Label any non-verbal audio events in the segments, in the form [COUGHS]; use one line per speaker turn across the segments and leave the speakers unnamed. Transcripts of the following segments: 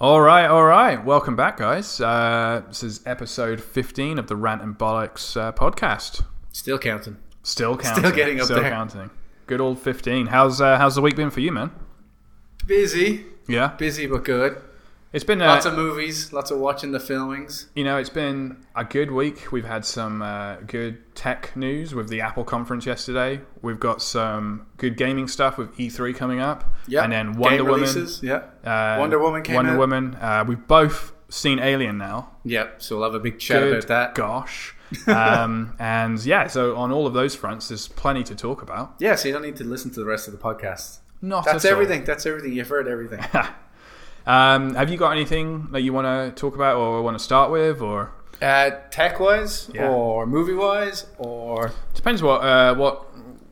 All right, all right. Welcome back, guys. Uh, this is episode 15 of the Rant and Bollocks uh, podcast.
Still counting.
Still counting.
getting up
Still
there.
counting. Good old 15. How's uh, how's the week been for you, man?
Busy,
Yeah.
busy but good.
It's been uh,
Lots of movies, lots of watching the filmings.
you know, it's been a good week. We've had some uh, good tech news with the Apple conference yesterday. We've got some good gaming stuff with E3 coming up.
Yeah,
And then Wonder
Game
Woman.
Releases. Yeah,
Uh,
Wonder Woman came
Wonder
out.
Woman. Uh, we've both seen Alien now.
yeah. So we'll have a big chat
Good
about that.
Gosh. [LAUGHS] um, and yeah, so on all of those fronts, there's plenty to talk about.
Yeah, so you don't need to listen to the rest of the podcast.
Not
That's
at all.
everything. That's everything. You've
[LAUGHS]
heard everything.
Um, have you got anything that you want to talk about or want to start with, or
Uh, tech wise,
Yeah.
or movie wise, or
depends what uh, what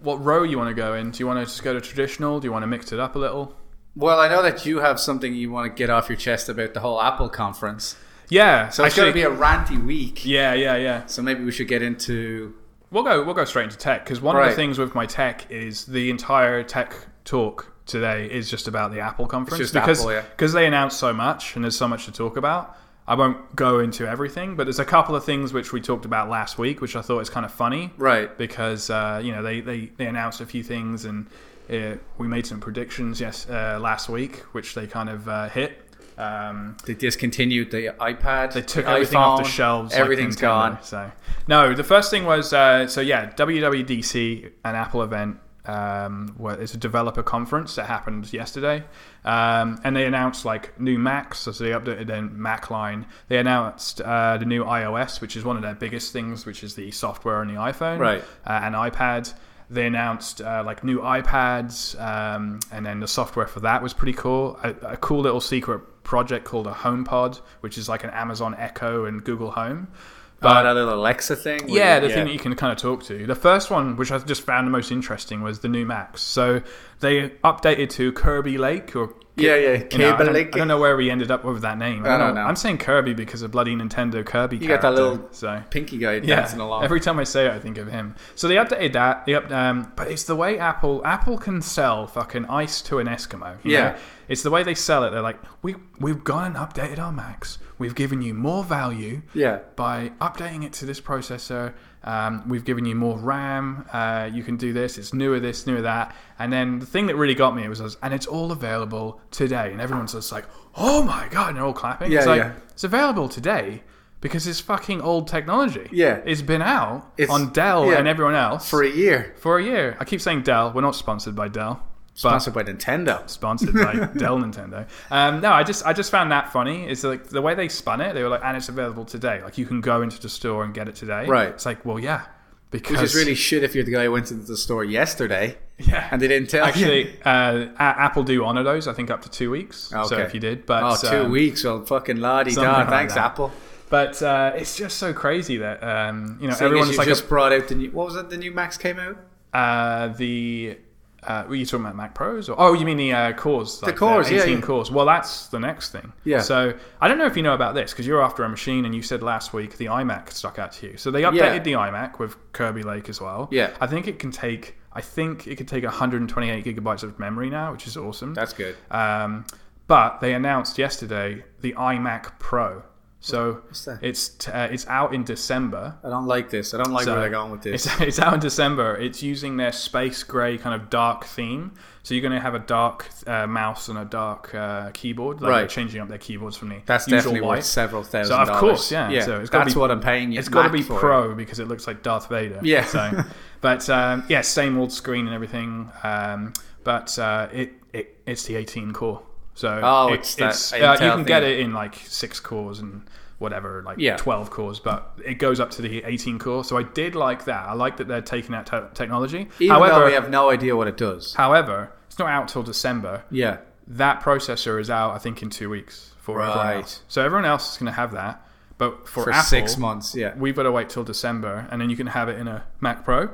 what row you want to go in? Do you want to just go to traditional? Do you want to mix it up a little?
well, I know that you have something you want to get off your chest about the whole Apple conference.
Yeah.
So it's going to be a ranty week.
yeah, yeah, yeah.
So maybe we should get into
We'll go we'll go straight into tech because one of the
Right.
things with my tech is the entire tech talk today is just about the Apple conference
just
because
Apple, yeah.
'cause they announced so much and there's so much to talk about. I won't go into everything, but there's a couple of things which we talked about last week, which I thought was kind of funny,
right.
Because uh, you know they, they, they announced a few things and uh, we made some predictions yes uh, last week, which they kind of uh, hit. Um,
They discontinued the iPad.
they took
the
everything off the
iPhone,
shelves.
Everything's
Everything's So
gone.
no, the first thing was uh, so yeah, WWDC, an Apple event. Um, where it's a developer conference that happened yesterday, um, and they announced like new Macs. So they updated their Mac line. They announced uh, the new iOS, which is one of their biggest things, which is the software on the iPhone
Right.
uh, and iPad. They announced uh, like new iPads, um, and then the software for that was pretty cool. A, a cool little secret project called a HomePod, which is like an Amazon Echo and Google Home.
Oh,
But
that little Alexa thing. where
yeah, the
you-
thing that you can kind of talk to. The first one, which I just found the most interesting, was the new Macs. So they updated to Kirby Lake or
Yeah, yeah.
you know, I
Cable
don't-
link.
I don't know where we ended up with that name.
I don't know.
I'm saying Kirby because of bloody Nintendo Kirby.
You got that
character,
little
so
Pinky guy
yeah.
dancing along.
Every time I say it, I think of him. So they updated that. They up, um, but it's the way Apple Apple can sell fucking ice to an Eskimo. you
Yeah.
know? it's the way they sell it. They're like, we we've gone and updated our Macs. We've given you more value
yeah.
by updating it to this processor. Um, we've given you more RAM. Uh, you can do this. It's newer this, newer that. And then the thing that really got me was, I was- and it's all available today. And everyone's just like, oh my god, and they're all clapping. it's
Yeah,
like
yeah.
it's available today because it's fucking old technology.
Yeah.
it's been out
It's-
on Dell
yeah.
and everyone else
For a year.
for a year. I keep saying Dell. We're not sponsored by Dell
Sponsored by Nintendo.
sponsored by
[LAUGHS]
Dell Nintendo. Um, no, I just I just found that funny. Is like the way they spun it. They were like, and it's available today. Like you can go into the store and get it today.
Right.
It's like, well, yeah, because
Which is really shit if you're the guy who went into the store yesterday
[LAUGHS] yeah.
and they didn't tell you. [LAUGHS]
Actually, uh, A- Apple do honor those. I think up to two weeks. So
Okay.
if you did, but
Oh, two
um,
weeks. Well, fucking lardy
something
da.
like
Thanks,
that.
Apple.
But uh, it's just so crazy that um, you know
Thing is,
everyone's
you
like a-
just brought out the new. What was it? The new Max came out.
uh, the. Uh, were you talking about Mac Pros? Or, oh, you mean the uh, cores? Like
cores, yeah,
18
yeah.
cores. Well, that's the next thing.
Yeah.
So I don't know if you know about this because you're after a machine, and you said last week the iMac stuck out to you. So they updated
Yeah.
the iMac with Kirby Lake as well.
Yeah.
I think it can take. I think it could take 128 gigabytes of memory now, which is awesome.
That's good.
Um, but they announced yesterday the iMac Pro. So
that?
it's t- uh, it's out in December.
I don't like this. I don't like
So,
where they're going with this.
It's, [LAUGHS] it's out in December. It's using their space gray kind of dark theme. So you're going to have a dark uh, mouse and a dark uh, keyboard. Like
Right.
They're changing up their keyboards from the
That's
usual
definitely worth
white.
several thousand
So, of
dollars.
course, yeah.
yeah.
So it's gotta
that's
be-
what I'm paying you.
It's got to
Mac
be
for.
pro because it looks like Darth Vader.
Yeah. [LAUGHS]
So, but um, yeah, same old screen and everything. Um, but uh, it, it it's the 18 core. So
Oh,
it-
it's that
uh, you
Intel
can get
thing.
it in like six cores and whatever, like
Yeah.
12 cores, but it goes up to the 18 core. So I did like that. I like that they're taking out te- technology.
Even
however,
though we have no idea what it does.
however, it's not out till December.
Yeah.
That processor is out, I think, in two weeks for everyone
Right.
else. So everyone else is going to have that, but for,
For
Apple,
six months, yeah.
we've got to wait till December, and then you can have it in a Mac Pro.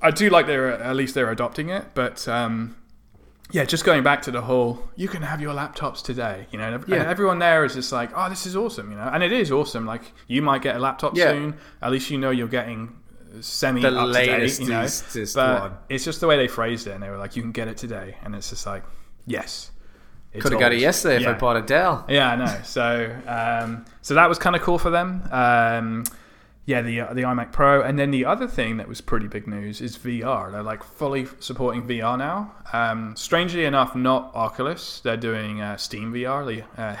I do like they're at least they're adopting it, but um, yeah, just going back to the whole, you can have your laptops today. You know, and ev-
Yeah.
and everyone there is just like, oh, this is awesome. You know, and it is awesome. Like you might get a laptop
Yeah.
soon. At least you know you're getting semi
The
up
latest
to date. You know,
is- is
but
one.
it's just the way they phrased it, and they were like, you can get it today, and it's just like, yes. It's
Could have got it
old.
yesterday
Yeah.
if I bought a Dell.
Yeah, I know. So, um, so that was kind of cool for them. Um, yeah, the the iMac Pro, and then the other thing that was pretty big news is VR. They're like fully supporting VR now. Um, strangely enough, not Oculus. They're doing uh, Steam VR, the uh,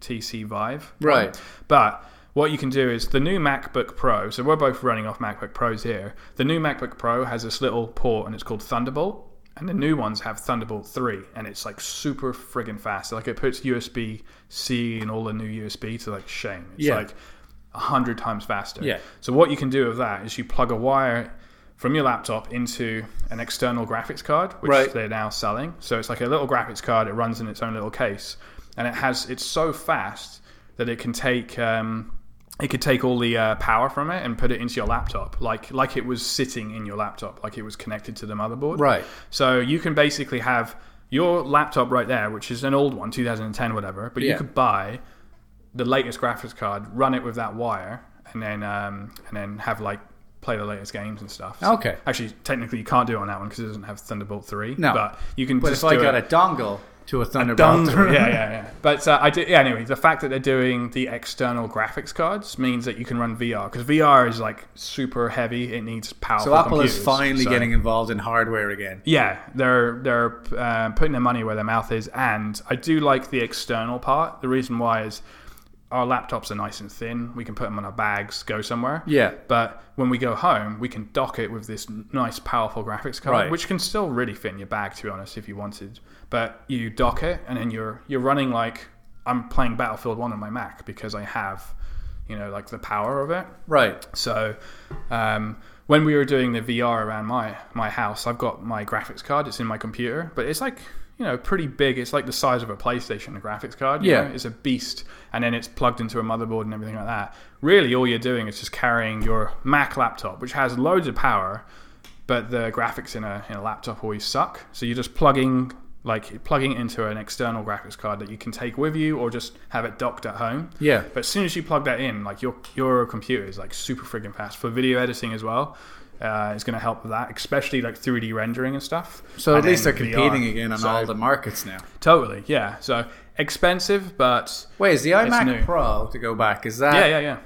HTC Vive.
Right.
But what you can do is the new MacBook Pro. So we're both running off MacBook Pros here. The new MacBook Pro has this little port, and it's called Thunderbolt. And the new ones have Thunderbolt three, and it's like super friggin' fast. Like it puts USB C and all the new USB to like shame. It's
Yeah.
like a hundred times faster.
Yeah.
So what you can do with that is you plug a wire from your laptop into an external graphics card, which
Right.
they're now selling. So it's like a little graphics card. It runs in its own little case, and it has it's so fast that it can take um, it could take all the uh, power from it and put it into your laptop, like like it was sitting in your laptop, like it was connected to the motherboard.
Right.
So you can basically have your laptop right there, which is an old one, 2010, whatever. But you
Yeah.
could buy the latest graphics card, run it with that wire, and then um, and then have like play the latest games and stuff. So-
Okay.
Actually, technically, you can't do it on that one because it doesn't have Thunderbolt three.
No.
But you can
But
just
if I
do
got
it-
a dongle to a
Done. [LAUGHS]
Thunderbolt, [LAUGHS]
yeah, yeah, yeah. But uh, I do. Yeah, anyway, the fact that they're doing the external graphics cards means that you can run VR because VR is like super heavy. It needs powerful.
so Apple is
computers.
finally
So-
getting involved in hardware again.
Yeah, they're they're uh, putting their money where their mouth is, and I do like the external part. The reason why is our laptops are nice and thin. We can put them on our bags, go somewhere.
Yeah.
But when we go home, we can dock it with this nice, powerful graphics card,
Right.
which can still really fit in your bag, to be honest, if you wanted. But you dock it, and then you're you're running like I'm playing Battlefield One on my Mac because I have, you know, like the power of it.
Right.
So um, when we were doing the VR around my my house, I've got my graphics card. It's in my computer, but it's like you know pretty big. It's like the size of a PlayStation. The graphics card, you
Yeah.
know? it's a beast. And then it's plugged into a motherboard and everything like that. Really, all you're doing is just carrying your Mac laptop, which has loads of power, but the graphics in a in a laptop always suck. So you're just plugging. Like plugging it into an external graphics card that you can take with you, or just have it docked at home.
Yeah.
But as soon as you plug that in, like your your computer is like super friggin' fast for video editing as well. Uh, it's going to help with that, especially like 3D rendering and stuff.
So at
And
least they're
then
competing
VR.
again on
So-
all the markets now.
Totally, yeah. So expensive, but
Wait, is the
new.
iMac Pro to go back? Is that is
yeah, yeah,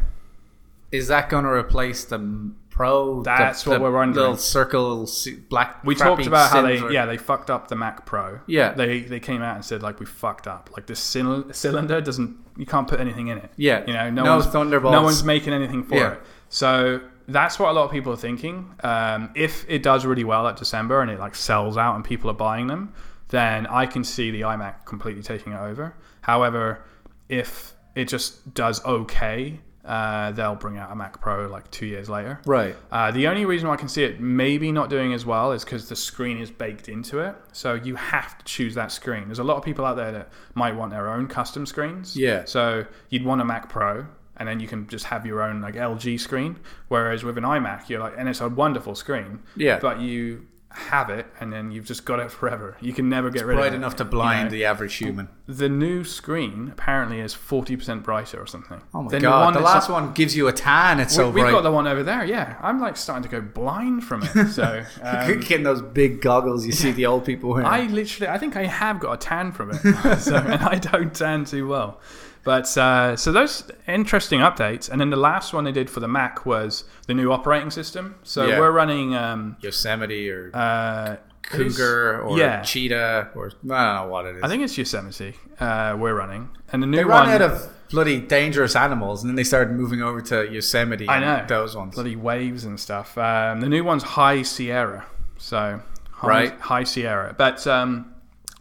yeah.
that going to replace the m- Pro? the-
That's what
the
we're wondering.
Little circle c- black.
We
crappy
talked about how they
cylinder?
yeah they fucked up the Mac Pro.
Yeah.
they they came out and said like we fucked up. Like this cyl- cylinder doesn't you can't put anything in it.
Yeah.
you know no,
No
one's
Thunderbolts.
No one's making anything for
Yeah.
it. So that's what a lot of people are thinking. Um, if it does really well at December and it like sells out and people are buying them, then I can see the iMac completely taking it over. However, if it just does okay, uh, they'll bring out a Mac Pro like two years later.
Right.
Uh, the only reason why I can see it maybe not doing as well is because the screen is baked into it. So you have to choose that screen. There's a lot of people out there that might want their own custom screens.
Yeah.
So you'd want a Mac Pro, and then you can just have your own like LG screen. Whereas with an iMac, you're like, and it's a wonderful screen.
Yeah.
But you have it, and then you've just got it forever. You can never get rid
Bright
of it.
enough to blind
you
the average human.
The new screen apparently is 40% brighter or something.
Oh my
Then
god! The,
that's
last one gives you a tan. It's so
we,
bright.
have got the one over there. Yeah, I'm like starting to go blind from it.
[LAUGHS]
So um,
Getting those big goggles you see the old people wearing.
I literally, I think I have got a tan from it. [LAUGHS] so and I don't tan too well. But uh, so those interesting updates, and then the last one they did for the Mac was the new operating system. So
Yeah.
we're running um,
Yosemite or
uh, who's-
Cougar or
yeah.
Cheetah or I don't know what it is.
I think it's Yosemite. Uh, we're running, and the new
they
one
ran out of bloody dangerous animals, and then they started moving over to Yosemite.
I know.
and Um, those ones.
bloody waves and stuff. Um, the new one's High Sierra, so high,
Right.
High Sierra. But um,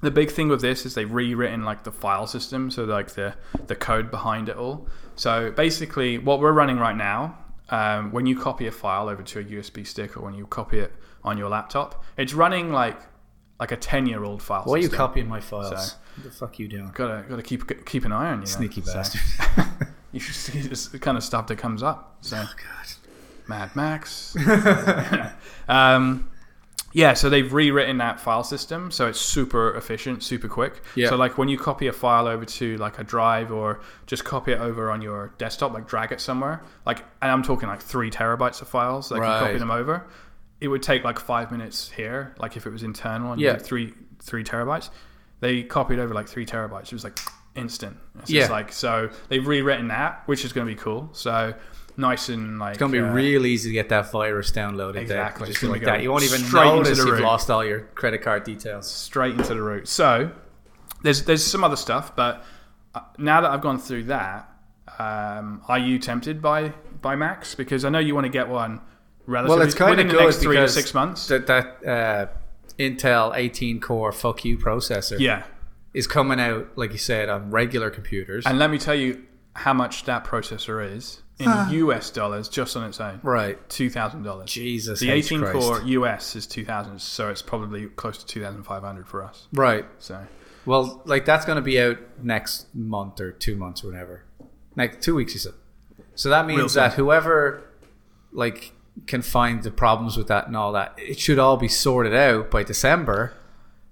the big thing with this is they've rewritten like the file system, so like the the code behind it all. So basically, what we're running right now, um, when you copy a file over to a USB stick or when you copy it on your laptop, it's running like like a ten year old file.
Why are you
system.
copying my files?
So-
What the fuck you doing?
Gotta gotta keep keep an eye on you. know?
Sneaky
So
bastard.
[LAUGHS]
Oh,
You should see this kind of stuff that comes up. So.
God.
Mad
[LAUGHS]
Max. um, yeah, so they've rewritten that file system, so it's super efficient, super quick.
Yeah.
So like when you copy a file over to like a drive or just copy it over on your desktop, like drag it somewhere, like and I'm talking like three terabytes of files, like you copy
Right.
them over. It would take like five minutes here, like if it was internal and you
Yeah.
did three three terabytes. they copied over like three terabytes. It was like instant. It's just
Yeah.
like so they've rewritten that, which is going to be cool. So nice and like
It's gonna be
uh,
real easy to get that virus downloaded. there.
Exactly. It's
just
gonna
like
go
that. You won't even
straight into
notice
the
you've
root.
lost all your credit card details.
straight into the root. So there's there's some other stuff, but uh, now that I've gone through that, um, are you tempted by by Max? Because I know you want to get one relatively
Well, it's kind
within
of
the next
good
three to
because
six months.
That that uh, Intel 18 core fuck you processor
yeah,
is coming out, like you said, on regular computers.
and let me tell you how much that processor is in
[SIGHS]
U.S. dollars just on its own.
right.
Two thousand dollars.
Jesus.
The
H.
18
Christ.
core US is 2000, so it's probably close to 2,500 for us.
Right.
So
Well, like that's going to be out next month or two months or whatever. Like two weeks or so. So that means
Real soon.
that whoever like can find the problems with that and all that, it should all be sorted out by December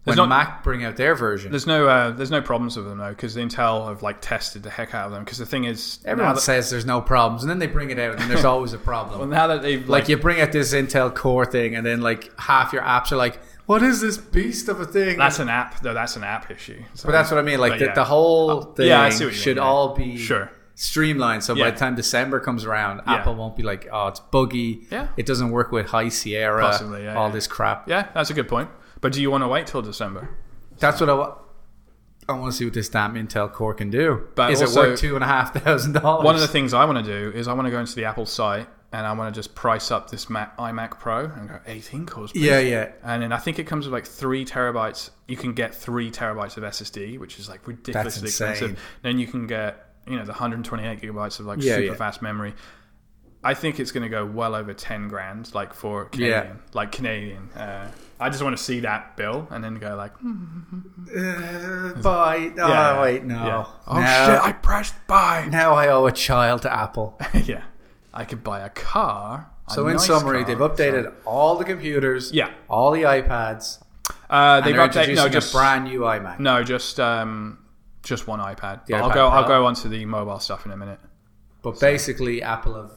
when
not-
Mac bring out their version.
there's no uh, there's no problems with them though, because Intel have like tested the heck out of them. Because the thing is, now
Everyone
that-
says there's no problems, and then they bring it out,
[LAUGHS]
and there's always a problem.
Well, now that they've like,
like you bring out this Intel Core thing, and then like half your apps are like, "What is this beast of a thing?"
that's an app though. That's an app issue. So,
but that's what I mean. Like
But
the,
yeah. Uh,
the whole thing
yeah, I see what you
should
mean, yeah.
all be
Sure.
streamlined. So
Yeah.
by the time December comes around,
Yeah.
Apple won't be like, "Oh, it's buggy.
Yeah.
It doesn't work with High Sierra.
Possibly, yeah,
all
yeah.
this crap."
yeah, that's a good point. But do you want to wait till December?
That's what I want. I want to see what this damn Intel Core can do.
But
is
also-
it worth two and a half thousand dollars?
One of the things I want to do is I want to go into the Apple site and I want to just price up this Mac, iMac Pro and go 18 cores. please."
yeah, yeah.
And then I think it comes with like three terabytes. You can get three terabytes of SSD, which is like ridiculously
That's insane.
expensive. Then you can get you know the 128 gigabytes of like
Yeah,
super
yeah.
fast memory. I think it's going to go well over 10 grand, like for Canadian, like Canadian. Uh, I just want to see that bill and then go like, hmm,
Uh, buy. Oh,
yeah,
wait, no.
yeah.
no.
oh shit, I pressed buy.
Now I owe a child to Apple.
[LAUGHS] yeah, I could buy a car. a
So in
nice
summary,
car.
they've updated all the computers,
Yeah.
all the iPads,
Uh,
and
they've
they're
updated.
introducing
No, just
a brand new iMac.
no, just um, just one iPad.
The
But I'll
iPad
go. I'll
Pro.
go onto the mobile stuff in a minute.
But basically, Apple have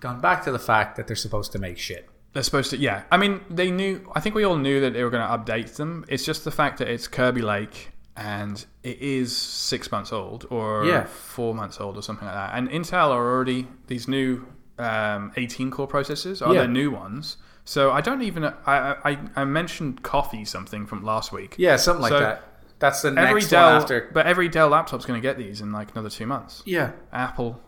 gone back to the fact that they're supposed to make shit.
They're supposed to, yeah. I mean, they knew. I think we all knew that they were going to update them. It's just the fact that it's Kirby Lake and it is six months old or
Yeah.
four months old or something like that. And Intel are already these new um, 18 core processors are
Yeah.
the new ones. So I don't even. I, I I mentioned coffee something from last week.
Yeah, something like
So,
that. That's the
Every
next
Dell,
one after.
but every Dell laptop's going to get these in like another two months.
Yeah,
Apple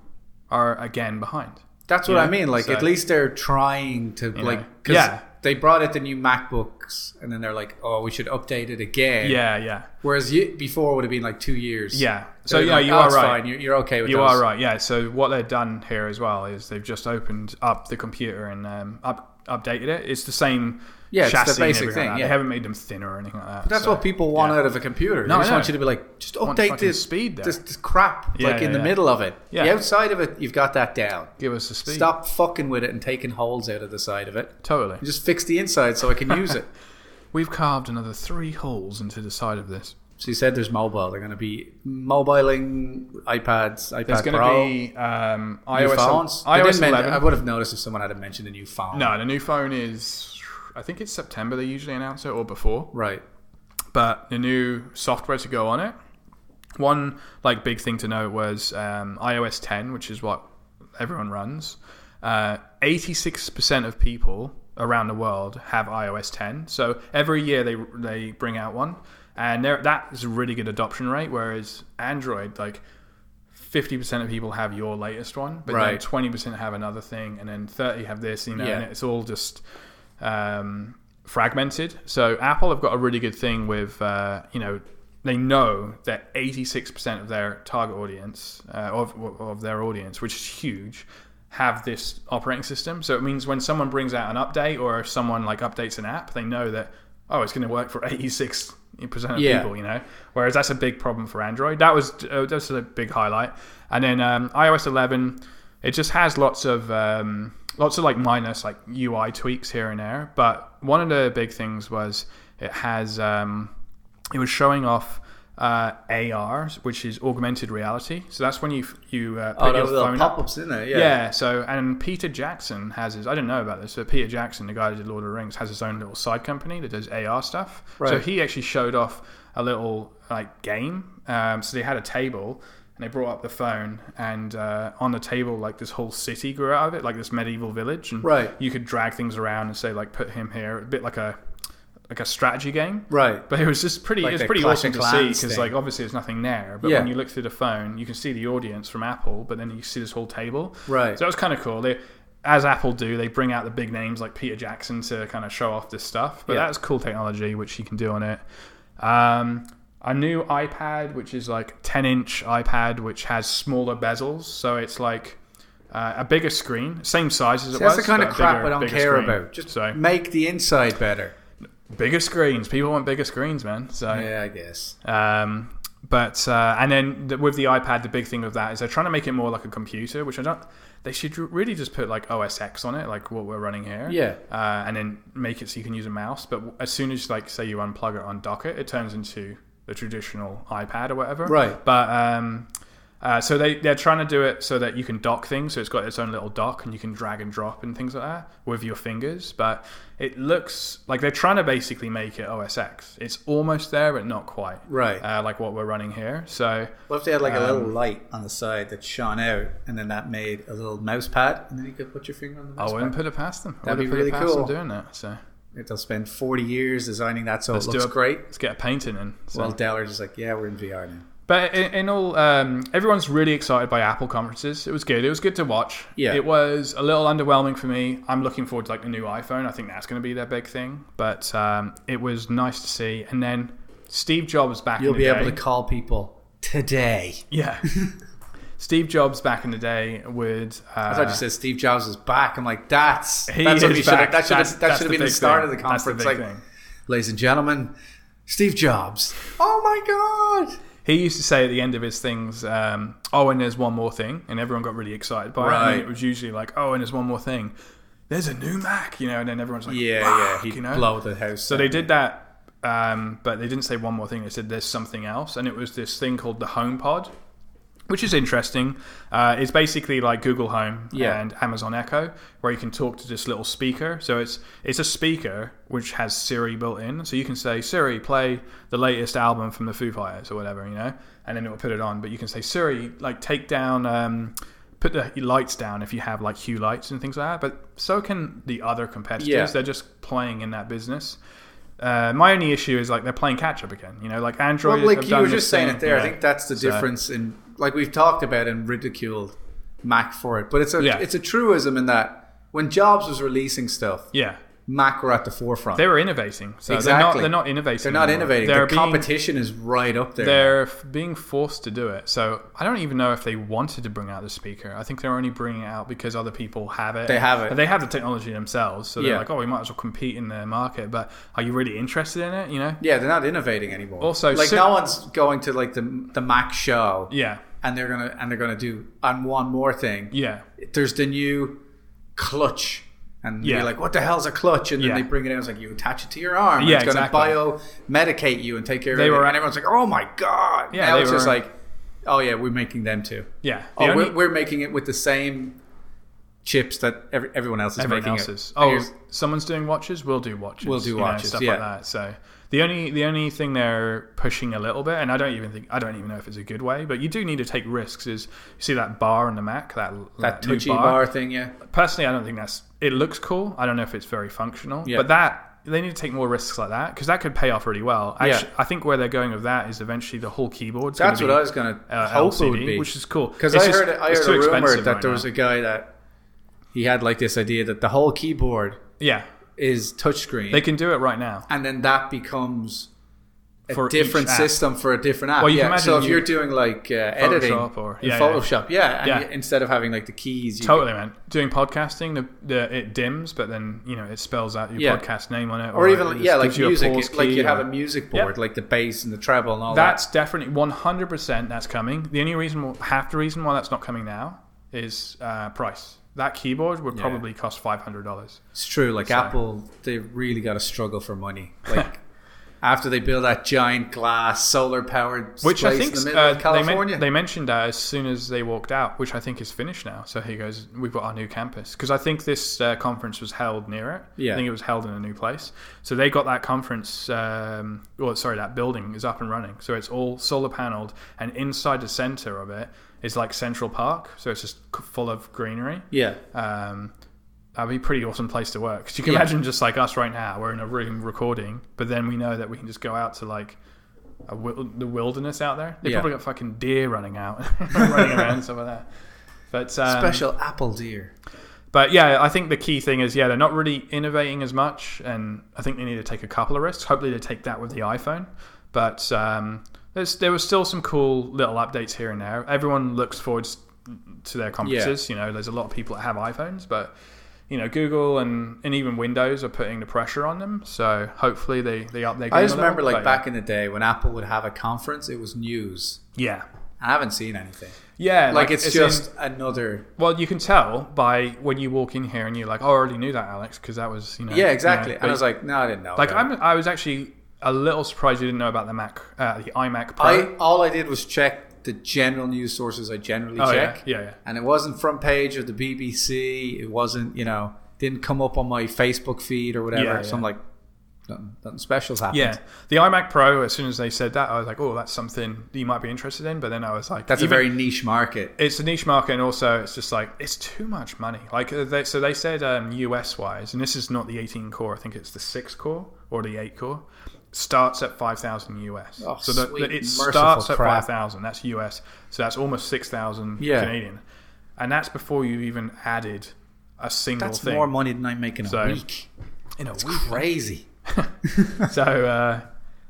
are again behind.
that's what
Yeah,
I mean. Like,
so-
at least they're trying to like.
know.
'cause
Yeah.
They brought out the new MacBooks, and then they're like, "Oh, we should update it again."
Yeah, yeah,
Whereas you, before would have been like two years.
yeah.
So
So yeah,
like,
you
"Oh,
are
it's
right.
Fine. You're, you're okay with
You
those."
are right. Yeah. So what they've done here as well is they've just opened up the computer and um, up, updated it. It's the same.
Yeah, it's the
chassis and
basic
everything like
thing,
that.
yeah.
They haven't made them thinner or anything like that.
That's
so-
what people want
yeah.
out of a computer.
No,
they just
I
want
know.
you to be like, just
want
update
fucking
this
speed there.
this, this crap,
Yeah,
like in
yeah,
the
yeah.
middle of it.
Yeah.
The outside of it, you've got that down.
Give us the speed.
Stop fucking with it and taking holes out of the side of it.
Totally.
And just fix the inside so I can use
[LAUGHS]
it.
We've carved another three holes into the side of this.
So you said there's mobile. They're going to be mobiling iPads, iPad
There's going
Pro,
to be um,
new
iOS,
phones. They
iOS
didn't men-
11.
I would have noticed if someone had mentioned a new phone.
no, the new phone is. I think it's September they usually announce it or before.
Right.
but the new software to go on it. One like big thing to note was um, iOS 10, which is what everyone runs. Uh, 86% of people around the world have iOS 10, so every year they they bring out one, and there- that is a really good adoption rate. Whereas Android, like 50% of people have your latest one, but then
Right.
20% have another thing, and then 30 have this. You know,
Yeah.
and it's all just um, fragmented. So Apple have got a really good thing with uh, you know they know that 86% of their target audience uh, of of their audience, which is huge, have this operating system. So it means when someone brings out an update or if someone like updates an app, they know that oh it's going to work for 86% of
Yeah.
people you know. Whereas that's a big problem for Android. That was uh, that's a big highlight. And then um, iOS 11, it just has lots of um, lots of like minus like UI tweaks here and there. But one of the big things was it has um, it was showing off uh, AR, which is augmented reality. So that's when you you uh, put
Oh,
your
those little
phone up.
pop ups, isn't it?
Yeah.
Yeah.
So and Peter Jackson has his. I didn't know about this, but Peter Jackson, the guy that did Lord of the Rings, has his own little side company that does AR stuff. So
Right.
he actually showed off a little like game. Um, so they had a table. And they brought up the phone, and uh, on the table, like this whole city grew out of it, like this medieval village. And
Right.
you could drag things around and say, like, put him here, a bit like a like a strategy game.
Right.
But it was just pretty.
Like
it was
the
pretty
Clash
awesome
of
to see
Clans
because,
thing.
like, obviously there's nothing there. But
Yeah.
when you look through the phone, you can see the audience from Apple, but then you see this whole table.
Right.
So it was kind of cool. They, as Apple do, they bring out the big names like Peter Jackson to kind of show off this stuff. But
Yeah.
that's cool technology which you can do on it. Um, a new iPad, which is like 10 inch iPad, which has smaller bezels, so it's like. Uh, a bigger screen, same size as it
That's
was.
the kind
but
of
a
crap
bigger-
I don't
bigger
care
screen.
about. Just
so
make the inside better.
bigger screens. People want bigger screens, man. So
Yeah, I guess.
um, but uh, and then the, with the iPad, the big thing with that is they're trying to make it more like a computer, which I don't. They should really just put like OS X on it, like what we're running here.
Yeah.
Uh, and then make it so you can use a mouse. But as soon as like say you unplug it on dock it, it turns into the traditional iPad or whatever.
Right.
But um, uh, so they they're trying to do it so that you can dock things. So it's got its own little dock, and you can drag and drop and things like that with your fingers. But it looks like they're trying to basically make it OS X. It's almost there, but not quite.
Right.
Uh, like what we're running here. So
What if they had like a
Um,
little light on the side that shone out, and then that made a little mouse pad, and then you could put your finger on the
I
mouse
wouldn't put it past them. I
That'd
wouldn't put
be
it
really
past them
cool.
doing that. So
pad? They'll spend forty years designing that, so it
do
looks
it.
great.
let's get a painting in. So.
Well, Deller's just like, yeah, we're in VR now.
But in, in all, um, everyone's really excited by Apple conferences. It was good. It was good to watch.
Yeah.
It was a little underwhelming for me. I'm looking forward to like the new iPhone. I think that's going to be their big thing. But um, it was nice to see. And then Steve Jobs back.
You'll
in
be
the
able
day.
to call people today. [LAUGHS]
Yeah. Steve Jobs back in the day would. Uh,
I thought you said Steve Jobs is back. I'm like, that's
He
that's what
is
you should
back.
have, that should
That's-
have,
that's
that
the
should have been the
big
start
thing.
of the
That's the
conference.
big
like,
thing.
ladies and gentlemen, Steve Jobs. Oh my God.
he used to say at the end of his things, um, "Oh, and there's one more thing," and everyone got really excited by it.
Right.
And it was usually like, "Oh, and there's one more thing." There's a new Mac, you know, and then everyone's like,
Yeah,
"Fuck,"
yeah. He'd
you know?
blow the house.
So they did that, um, but they didn't say one more thing. They said there's something else, and it was this thing called the Home Pod, which is interesting. Uh, it's basically like Google Home
Yeah.
and Amazon Echo, where you can talk to this little speaker. So it's it's a speaker which has Siri built in, so you can say Siri, play the latest album from the Foo Fighters or whatever, you know, and then it will put it on. But you can say Siri, like take down. Um, Put the lights down if you have like hue lights and things like that, but so can the other competitors.
Yeah.
They're just playing in that business. Uh, my only issue is like they're playing catch up again. You know, like Android.
Well, like
have
you
done
were
this
just saying
thing,
it there.
yeah.
I think that's the
So-
difference in like we've talked about and ridiculed Mac for it, but it's a
Yeah.
it's a truism in that when Jobs was releasing stuff,
Yeah,
Mac were at the forefront.
they were innovating. So
Exactly.
They're not, they're not innovating.
They're not
anymore.
innovating.
They're
Their
being,
competition is right up there.
They're f- being forced to do it. So I don't even know if they wanted to bring out the speaker. I think they're only bringing it out because other people have it.
They have it.
And They have the technology themselves. So they're
Yeah.
like, oh, we might as well compete in the market. But are you really interested in it? You know?
yeah, they're not innovating anymore.
Also,
like
Sy-
no one's going to like the the Mac show,
Yeah.
and they're gonna and they're gonna do and one more thing.
Yeah.
There's the new clutch, and
Yeah.
you're like, what the hell's a clutch? And then
Yeah.
they bring it in. It's like you attach it to your arm. and
Yeah,
it's going to
exactly.
bio medicate you and take care
They
of
were-
it. And everyone's like, oh my god.
Yeah,
now
they
it's just
were-
like, oh yeah, we're making them too.
Yeah.
Oh,
The only-
we're, we're making it with the same chips that every, everyone else is
everyone
making
else's.
it.
Oh,
Here's-
someone's doing watches. We'll do watches.
We'll do
you know,
watches,
stuff
yeah.
like that. So the only the only thing they're pushing a little bit, and I don't even think I don't even know if it's a good way, but you do need to take risks. Is you see that bar in the Mac that
that
new
touchy bar thing, yeah.
Personally, I don't think that's. It looks cool. I don't know if it's very functional,
Yeah.
but that. They need to take more risks like that because that could pay off really well.
Yeah.
Actually, I think where they're going with that is eventually the whole keyboard's.
That's
gonna
what I
be,
was going to
uh,
hope
LCD,
it would be.
which is cool
Because
It's
I
just-
heard, I
it's
heard
too
a rumor
expensive
that
right
there
now.
was a guy that he had like this idea that the whole keyboard
yeah
is touchscreen,
they can do it right now
and then that becomes a
For each
different
app.
system for a different app.
Well, you can
yeah. So
imagine
if
you-
you, are doing like uh, editing
or-
in
yeah, yeah.
Photoshop, yeah, and
Yeah.
you- instead of having like the keys, you
Totally, man. Doing podcasting, the, the it dims, but then you know it spells out your
Yeah.
podcast name on it,
or even
it
like-
just
yeah, like
gives you a
music,
pause
it- like
key
you have
or-
a music
Yeah.
board, like the bass and the treble and all that.
That's definitely one hundred percent. That's coming. The only reason, wh- half the reason why that's not coming now is uh, price. That keyboard would probably cost five hundred dollars.
It's true. Like [LAUGHS] Apple, they really got to struggle for money. Like after they build that giant glass solar powered
Which I think
in the middle
uh,
of
they, men-
California.
they mentioned that as soon as they walked out, which I think is finished now. So he goes, "We've got our new campus." Because I think this uh, conference was held near it.
Yeah.
I think it was held in a new place. So they got that conference, um, well, sorry, that building is up and running. So it's all solar paneled, and inside the center of it is like Central Park. So it's just c- full of greenery.
yeah.
um, that'd be a pretty awesome place to work. 'Cause you can
Yeah.
imagine just like us right now, we're in a room recording, but then we know that we can just go out to like a wil- the wilderness out there. They
Yeah.
probably got fucking deer running out, [LAUGHS] running around and stuff like that. But um,
Special apple deer.
but yeah, I think the key thing is yeah, they're not really innovating as much, and I think they need to take a couple of risks. Hopefully, they take that with the iPhone. But um, there's, there were still some cool little updates here and there. Everyone looks forward s- to their conferences. You know, there's a lot of people that have iPhones, but you know, Google and, and even Windows are putting the pressure on them. So hopefully, they they up their game
I just
a little,
remember like uh,
but
back in the day when Apple would have a conference, it was news.
yeah.
I haven't seen anything.
Yeah,
Like, it's,
in-
just another.
well, you can tell by when you walk in here and you're like, oh, I already knew that, Alex, because that was you know
Yeah, exactly.
You know,
and I
but-
was like, no, I didn't know.
Like
about it.
I'm, I was actually a little surprised you didn't know about the Mac, uh, the iMac Pro.
I all I did was check the general news sources I generally
oh
check.
yeah, yeah, yeah.
and it wasn't front page of the BBC. It wasn't, you know, didn't come up on my Facebook feed or whatever.
Yeah,
so
yeah.
I'm like, nothing, nothing special's happened.
Yeah, the iMac Pro. As soon as they said that, I was like, "Oh, that's something you might be interested in." But then I was like,
that's
even-
a very niche market.
it's a niche market, and also it's just like it's too much money." Like, uh, they, so they said um, US wise, and this is not the 18 core. I think it's the six core or the eight core. Starts at 5,000 US.
Oh,
so the,
sweet,
the, it
merciful
starts at
crap.
5,000. That's US. So that's almost 6,000
Yeah.
Canadian, and that's before you even added a single
That's
thing.
more money than I make in a
So-
week.
in a week.
Crazy.
so uh,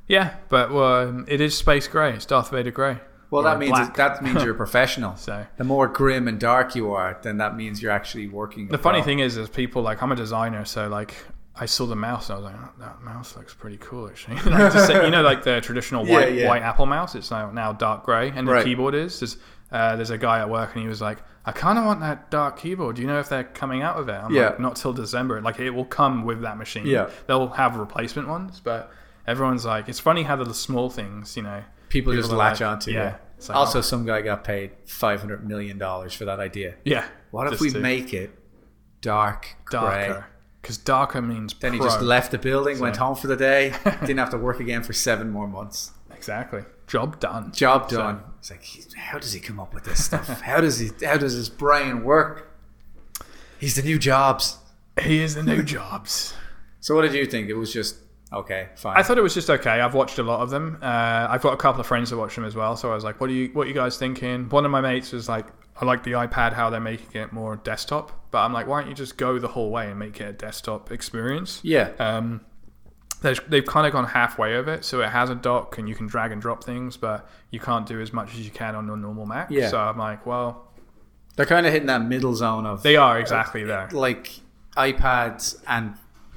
yeah, but um, it is space grey. It's Darth Vader grey.
Well,
Or
that means
black.
that
[LAUGHS]
means you're a professional.
So-
the more grim and dark you are, then that means you're actually working.
The funny thing is, is people like I'm a designer, so like I saw the mouse and I was like, oh, that mouse looks pretty cool actually. [LAUGHS] Like, just say- you know, like the traditional
Yeah,
white
yeah.
white Apple mouse. It's now now dark grey, and the
Right.
keyboard is. There's, uh, there's a guy at work, and he was like, "I kind of want that dark keyboard. Do you know if they're coming out with it?" I'm
Yeah.
like, "Not till December. Like it will come with that machine.
Yeah.
they'll have replacement ones." But everyone's like, "It's funny how the small things, you know,
people, just
are
latch
like-
onto.
yeah.
Yeah.
It's like, oh.
also, some guy got paid five hundred million dollars for that idea.
yeah."
What if
just
we
to-
make it dark, gray?
darker because darker means
Then he
pro.
just left the building, went
So-
home for the
[LAUGHS]
day, didn't have to work again for seven more months.
exactly job done
Job done. it's like, he- how does he come up with this stuff? [LAUGHS] how does he? How does his brain work? He's the new Jobs.
he is the new jobs
So, what did you think? It was just okay, fine.
i thought it was just okay i've watched a lot of them uh, i've got a couple of friends that watch them as well so i was like what are you what you guys thinking one of my mates was like i like the ipad how they're making it more desktop but i'm like why don't you just go the whole way and make it a desktop experience
yeah,
um, there's- they've kind of gone halfway of it, so it has a dock and you can drag and drop things, but you can't do as much as you can on your normal Mac.
Yeah.
So I'm like, well,
they're kind of hitting that middle zone of
they are
Uh,
exactly there.
like iPads and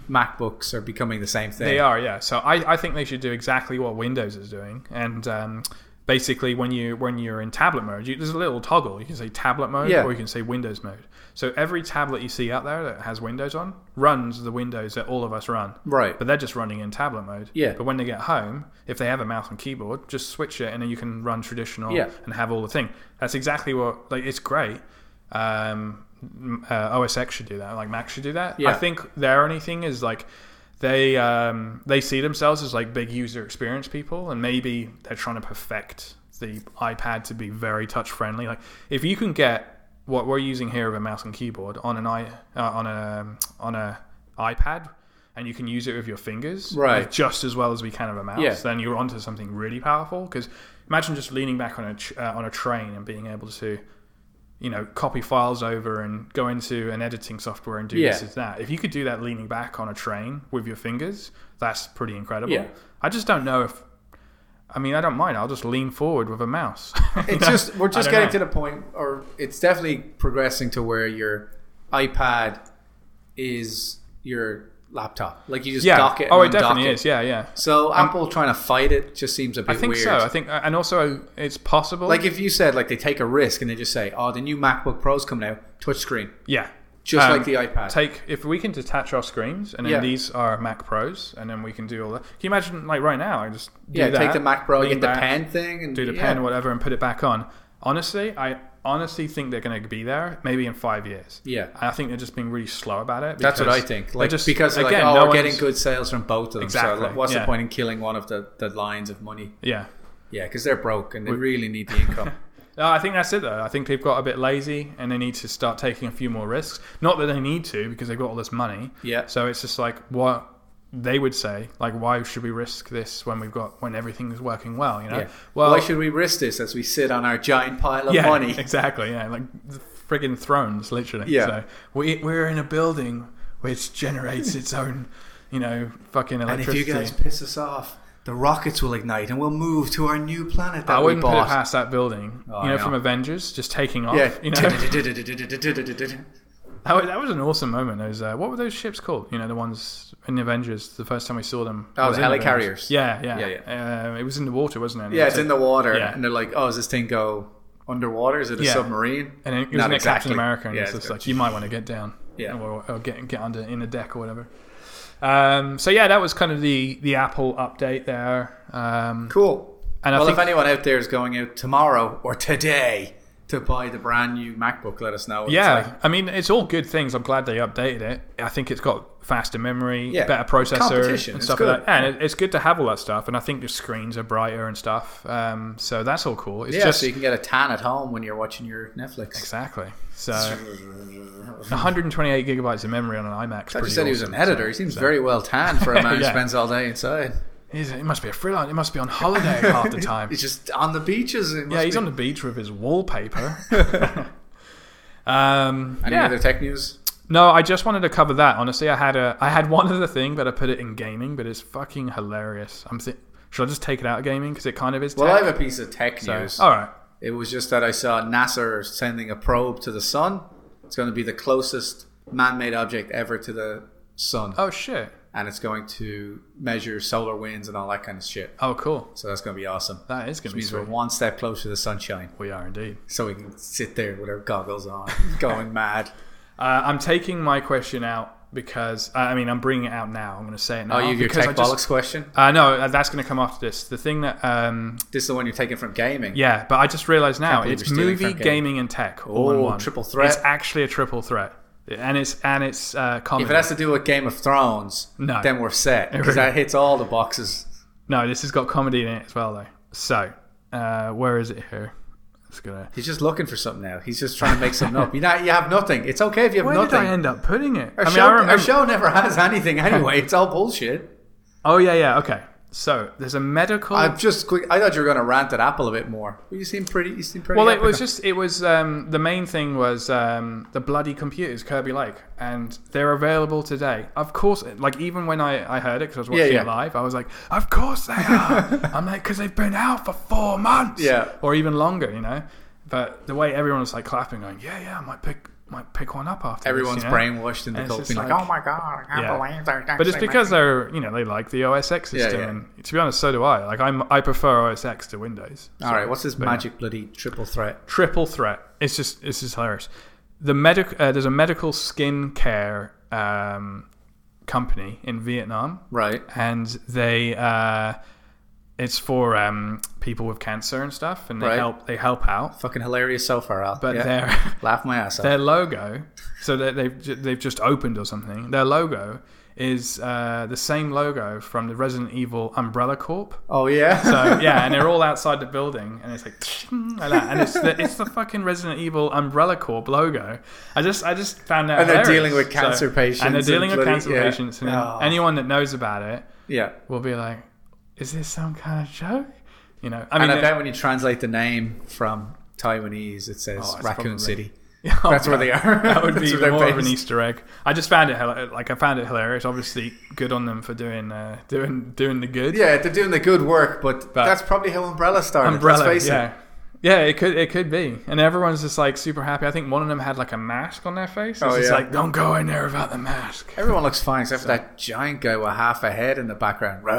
MacBooks are becoming the same thing.
They are, yeah. So I, I think they should do exactly what Windows is doing, and um, basically when you when you're in tablet mode, you, there's a little toggle. You can say tablet mode,
Yeah.
or you can say Windows mode. So every tablet you see out there that has Windows on runs the Windows that all of us run,
right.
but they're just running in tablet mode.
Yeah.
But when they get home, if they have a mouse and keyboard, just switch it, and then you can run traditional
Yeah.
and have all the thing. That's exactly what like it's great. Um, m- uh, OS X should do that. Like Mac should do that.
Yeah.
I think their only thing is like they um, they see themselves as like big user experience people, and maybe they're trying to perfect the iPad to be very touch friendly. Like if you can get what we're using here of a mouse and keyboard on an i uh, on a on a iPad, and you can use it with your fingers
Right.
like, just as well as we can of a mouse,
Yeah.
then you're onto something really powerful. Because imagine just leaning back on a ch- uh, on a train and being able to you know, copy files over and go into an editing software and do this
Yeah.
as that. If you could do that leaning back on a train with your fingers, that's pretty incredible.
Yeah.
I just don't know if. I mean, I don't mind. I'll just lean forward with a mouse. [LAUGHS] You
it's
know?
just we're
I
just
don't
getting
know.
to the point or it's definitely progressing to where your ipad is your laptop like you just
yeah.
dock it
oh, it
and undock
definitely is. Yeah, yeah.
so apple trying to fight it just seems a bit
I think
weird
so. I think, and also it's possible.
like if you said like they take a risk and they just say oh the new macbook pro's coming out touchscreen
yeah,
just
Um,
like the iPad.
Take if we can detach our screens, and then
Yeah.
these are Mac Pros, and then we can do all that. Can you imagine like right now? I just do
yeah,
that,
take the Mac Pro,
lean
get the
back,
pen thing, and
do the
yeah.
pen or whatever, and put it back on. Honestly, I honestly think they're going to be there maybe in five years.
Yeah.
I think they're just being really slow about it.
That's what I
because
think.
they're
Like
just-
because like,
again,
oh,
no
we're getting
one's-
good sales from both of them. So
Exactly,
like, what's
yeah.
the point in killing one of the, the lines of money?
Yeah.
Yeah, because they're broke and they really need the
[LAUGHS]
income.
No, Uh, I think that's it though. I think they've got a bit lazy and they need to start taking a few more risks. Not that they need to because they've got all this money.
Yeah.
So it's just like what they would say, like why should we risk this when we've got when everything's working well, you know?
yeah.
Well,
Why should we risk this as we sit on our giant pile of
yeah,
money?
[LAUGHS] Exactly. Yeah, like the friggin' thrones literally.
Yeah.
So we we're in a building which generates its own, you know, fucking
And if you
electricity.
guys piss us off, the rockets will ignite and we'll move to our new planet that
I
we
wouldn't put it
bought.
past that building,
Oh,
you know,
yeah.
from Avengers, just taking off.
yeah. [LAUGHS]
You know,
Did
That was, that was an awesome moment. Those uh, what were those ships called? You know, the ones in the Avengers. The first time we saw them.
Oh,
was
the
in
helicarriers.
Avengers. Yeah, yeah,
Yeah,
Uh, it was in the water, wasn't it? And
yeah,
it
it's in the water,
Yeah.
and they're like, "Oh, does this thing go underwater? Is it a
Yeah.
submarine?"
And it was
Not
in the
exactly.
Captain America, and
Yeah,
it's
it's
just
good.
like you might want to get down,
Yeah.
or, or get get under in the deck or whatever. Um, so yeah, that was kind of the the Apple update there. Um,
Cool.
And I
well,
think-
if anyone out there is going out tomorrow or today to buy the brand new MacBook, let us know. It's
Yeah,
like-
I mean it's all good things. I'm glad they updated it. I think it's got faster memory,
Yeah.
better processor,
Competition,
and
it's
stuff like
good.
that. and it, it's good to have all that stuff. And I think the screens are brighter and stuff. Um, so that's all cool. It's
yeah,
just
so you can get a tan at home when you're watching your Netflix.
exactly. So [LAUGHS] 128 gigabytes of memory on an iMac.
I just said he was an editor. He seems very well tanned
[LAUGHS]
for a man
Yeah.
who spends all day inside.
[LAUGHS] He's, he must be a freelance. He must be on holiday half
[LAUGHS]
the time.
He's just on the beaches. It
Yeah,
must
he's
be-
on the beach with his
[LAUGHS]
wallpaper. um, [LAUGHS]
Any
yeah.
other tech news?
No, I just wanted to cover that. Honestly, I had a I had one other thing, but I put it in gaming. But it's fucking hilarious. I'm th- should I just take it out of gaming because it kind of is.
Well,
tech?
I have a piece of tech news.
All right.
It was just that I saw NASA sending a probe to the sun. It's going to be the closest man-made object ever to the sun,
Oh shit.
and it's going to measure solar winds and all that kind of shit.
Oh cool.
So that's going to be awesome.
That is gonna be
means we're
sweet.
one step closer to the sunshine,
We are indeed.
so we can sit there with our goggles
[LAUGHS]
on, going mad.
Uh, I'm taking my question out because I I mean I'm bringing it out now. I'm going to say it now.
Oh, you have your
because I
tech
just-
bollocks question.
Uh, no, uh, that's going to come after this. The thing that um,
This is the one you're taking from gaming.
yeah, but I just realized now
believe
it's
you're stealing
movie,
from gaming.
gaming, and tech all in
Oh,
one
triple threat.
It's actually a triple threat, and it's and it's uh, comedy.
If it has to do with Game of Thrones,
No.
then we're
[LAUGHS]
set because that hits all the boxes.
No, this has got comedy in it as well, though. So, uh, where is it here? It's gonna.
He's just looking for something now. He's just trying to make something up. You know, you have nothing. It's okay if you have
Where
nothing.
did I end up putting it?
Our,
I mean,
show,
I remember-
our show never
[LAUGHS]
has anything anyway. It's all bullshit.
Oh yeah, yeah. Okay. So there's a medical.
I'm just quick. I thought you were going to rant at Apple a bit more. Well, you seem pretty. You seem pretty.
well, it
happy
was
now.
just it was um, the main thing was um, the bloody computers Kirby Lake, and they're available today. Of course, like even when I, I heard it because I was watching
yeah.
it live, I was like, of course they
[LAUGHS]
are. I'm like, because they've been out for four months,
Yeah.
or even longer, you know. But the way everyone was like clapping, going, yeah, yeah, I might pick might pick one up after
everyone's
this, you know?
brainwashed into
And it's
cult,
just
being like,
like-
"Oh my god, I can't
Yeah.
believe they're
But
actually
it's because they're you know they like the OS X
Yeah,
system,
yeah.
and to be honest, so do I. Like I'm, I prefer OS X to Windows.
making-" All right, what's this magic bloody triple threat?
Triple threat. It's just it's just hilarious. The medic uh, there's a medical skin care um, company in Vietnam,
Right.
and they uh, it's for um, people with cancer and stuff, and they
Right.
help they help out.
Fucking hilarious so far, Al.
But
Yeah.
they're [LAUGHS]
laugh my ass off.
their logo so that they've ju- they've just opened or something their logo is uh, the same logo from the Resident Evil Umbrella Corp
Oh yeah.
so yeah and they're all outside the building and it's like, like [LAUGHS] that. and it's the, it's the fucking Resident Evil Umbrella Corp logo I just I just found out
And they're dealing with cancer
and
patients
they're
and
dealing with
bloody-
cancer
yeah.
patients and
Oh.
anyone that knows about it
[LAUGHS] yeah.
will be like is this some kind of joke you know I
And
mean
I bet when you translate the name from Taiwanese, it says
it's
Raccoon
probably-
City.
[LAUGHS] Oh,
That's where
God.
they are.
That [LAUGHS] would be
[LAUGHS] That's where
even
they're
more of an
based.
Easter egg. I just found it hila- like I found it hilarious. Obviously, good on them for doing uh, doing doing the good.
Yeah, they're doing the good work, but,
But-
that's probably how Umbrella started.
umbrella.
Let's face
Yeah,
it.
yeah. It could it could be, and everyone's just like super happy. I think one of them had like a mask on their face. It's
Oh,
just
yeah.
like don't go in there without the mask.
Everyone looks fine except for that giant guy with half a head in the background.
[LAUGHS]
[LAUGHS]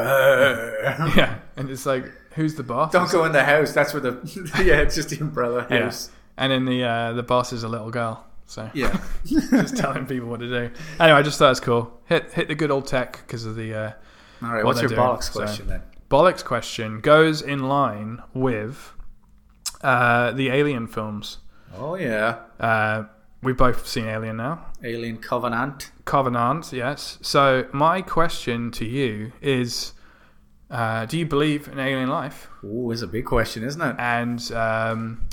yeah, and it's like who's the boss?
Don't go in [LAUGHS] the house. That's where the yeah, it's just the Umbrella
yeah.
house.
And then the uh, the boss is a little girl. So
[LAUGHS] Yeah.
just [LAUGHS] telling people what to do. Anyway, I just thought it's cool. Hit hit the good old tech because of the uh,
All right.
What
what's
they're
your
doing,
bollocks
so-
question then?
bollocks question. Goes in line with uh, the Alien films.
Oh yeah,
Uh, we've both seen Alien now.
Alien Covenant.
Covenant, yes. So my question to you is: uh, Do you believe in alien life?
Ooh, is a big question, isn't it?
and um,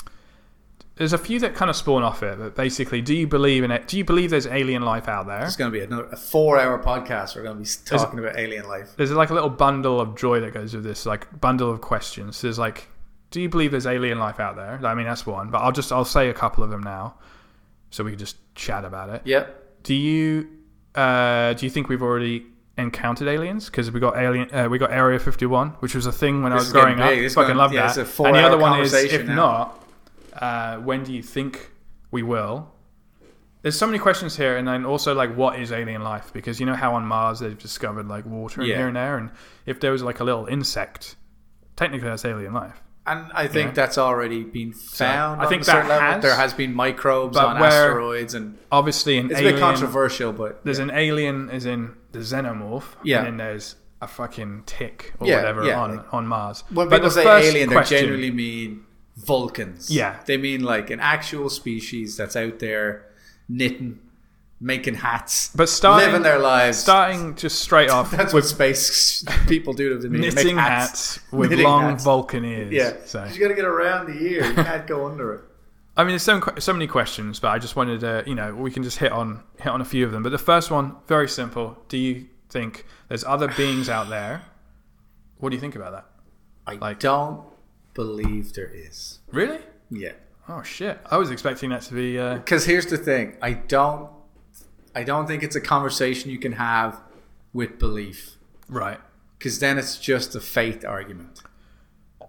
there's a few that kind of spawn off it. But basically, do you believe in it? Do you believe there's alien life out there?
It's going to be another a four-hour podcast. We're going to be talking about alien life.
There's like a little bundle of joy that goes with this, like bundle of questions. There's like, do you believe there's alien life out there? I mean, that's one. But I'll just I'll say a couple of them now, so we can just chat about it.
Yep.
Do you uh, do you think we've already encountered aliens? Because we got alien, uh, we got Area 51, which was a thing when I
This
was
is getting
growing up.
big. This
Fucking
one-
love
yeah,
that.
it's a
and the
four-hour
other one is,
conversation
if
now.
not, uh, when do you think we will? There's so many questions here, and then also like, what is alien life? Because you know how on Mars they've discovered like water and
Yeah.
here and there, and if there was like a little insect, technically that's alien life.
And I think
Yeah.
that's already been found.
I
on
think
a certain
that
level.
has-
there has been microbes
But
on
where-
asteroids, and
Obviously, an
it's a
alien.
bit controversial, but
there's an alien as in the xenomorph,
Yeah.
and then there's a fucking tick or
Yeah,
whatever
yeah,
on,
like-
on Mars.
when
But
people
the
say
first
alien,
question-
they generally mean Vulcans.
Yeah.
they mean like an actual species that's out there knitting, making hats,
But starting-
living their lives.
starting just
[LAUGHS]
straight off
that's what space [LAUGHS] people do to them. they make
knitting
hats.
hats, with
Knitting
long
hats.
Vulcan ears.
Yeah,
So
you got to get around the ear. You can't go under it.
I mean, there's so, so many questions, but I just wanted to, you know, we can just hit on hit on a few of them. But the first one, very simple. Do you think there's other beings out there? What do you think about that?
I
[LAUGHS] Like-
don't believe there is.
Really?
Yeah.
Oh shit! I was expecting that to be. Uh,
Because here's the thing: I don't, I don't think it's a conversation you can have with belief,
right.
because then it's just a faith argument.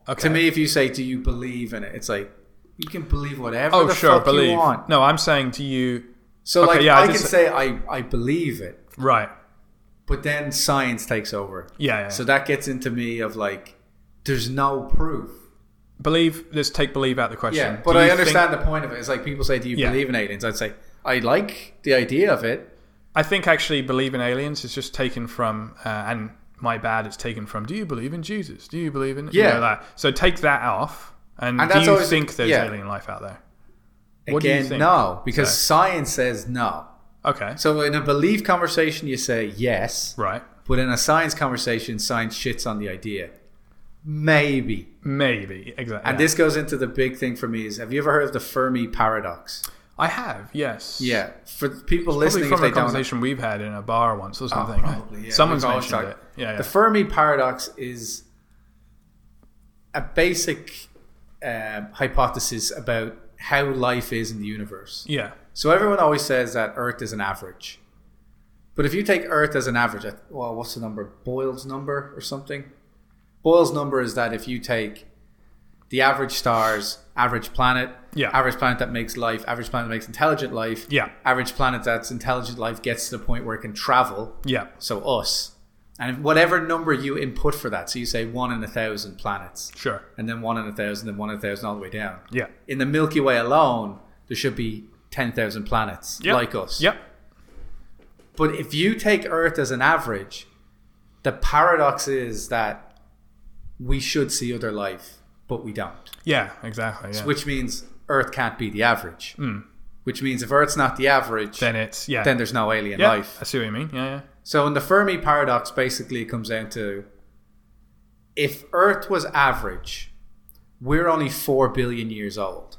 Okay.
To me, if you say, "Do you believe in it?" It's like you can believe whatever
oh
the
sure,
fuck
believe.
you want.
No, I'm saying, do you?
So,
Okay,
like,
yeah, I
I
did
can
say-
say I, I believe it,
Right.
but then science takes over.
Yeah. yeah.
So that gets into me of like, there's no proof.
believe let's take believe out the question
Yeah, but
Do
I
you
understand
think,
the point of it. It's like people say, "Do you
Yeah.
believe in aliens?" I'd say, "I like the idea of it."
i think actually believe in aliens is just taken from uh, and my bad it's taken from do you believe in jesus do you believe in you
Yeah.
know, that. so take that off and,
And
do
that's
you
always-
think there's
yeah.
alien life out there
Again,
What do you think?
no, because
So-
science says no.
okay
So in a belief conversation, you say yes,
right
but in a science conversation, science shits on the idea. Maybe.
maybe exactly
And this goes into the big thing for me is: Have you ever heard of the Fermi paradox?
i have yes
Yeah, for the people
Probably
listening, if
from
they
a
don't, Oh,
conversation we've had in a bar once or something.
probably, yeah.
Someone's
We've always
mentioned it.
talked-
Yeah, yeah.
the Fermi paradox is a basic um, hypothesis about how life is in the universe.
yeah.
So everyone always says that Earth is an average. But if you take Earth as an average, I- well, what's the number? Boyle's number or something? Boyle's number is that if you take the average stars, average planet,
Yeah.
average planet that makes life, average planet that makes intelligent life,
Yeah.
average planet that's intelligent life gets to the point where it can travel,
Yeah.
so us. And whatever number you input for that, so you say one in a thousand planets,
Sure.
and then one in a thousand, and one in a thousand, all the way down
Yeah.
in the Milky Way alone, there should be 10,000 planets
Yep.
like us.
Yep.
But if you take Earth as an average, the paradox is that we should see other life, but we don't,
Yeah. Exactly. Yeah. Hmm.
which means Earth can't be the average. Which means if Earth's not the average, then,
then it's yeah.
there's no alien
yeah.
life.
I see what you mean. Yeah. Yeah.
So in the Fermi paradox, basically, it comes down to if Earth was average, we're only 4 billion years old.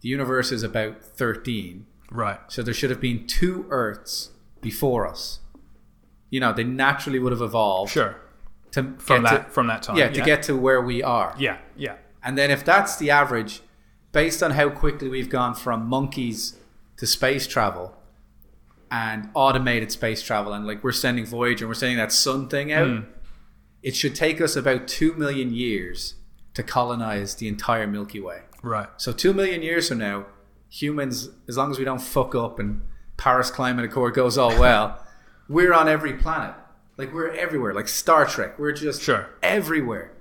The universe is about 13.
Right.
So there should have been two Earths before us. You know, they naturally would have evolved
Sure.
to
From
get
that
to,
from that time.
yeah, to get to where we are.
Yeah, yeah,
And then if that's the average, based on how quickly we've gone from monkeys to space travel and automated space travel, and like we're sending Voyager and we're sending that sun thing out,
Hmm.
it should take us about two million years to colonize the entire Milky Way.
right.
So two million years from now, humans, as long as we don't fuck up and Paris Climate Accord goes
[LAUGHS]
all well, we're on every planet. Like we're everywhere. Like Star Trek, we're just
Sure.
everywhere.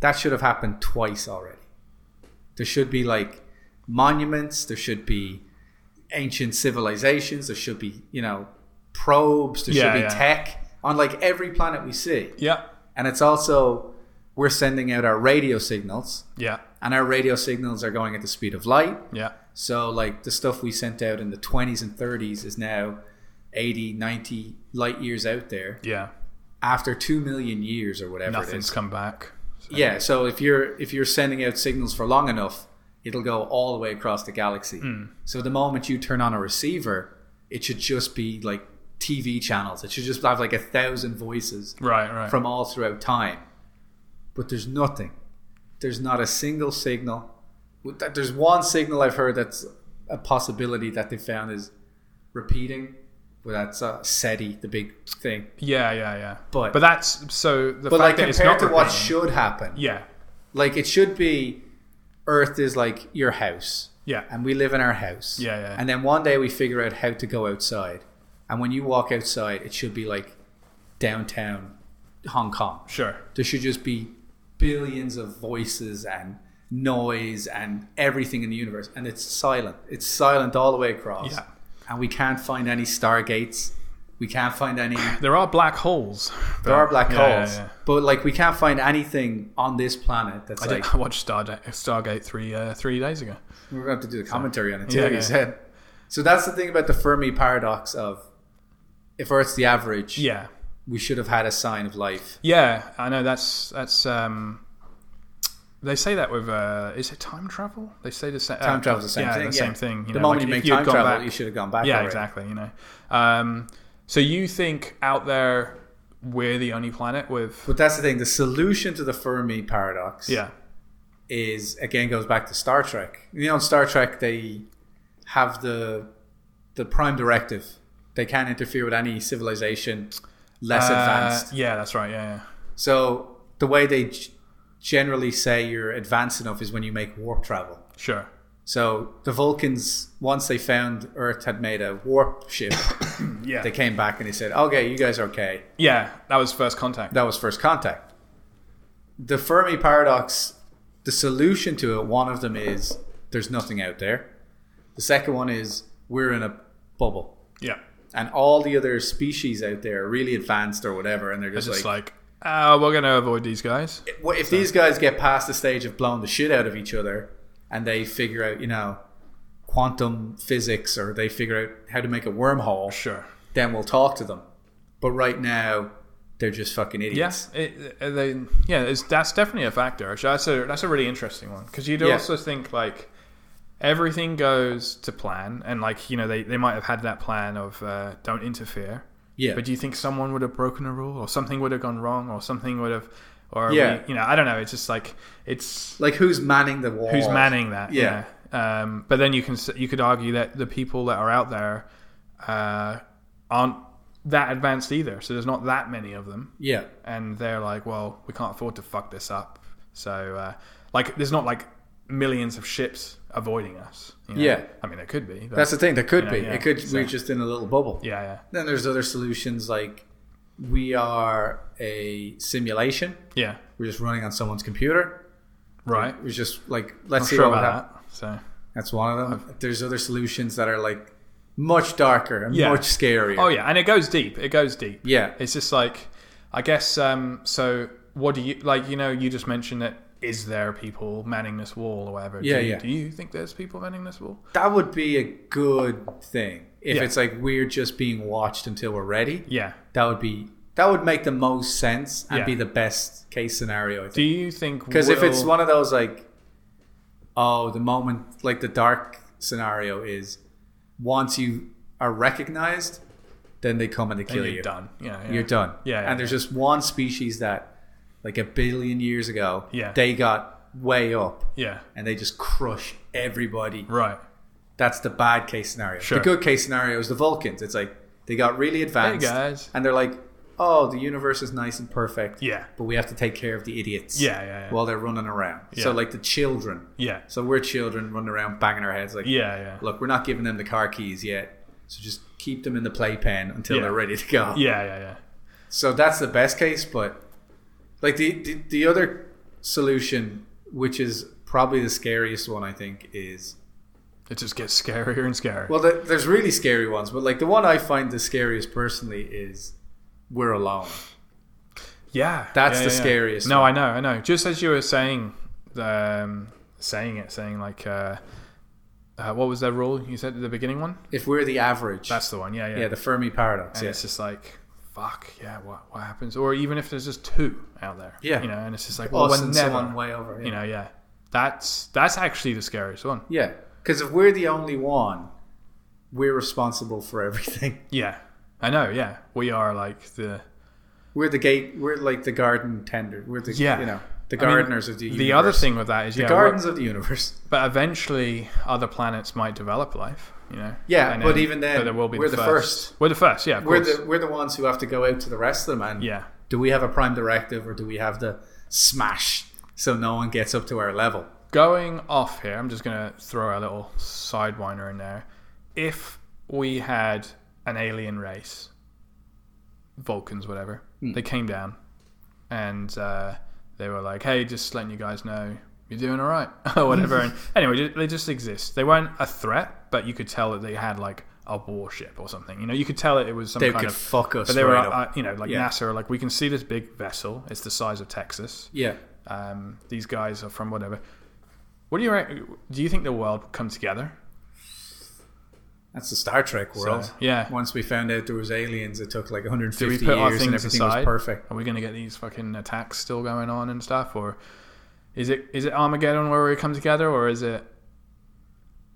That should have happened twice already. There should be like monuments. There should be ancient civilizations. There should be, you know, probes. There
Yeah,
should be
yeah.
tech on like every planet we see.
Yeah.
And it's also we're sending out our radio signals,
Yeah.
and our radio signals are going at the speed of light.
Yeah.
So like the stuff we sent out in the 20s and 30s is now 80, 90 light years out there
Yeah.
after 2 million years or whatever it
Nothing's
is.
come back.
Yeah, so if you're if you're sending out signals for long enough, it'll go all the way across the galaxy. So the moment you turn on a receiver, it should just be like TV channels. It should just have like a thousand voices
Right. Right.
from all throughout time. But there's nothing. There's not a single signal. With that- There's one signal I've heard that's a possibility that they found is repeating. But that's uh, SETI, the big thing.
yeah. Yeah. Yeah.
But-
but that's so the
But
fact
like
that it's
compared
not
to what
repeating-
should happen,
yeah.
like it should be, Earth is like your house,
Yeah.
and we live in our house.
Yeah, yeah.
And then one day we figure out how to go outside, and when you walk outside, it should be like downtown Hong Kong.
Sure.
There should just be billions of voices and noise and everything in the universe. And it's silent. It's silent all the way across.
Yeah.
And we can't find any stargates. We can't find any.
There are black holes.
There are black
Yeah, yeah,
holes.
yeah.
But like, we can't find anything on this planet that's
I,
like.
did, I watched Stargate, Stargate three uh, three days ago.
We're going to have to do the commentary on it too,
Yeah,
like
yeah.
you said. So that's the thing about the Fermi paradox of if Earth's the average,
Yeah,
we should have had a sign of life.
yeah, I know. That's that's. Um, they say that with uh, is it time travel? They say the same.
Time travel's the same
Uh, yeah,
thing.
The
yeah.
same thing. You
the
know,
moment
like,
you
if
make
you'd
time
gone
travel,
back-
you should have gone back.
yeah,
already.
exactly. You know. Um, so you think out there we're the only planet with?
But that's the thing. The solution to the Fermi paradox
Yeah,
is again goes back to Star Trek. You know, in Star Trek they have the the prime directive. They can't interfere with any civilization less
Uh,
advanced.
Yeah, that's right. Yeah,
So the way they g- generally say you're advanced enough is when you make warp travel.
yeah. sure.
So the Vulcans, once they found Earth had made a warp ship,
[COUGHS] Yeah,
they came back and they said, "Okay, you guys are okay."
yeah. That was first contact.
that was first contact. The Fermi paradox, the solution to it, one of them is there's nothing out there. The second one is we're in a bubble.
Yeah,
And all the other species out there are really advanced or whatever, and they're just,
it's just
like,
like, uh, we're gonna avoid these guys.
well, if these guys get past the stage of blowing the shit out of each other, and they figure out, you know, quantum physics, or they figure out how to make a wormhole,
Sure.
then we'll talk to them. But right now, they're just fucking idiots.
Yes, it, it- they, yeah, it's, that's definitely a factor. Actually, that's a that's a really interesting one because you'd
Yeah.
also think like everything goes to plan, and like you know they, they might have had that plan of uh, don't interfere.
Yeah.
But do you think someone would have broken a rule, or something would have gone wrong, or something would have, or
Yeah.
we- you know I don't know. It's just like it's
like, who's manning the wall?
who's manning that.
Yeah.
Yeah. Um, but then you can s- you could argue that the people that are out there uh, aren't that advanced either. So there's not that many of them.
Yeah.
and they're like, well, we can't afford to fuck this up. So, uh, like, there's not like millions of ships avoiding us. you know?
Yeah.
I mean, there could be. But
That's the thing. There could
Yeah,
be.
uh, yeah.
It could.
So-
We're just in a little bubble.
yeah, yeah,
Then there's other solutions like we are a simulation.
yeah.
We're just running on someone's computer.
Right.
We're just like let's
I'm
see
sure
what
about
would happen.
that. So,
That's one of them. There's other solutions that are like much darker and
Yeah.
much scarier.
oh yeah, and it goes deep. It goes deep.
yeah.
It's just like, I guess. Um, so, what do you like? You know, you just mentioned that. Is there people manning this wall or whatever?
Yeah,
do you,
yeah.
Do you think there's people manning this wall?
That would be a good thing if
Yeah.
it's like we're just being watched until we're ready.
Yeah.
That would be. That would make the most sense and
Yeah.
be the best case scenario. I think.
Do you think
Because if it's
we'll-
one of those like, oh, the moment like the dark scenario is, once you are recognized, then they come and they kill
you're
you.
done. Yeah, yeah.
You're done.
Yeah, yeah,
and there's just one species that, like a billion years ago,
Yeah.
they got way up
Yeah.
and they just crush everybody.
Right.
That's the bad case scenario.
Sure.
The good case scenario is the Vulcans. It's like they got really
Hey
advanced
guys.
and they're like, oh, the universe is nice and perfect.
Yeah.
But we have to take care of the idiots
Yeah. Yeah. Yeah.
while they're running around.
Yeah.
So like the children.
yeah.
So we're children running around banging our heads like,
Yeah. Yeah.
look, we're not giving them the car keys yet. So just keep them in the playpen until
Yeah.
they're ready to go.
Yeah, yeah, yeah.
So that's the best case, but like the, the the other solution, which is probably the scariest one, I think, is
It just gets scarier and scarier.
Well, there, there's really scary ones, but like the one I find the scariest personally is "We're Alone."
yeah,
That's
yeah,
the
yeah, yeah.
scariest
No, I know, I know. Just as you were saying, um, saying it, saying like, uh, uh, what was that rule you said at the beginning one?
If we're the average,
That's the one. Yeah, yeah.
yeah, the Fermi paradox.
and
Yeah.
it's just like, fuck, yeah, what what happens? Or even if there's just two out there,
Yeah.
you know, and it's just like, well,
Us
when
and
never,
someone way over. Yeah.
you know, yeah. That's that's actually the scariest one.
Yeah, because if we're the only one, we're responsible for everything. [LAUGHS]
Yeah, I know. Yeah, we are like the
We're the gate. We're like the garden tender. We're the
Yeah.
you know the
I mean,
gardeners of the universe.
the other thing with that is yeah, we're-
gardens of the universe.
but eventually other planets might develop life. You know.
Yeah,
And
but even then,
but there will be
we're
the
the
1st
first.
We're the first. Yeah, of
We're
course.
the we're the ones who have to go out to the rest of them. And
yeah,
do we have a prime directive, or do we have the smash so no one gets up to our level?
going off here, I'm just going to throw a little sidewinder in there. If we had an alien race, Vulcans, whatever,
Hmm.
they came down and uh, they were like, hey, just letting you guys know you're doing all right, [LAUGHS] or whatever.
[LAUGHS]
and anyway, ju- they just exist. They weren't a threat, but you could tell that they had like a warship or something. You know, you could tell it, it was some
They
kind
could
of.
fuck us.
but they were,
right up.
uh, you know, like
Yeah.
NASA, are like we can see this big vessel. It's the size of Texas
yeah.
um, these guys are from whatever. What do you reckon? Do you think the world would come together?
That's the Star Trek world.
yeah.
Once we found out there was aliens, it took like
Do we
150
put our
years
things
and everything
aside?
was perfect.
Are we going to get these fucking attacks still going on and stuff, or is it is it Armageddon where we come together, or is it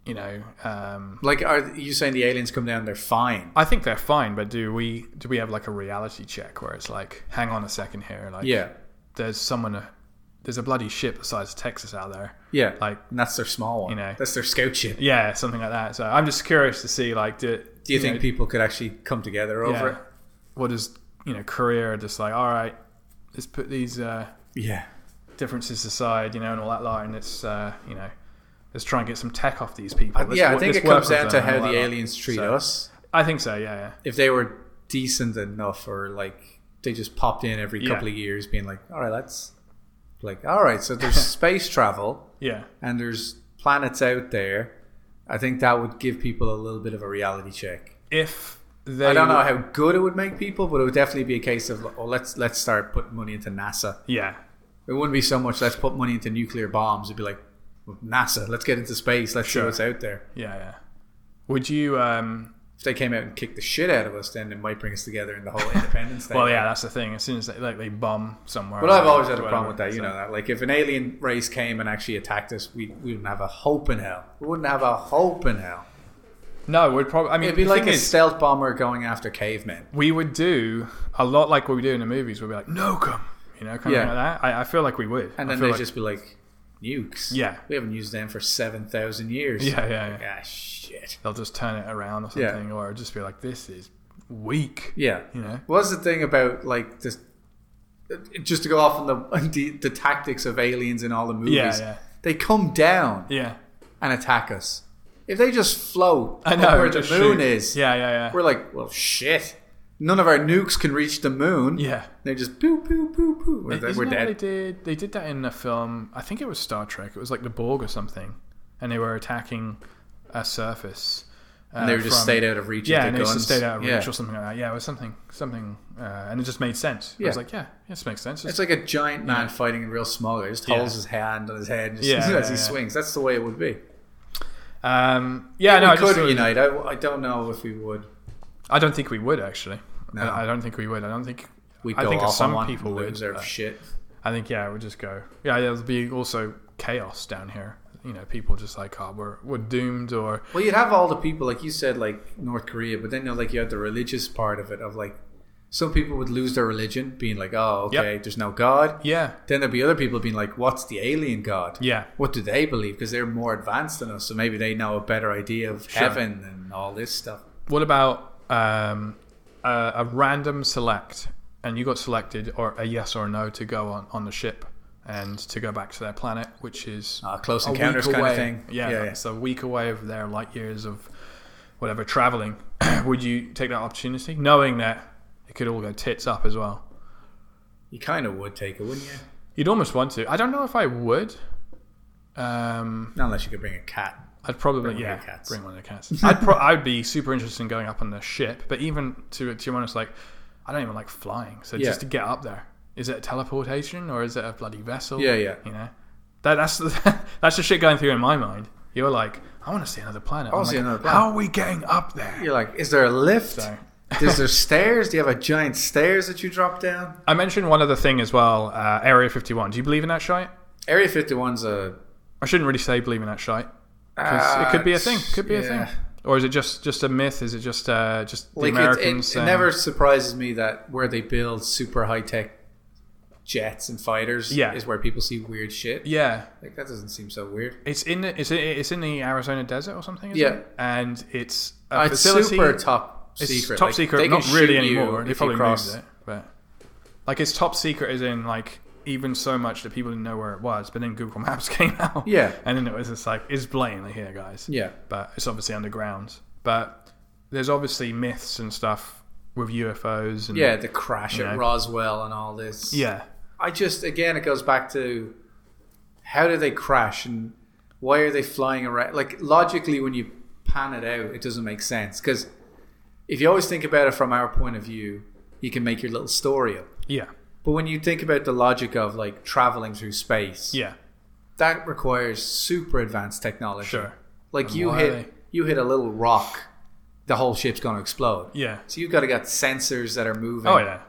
you know? Um,
Like, are you saying the aliens come down? They're fine.
I think they're fine, but do we do we have like a reality check where it's like, hang on a second here, like
Yeah,
there's someone, uh, there's a bloody ship the size of Texas out there,
yeah.
like
and that's their small one.
You know.
that's their scout ship.
yeah, something like that. So I'm just curious to see like, do,
Do you think
know,
people could actually come together
yeah.
over
What is you know career just like all right, let's put these uh,
it? Yeah,
differences aside, you know, and all that lot, and it's uh, you know, let's try and get some tech off these people. Let's
Uh, yeah. I
wo-
think
let's
it
work
comes
with
down to
them and
how
all
the
that lot.
aliens treat
So-
us.
I think so. Yeah, yeah.
If they were decent enough, or like they just popped in every
Yeah.
couple of years, being like, "All right, let's," like, "All right, so
[LAUGHS]
there's space travel."
Yeah,
and there's planets out there, I think that would give people a little bit of a reality check.
if they
I don't know how good it would make people, but it would definitely be a case of oh, let's let's start putting money into NASA.
yeah,
It wouldn't be so much let's put money into nuclear bombs. It'd be like well, NASA, let's get into space, let's
Sure.
see what's out there.
yeah, yeah. Would you? um
If they came out and kicked the shit out of us, then it might bring us together in the
[LAUGHS]
whole Independence Day.
Well, yeah, that's the thing. As soon as they like they bomb somewhere,
But I've always had a
whatever,
problem with that, you
so-
know that. Like, if an alien race came and actually attacked us, we, we wouldn't have a hope in hell. We wouldn't have a hope in hell.
No, we'd probably. I mean,
It'd be
the
like
thing
a
is-
stealth bomber going after cavemen.
we would do a lot like what we do in the movies. We'd be like, "No, come," you know, kind
Yeah.
of like that. I, I feel like we would,
And
I
then
feel
they
like-
just be like, nukes.
Yeah.
We haven't used them for 7,000 years.
yeah, yeah, yeah.
Ah, shit.
They'll just turn it around or
Yeah.
something, or just be like, "This is weak,"
Yeah.
you know.
What's the thing about, like, this? Just to go off on the, [LAUGHS] on the the tactics of aliens in all the movies,
Yeah, yeah.
they come down
Yeah,
and attack us. If they just float
I know.
up where the
just
moon
shoot.
is,
Yeah, yeah, yeah.
we're like, well, shit. None of our nukes can reach the moon.
Yeah.
They're just poo, poo, poo, poo. We're,
Isn't that
we're
what
dead.
They did. They did that in a film. I think it was Star Trek. It was like the Borg or something, and they were attacking a surface. Uh,
And they were just
from-
stayed out of reach
Yeah,
of
and
the
they
guns.
just stayed out of reach
Yeah.
or something like that. Yeah, it was something, something, uh, and it just made sense. I
Yeah.
was like, yeah, this makes sense.
It's like a giant man fighting in real small. He just holds his hand on his head and just,
Yeah, yeah,
[LAUGHS] as he
yeah.
swings. That's the way it would be.
um, yeah, no,
we
I just
could
thought it was-
unite. I, I don't know if we would.
I don't think we would actually.
No.
I, I don't think we would. I don't think.
We'd
I
go
think
off
some
on one
people
and
would,
lose our
but-
uh, shit.
I think yeah, we'll just go. Yeah, there'll be also chaos down here. You know, people just like, oh, we're we're doomed, or
Well, you'd have all the people, like you said, like North Korea, but then you know, like you had the religious part of it, of like some people would lose their religion, being like, oh,
Yep.
okay, there's no God.
yeah,
Then there'd be other people being like, what's the alien God?
yeah,
What do they believe? Because they're more advanced than us, so maybe they know a better idea of heaven and all this stuff.
What about um, a, a random select, and you got selected, or a yes or a no to go on, on the ship and to go back to their planet, which is
Uh, close
a
encounters
week
kind
away.
of thing.
Yeah, it's a week away of their light years of whatever traveling. [CLEARS THROAT] Would you take that opportunity, knowing that it could all go tits up as well?
You kind of would take it, wouldn't you?
You'd almost want to. I don't know if I would. Um,
Not unless you could bring a cat.
I'd probably
Bring one of
yeah
your cats.
bring one of the cats. I'd pro- I'd be super interested in going up on the ship, but even to to be honest, like I don't even like flying. So
Yeah.
just to get up there, is it a teleportation or is it a bloody vessel?
Yeah, yeah.
You know, that that's [LAUGHS] the that's the shit going through in my mind. You're like, I want to see another planet. I
wanna see another planet.
How are we getting up there?
You're like, is there a lift?
So-
is there stairs? Do you have a giant stairs that you drop down?
I mentioned one other thing as well. Uh, Area 51. Do you believe in that shite?
Area 51's a.
I shouldn't really say believe in that shite. 'cause it could be a thing. Could be a
Uh, yeah.
thing. Or is it just just a myth? Is it just uh, just the
Like it,
Americans? um,
it, it
saying-
never surprises me that where they build super high tech jets and fighters
Yeah.
is where people see weird shit.
Yeah,
Like that doesn't seem so weird.
it's in the, it's in, it's in the Arizona desert or something. Isn't
Yeah.
it? and it's a
It's
facility.
super top
it's
secret.
top
Like,
secret.
they can
not really
shoot you
anymore.
if
They
you
probably
cross.
moved it, but like it's top secret is in like even so much that people didn't know where it was. But then Google [LAUGHS] Maps came out.
Yeah.
and then it was just like it's blatantly here, guys.
Yeah.
but it's obviously underground. But there's obviously myths and stuff with UFOs. And,
Yeah, the crash
Yeah.
at Roswell and all this.
yeah.
I just again it goes back to how do they crash and why are they flying around? Like logically, when you pan it out, it doesn't make sense because if you always think about it from our point of view, you can make your little story up.
Yeah,
But when you think about the logic of like traveling through space,
yeah,
that requires super advanced technology.
sure,
Like you
why
hit
are they-
you hit a little rock, the whole ship's going to explode.
yeah.
So you've got to get sensors that are moving.
Oh yeah,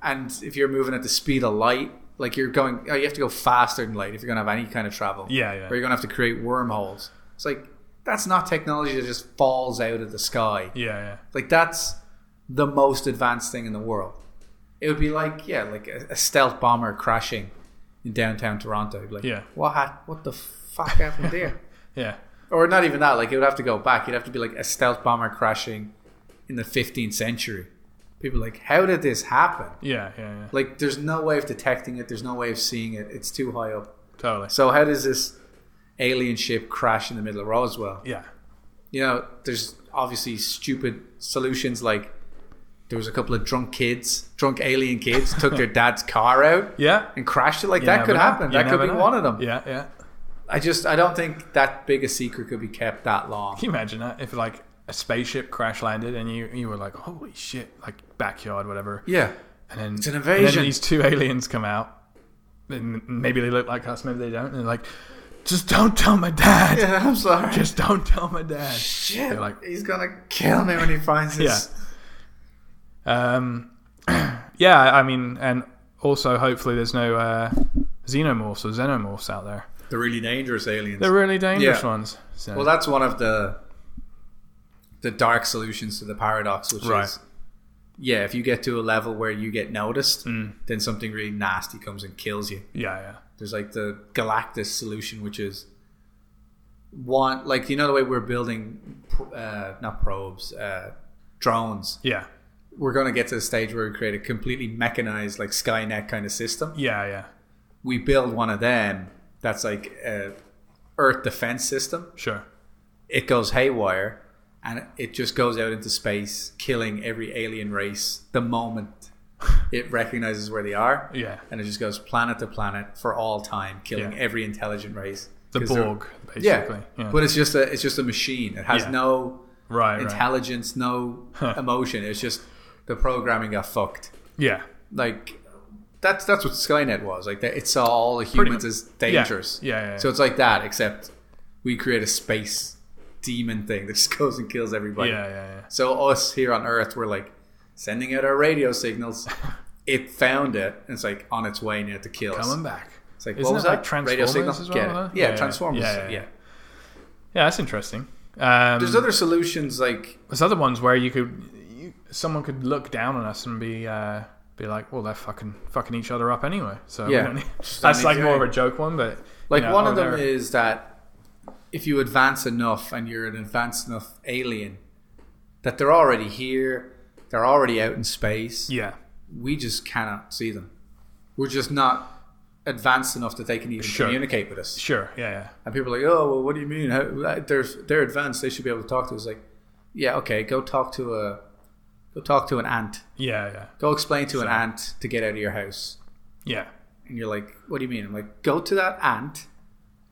And if you're moving at the speed of light, like you're going, oh, you have to go faster than light if you're going to have any kind of travel.
Yeah, yeah.
Or you're going to have to create wormholes. It's like, that's not technology that just falls out of the sky.
yeah, yeah.
Like, that's the most advanced thing in the world. It would be like, yeah, like a, a stealth bomber crashing in downtown Toronto. You'd be like,
Yeah.
what, ha- what the fuck
[LAUGHS]
happened there?
Yeah.
or not even that. Like it would have to go back. You'd have to be like a stealth bomber crashing in the 15th century. People are like, how did this happen?
Yeah, yeah, yeah.
Like, there's no way of detecting it. There's no way of seeing it. It's too high up.
Totally.
So how does this alien ship crash in the middle of Roswell?
Yeah.
You know, there's obviously stupid solutions. Like there was a couple of drunk kids, drunk alien kids,
[LAUGHS]
took their dad's car out
Yeah.
and crashed it. Like
You
that
never
could
know.
happen.
You
that could
never
be
know.
one of them.
Yeah, yeah.
I just, I don't think that big a secret could be kept that long.
Can you imagine that? If like a spaceship crash landed and you you were like, holy shit, like backyard, whatever.
Yeah.
And then it's
an
And
invasion.
then these two aliens come out. And maybe they look like us, maybe they don't. And they're like, just don't tell my dad.
Yeah, [LAUGHS] I'm sorry.
Just don't tell my dad.
Shit,
They're like-
he's gonna kill me when he
[LAUGHS]
finds this.
Um, [CLEARS THROAT] yeah, I mean, and also hopefully there's no uh, xenomorphs or xenomorphs out there.
They're really dangerous aliens.
They're really dangerous
Yeah.
ones. So.
well, that's one of the the dark solutions to the paradox, which
Right.
is yeah, if you get to a level where you get noticed, then something really nasty comes and kills you.
yeah, yeah.
There's like the Galactus solution, which is one like you know the way we're building pr- uh, not probes, uh, drones.
Yeah.
We're gonna get to the stage where we create a completely mechanized like Skynet kind of system.
Yeah, yeah.
we build one of them that's like a earth defense system
Sure.
it goes haywire and it just goes out into space killing every alien race
[LAUGHS]
the moment it recognizes where they are
Yeah.
and it just goes planet to planet for all time killing
Yeah.
every intelligent race
The
'Cause they're-
Borg, basically.
yeah, but it's just a it's just a machine it has
Yeah.
no
right, right.
intelligence no emotion it's just the programming got fucked
yeah.
like that's that's what Skynet was like. That it saw all the humans
mu-
as dangerous.
Yeah, yeah, yeah.
So it's like that, except we create a space demon thing that [LAUGHS] just goes and kills everybody.
yeah, yeah, yeah.
So us here on Earth, we're like sending out our
[LAUGHS]
radio signals. it found it, and it's like on its way now to kill us.
Coming back.
It's like
Isn't
what was
it
that?
like
radio
Transformers
signal?
as well,
Get it.
huh?
Yeah,
Yeah,
Transformers.
yeah, yeah.
Yeah,
Yeah, that's interesting. Um,
There's
there's,
other solutions like
other ones where you could, you, someone could look down on us and be, uh, be like, well, they're fucking, fucking each other up anyway. So we
Yeah.
don't need- [LAUGHS]
Just don't
that's
need
like
to
more of
do
a joke one, but
Like
you know,
one
oh,
of them
they're-
is that if you advance enough and you're an advanced enough alien, that they're already here, they're already out in space.
yeah,
We just cannot see them. We're just not advanced enough that they can even
Sure.
communicate with us.
sure, yeah, yeah,
And people are like, "Oh, well, what do you mean? How, they're they're advanced. They should be able to talk to us." Like, yeah, okay, go talk to a go talk to an ant.
yeah, yeah,
Go explain to an ant to get out of your house.
yeah,
And you're like, what do you mean? I'm like, go to that ant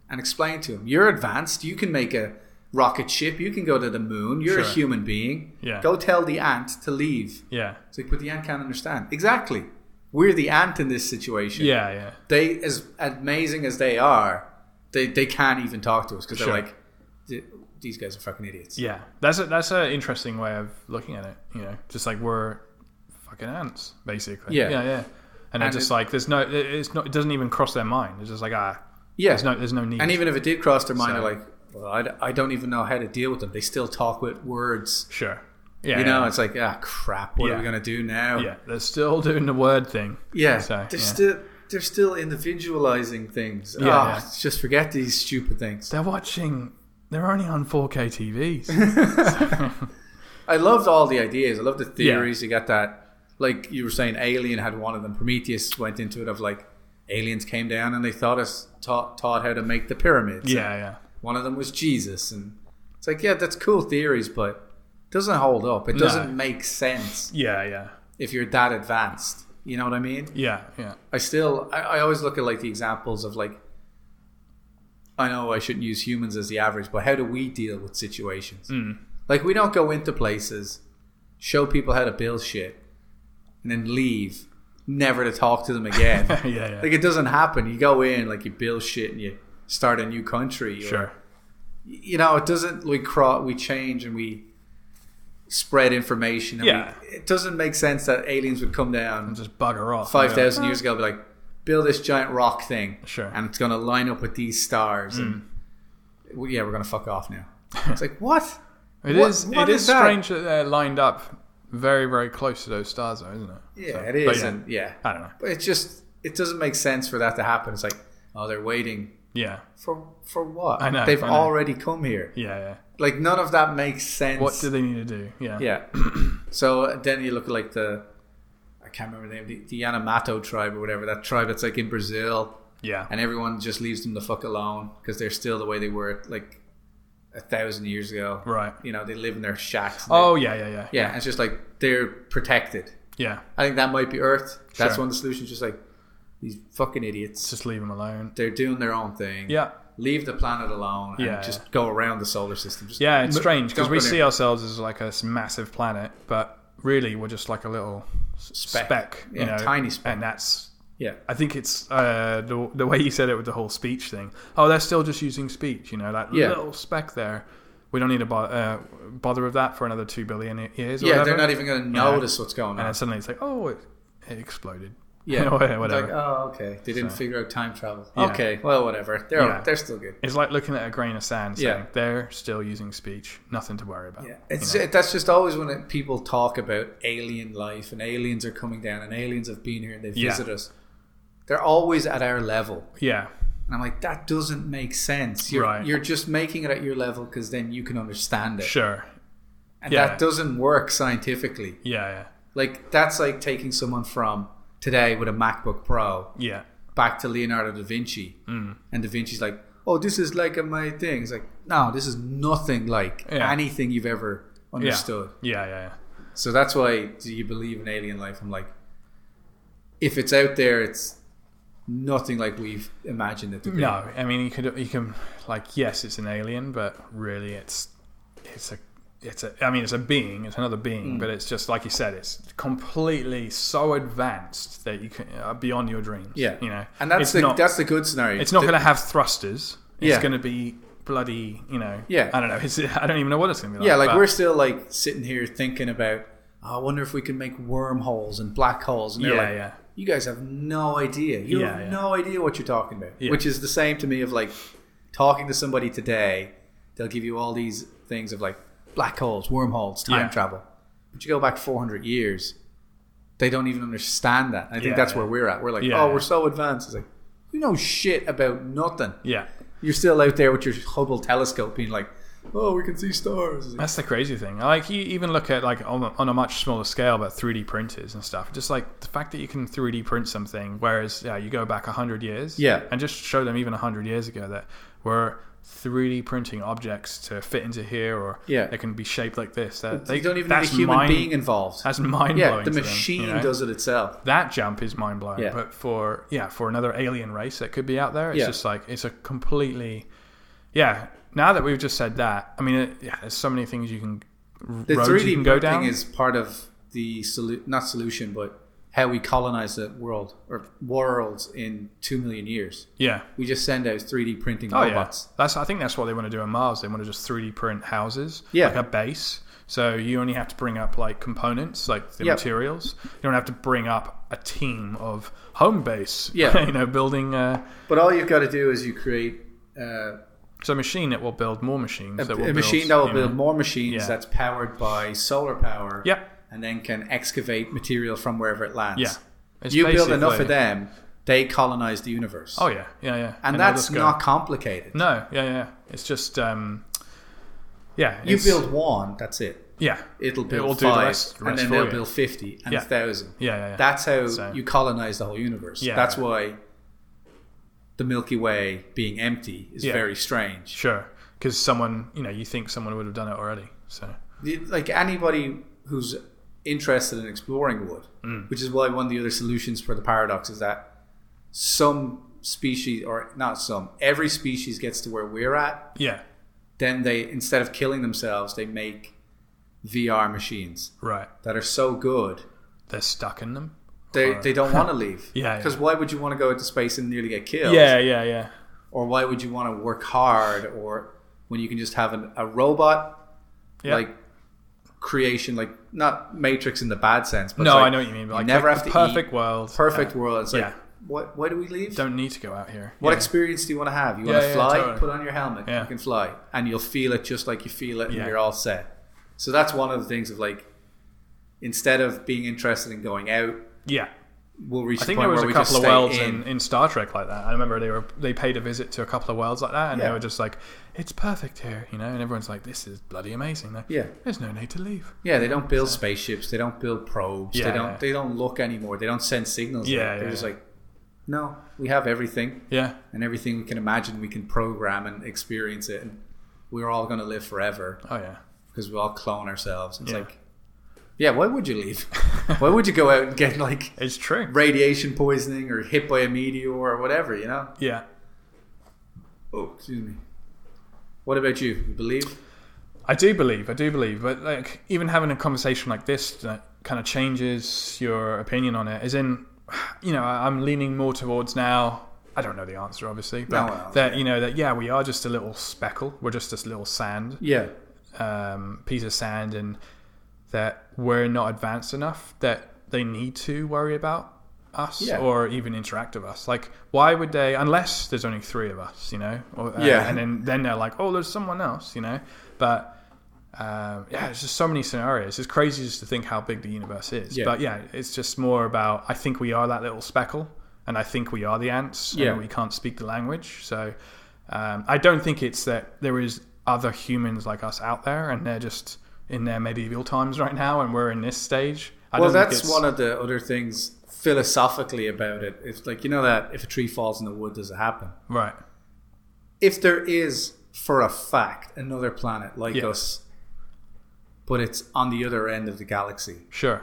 and explain to him. You're advanced. You can make a rocket ship. You can go to the moon. You're a
Sure.
human being.
Yeah.
Go tell the ant to leave.
Yeah.
It's like, but the ant can't understand. Exactly. We're the ant in this situation.
Yeah. Yeah.
They, as amazing as they are, they, they can't even talk to us because
Sure.
they're like, "Th- these guys are fucking idiots.
Yeah. That's a, that's an interesting way of looking at it. You know, just like we're fucking ants, basically.
Yeah.
Yeah. Yeah. And, they're
And
just
it-
like there's no, it- it's not, it doesn't even cross their mind. It's just like ah,
Yeah.
there's no, there's no need.
And even if it did cross their mind,
So-
they're like, well, I, d- I don't even know how to deal with them. They still talk with words.
sure. Yeah.
You know,
yeah.
it's like, ah, crap. What
Yeah.
are we going to do now?
yeah. They're still doing the word thing.
Yeah,
So,
they're
yeah.
still they're still individualizing things.
Yeah,
Ah,
yeah.
just forget these stupid things.
They're watching. They're only on 4K
[LAUGHS]
[LAUGHS] TVs.
I loved all the ideas. I loved the theories. You got that, like you were saying, Alien had one of them. Prometheus went into it of like aliens came down and they taught us taught taught how to make the pyramids.
yeah. Yeah.
One of them was Jesus, and it's like, yeah, that's cool theories, but it doesn't hold up. It doesn't make sense
Yeah. Yeah.
if you're that advanced. You know what I mean?
Yeah. [LAUGHS] Yeah.
I still I, I always look at like the examples of like I know I shouldn't use humans as the average, but how do we deal with situations?
Mm.
Like we don't go into places, show people how to build shit, and then leave, never to talk to them again.
[LAUGHS] yeah. Yeah.
like it doesn't happen. You go in, like you build shit and you start a new country. or-
sure.
You know, it doesn't we crawl we change and we spread information and
Yeah.
we, it doesn't make sense that aliens would come down
And just bugger off.
five thousand years ago, be like, build this giant rock thing,
Sure. Mm.
and it's going to line up with these stars, and well, yeah, we're going to fuck
[LAUGHS]
off now. It's like what?
It
What-
is.
what
it
is
is
that?
strange that they're lined up very, very close to those stars, though, isn't it?
Yeah,
So-
it
but
is,
yeah,
and yeah,
I don't know.
but it just it doesn't make sense for that to happen. It's like, oh, they're waiting
Yeah,
for for what?
I know,
They've
I know.
already come here.
yeah, yeah.
Like none of that makes sense.
What do they need to do? Yeah,
Yeah. [CLEARS THROAT] so uh, then you look at like the I can't remember the name, the, the Anamato tribe or whatever that tribe that's like in Brazil.
yeah,
and everyone just leaves them the fuck alone because they're still the way they were like a thousand years ago.
right.
You know, they live in their shacks. and
Oh, yeah, yeah, yeah,
they- yeah, and it's just like they're protected.
yeah.
I think that might be Earth. That's
Sure.
one of the solutions. Just like these fucking idiots,
Just leave them alone.
they're doing their own thing.
Yeah,
leave the planet alone and
Yeah,
just go around the solar system. Just
yeah. It's
m-
strange because
jump
we
on it.
see ourselves as like a s- massive planet, but really we're just like a little s-
Speck.
speck, you
Yeah,
know,
tiny speck.
and that's.
yeah,
I think it's uh, the the way you said it with the whole speech thing. Oh, they're still just using speech, you know, that
Yeah.
little speck there. We don't need to bother, uh, bother with that for another two billion i- years. Or
yeah.
whatever.
They're not even going to notice what's going
and
on.
then suddenly it's like, oh, it, it exploded.
Yeah,
or [LAUGHS]
It's
whatever.
Like, oh, okay. They didn't figure out time travel.
Yeah.
Okay, well, whatever. They're
Yeah.
they're still good.
it's like looking at a grain of sand. Saying,
Yeah.
they're still using speech. Nothing to worry about.
Yeah, it's
You know?
it, that's just always when it, people talk about alien life and aliens are coming down and aliens have been here and they
Yeah.
visit us. They're always at our level,
yeah,
and I'm like, that doesn't make sense. You're
Right.
you're just making it at your level because then you can understand it,
sure.
and
yeah.
that doesn't work scientifically.
Yeah,
Like that's like taking someone from today with a MacBook Pro
yeah, yeah.
back to Leonardo da Vinci, mm. and da Vinci's like, oh, this is like my thing. It's like, no, this is nothing like
Yeah.
anything you've ever
Yeah.
understood.
Yeah, yeah, yeah.
So that's why do you believe in alien life? I'm like, if it's out there, it's nothing like we've imagined it to be.
No, I mean you could you can like yes, it's an alien, but really it's it's a it's a I mean it's a being, it's another being,
Hmm.
but it's just like you said, it's completely so advanced that you can uh, beyond your dreams.
Yeah.
you know,
And that's
it's
the
not,
that's the good scenario.
It's not
The-
going to have thrusters. It's
Yeah.
going to be bloody, you know.
Yeah.
I don't know. It's, [LAUGHS] I don't even know what it's going to be like.
Yeah, like
but-
we're still like sitting here thinking about. "Oh, I wonder if we can make wormholes and black holes. And they're
Yeah,
like,
yeah.
you guys have no idea. You
Yeah,
have
yeah.
no idea what you're talking about.
Yeah.
Which is the same to me of like talking to somebody today. They'll give you all these things of like black holes, wormholes, time
Yeah.
travel. But you go back 400 years, they don't even understand that. I think
Yeah,
that's
yeah.
where we're at. We're like,
Yeah,
oh,
yeah.
we're so advanced. It's like, you know shit about nothing.
Yeah.
You're still out there with your Hubble telescope being like, oh, we can see stars. It's like,
That's the crazy thing. Like you even look at like on a, on a much smaller scale, but 3D printers and stuff. Just like the fact that you can 3D print something, whereas yeah, you go back hundred years,
Yeah.
and just show them even hundred years ago that we're 3D printing objects to fit into here, or
Yeah.
they can be shaped like this. That
They
they
don't even
that's
need a human
mind,
being involved.
That's mind
Yeah,
blowing.
the machine does it itself.
that jump is mind blowing.
Yeah.
But for yeah, for another alien race that could be out there, it's
Yeah.
just like it's a completely yeah. now that we've just said that, I mean, it, yeah, there's so many things you can
The
roads
3D
you can go
printing
down.
is part of the solu- not solution, but how we colonize the world or worlds in two million years.
yeah.
We just send out 3D printing
Oh yeah,
robots.
that's. I think that's what they want to do on Mars. They want to just 3D print houses,
Yeah.
like a base. So you only have to bring up like components, like the
Yeah.
materials. You don't have to bring up a team of home base. [LAUGHS]
Yeah.
you know, building. Uh,
But all you've got to do is you create uh,
so a machine that will build more machines.
a,
that will
a
build,
machine that will
you know-
build more machines
Yeah.
that's powered by solar power.
Yeah.
And then can excavate material from wherever it lands.
Yeah, It's
you build enough
basically-
of them, they colonize the universe.
Oh yeah, yeah, yeah.
and,
they'll
that's
just go-
not complicated.
No, yeah, yeah. It's just. um Yeah,
you
it's-
build one, that's it.
Yeah,
It'll build
will do the
five,
rest-
and
rest
then
for
they'll
you.
build fifty and
Yeah.
a thousand.
yeah, yeah. yeah.
That's how
So-
you colonize the whole universe.
Yeah.
That's why the Milky Way being empty is
Yeah.
very strange.
sure, because someone, you know, you think someone would have done it already. So
The- like anybody who's interested in exploring would,
Mm.
which is why one of the other solutions for the paradox is that some species, or not some, every species gets to where we're at.
yeah,
Then they, instead of killing themselves, they make VR machines
right.
that are so good
They're stuck in them.
they
Or-
they don't want to leave.
[LAUGHS] Yeah, yeah.
because why would you want to go into space and nearly get killed?
Yeah, yeah, yeah.
or why would you want to work hard or when you can just have an, a robot
Yeah.
like creation like not matrix in the bad sense but
no,
it's like
I know what you mean. But like,
never
like
have
the
to
perfect
eat.
world,
perfect
Yeah.
world it's
Yeah.
like what why do we leave
Don't need to go out here.
what
yeah.
experience do you want to have you
Yeah,
want
yeah,
to fly
totally.
put on your helmet
Yeah.
you can fly and you'll feel it just like you feel it
Yeah.
and you're all set so that's one of the things of like instead of being interested in going out
yeah.
we'll reach
I think
the
there
point
was
where
a
we
couple
just
of
stay
worlds
in
in, in Star Trek like that. I remember they were they paid a visit to a couple of worlds like that, and they
Yeah.
were just like, "It's perfect here," you know, and everyone's like, "This is bloody amazing." Like,
Yeah.
there's no need to leave.
Yeah, they don't build spaceships. They don't build probes.
Yeah.
They don't. They don't look anymore. They don't send signals.
Yeah,
Yeah, they're
yeah,
just
yeah.
like, no, we have everything
Yeah,
and everything we can imagine. We can program and experience it, and we're all going to live forever
oh
[LAUGHS]
yeah,
because we all clone ourselves. It's
Yeah.
like, yeah, why would you leave? [LAUGHS] why would you go out and get like
it's true.
radiation poisoning or hit by a meteor or whatever? You know.
Yeah,
Oh, excuse me. What about you? You believe?
I do believe, I do believe, but like even having a conversation like this that kind of changes your opinion on it. As in, you know, I- I'm leaning more towards now. I don't know the answer, obviously, but
No, well,
that you know that yeah, we are just a little speckle. We're just this little sand
Yeah.
um, piece of sand, and that we're not advanced enough that they need to worry about us
Yeah.
or even interact with us. Like, why would they? Unless there's only three of us, you know. Or, uh,
Yeah.
And then then they're like, oh, there's someone else, you know. But um, yeah, it's just so many scenarios. It's crazy just to think how big the universe is.
Yeah.
But yeah, it's just more about I think we are that little speckle, and I think we are the ants.
Yeah.
And we can't speak the language, so um, I don't think it's that there is other humans like us out there, and they're just in their medieval times right now, and we're in this stage. I
well,
don't think
that's
it's-
one of the other things philosophically about it. It's like you know that if a tree falls in the wood, does it happen?
right.
If there is, for a fact, another planet like
Yeah.
us, but it's on the other end of the galaxy,
Sure.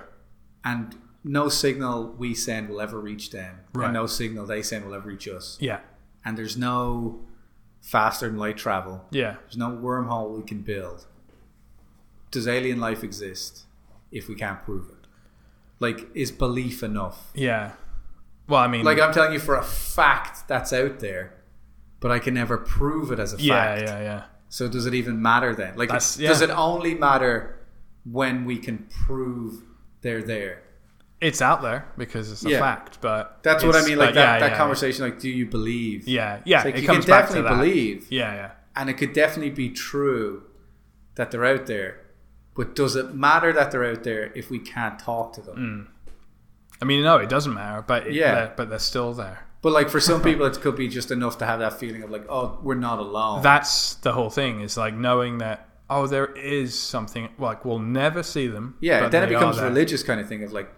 and no signal we send will ever reach them,
Right.
and no signal they send will ever reach us,
Yeah.
and there's no faster than light travel.
Yeah.
There's no wormhole we can build. Does alien life exist if we can't prove it? Like, is belief enough?
Yeah. Well, I mean,
Like I'm telling you for a fact that's out there, but I can never prove it as a
yeah,
fact.
yeah, yeah.
So does it even matter then? Like
That's-
does
yeah.
it only matter when we can prove they're there?
It's out there because it's a
Yeah.
fact, but
That's what I
it's-
mean. Like
but
that,
yeah,
that
yeah,
conversation, like, do you believe?
Yeah, yeah.
It's like
it
you can
comes back to
definitely
that.
believe,
Yeah, yeah.
and it could definitely be true that they're out there. But does it matter that they're out there if we can't talk to them?
Mm. I mean, no, it doesn't matter, but it,
Yeah.
they're, but they're still there.
But like
[LAUGHS]
for some people, it could be just enough to have that feeling of like, oh, we're not alone.
That's the whole thing. Is like knowing that oh, there is something. Like we'll never see them.
yeah,
but
then it
they are
becomes
there.
religious kind of thing of like,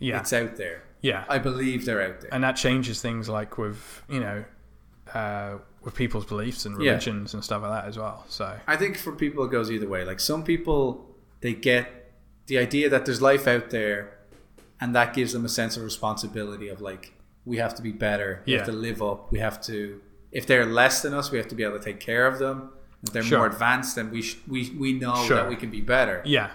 Yeah,
it's out there.
yeah.
I believe they're out there.
and that changes things like with you know uh, with people's beliefs and
Yeah.
religions and stuff like that as well so
I think for people it goes either way. Like some people, they get the idea that there's life out there, and that gives them a sense of responsibility of like we have to be better, we
Yeah.
have to live up, we have to. If they're less than us, we have to be able to take care of them. They're
Sure.
more advanced, and we sh- we we know
Sure.
that we can be better.
Yeah.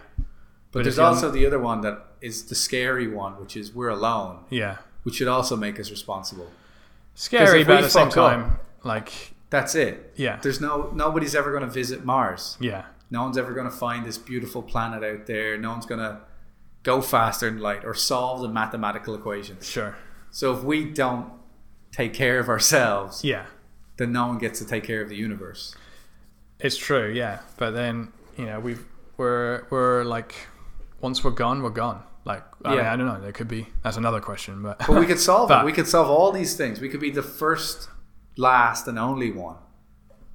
But,
if
there's
you're-
also the other one that is the scary one, which is we're alone,
Yeah.
which should also make us responsible.
Scary,
if
but
we
at the same
fuck up-
time, like,
That's it.
Yeah.
There's no nobody's ever going to visit Mars.
yeah.
No one's ever going to find this beautiful planet out there. No one's going to go faster than light or solve the mathematical equations.
Sure.
So if we don't take care of ourselves,
Yeah.
then no one gets to take care of
[LAUGHS]
the universe.
It's true, yeah. But then you know we've we're we're like once we're gone, we're gone. Like I, mean,
Yeah.
I don't know. There could be that's another question, but
But we could solve
But-
it. We could solve all these things. We could be the first, last, and only one.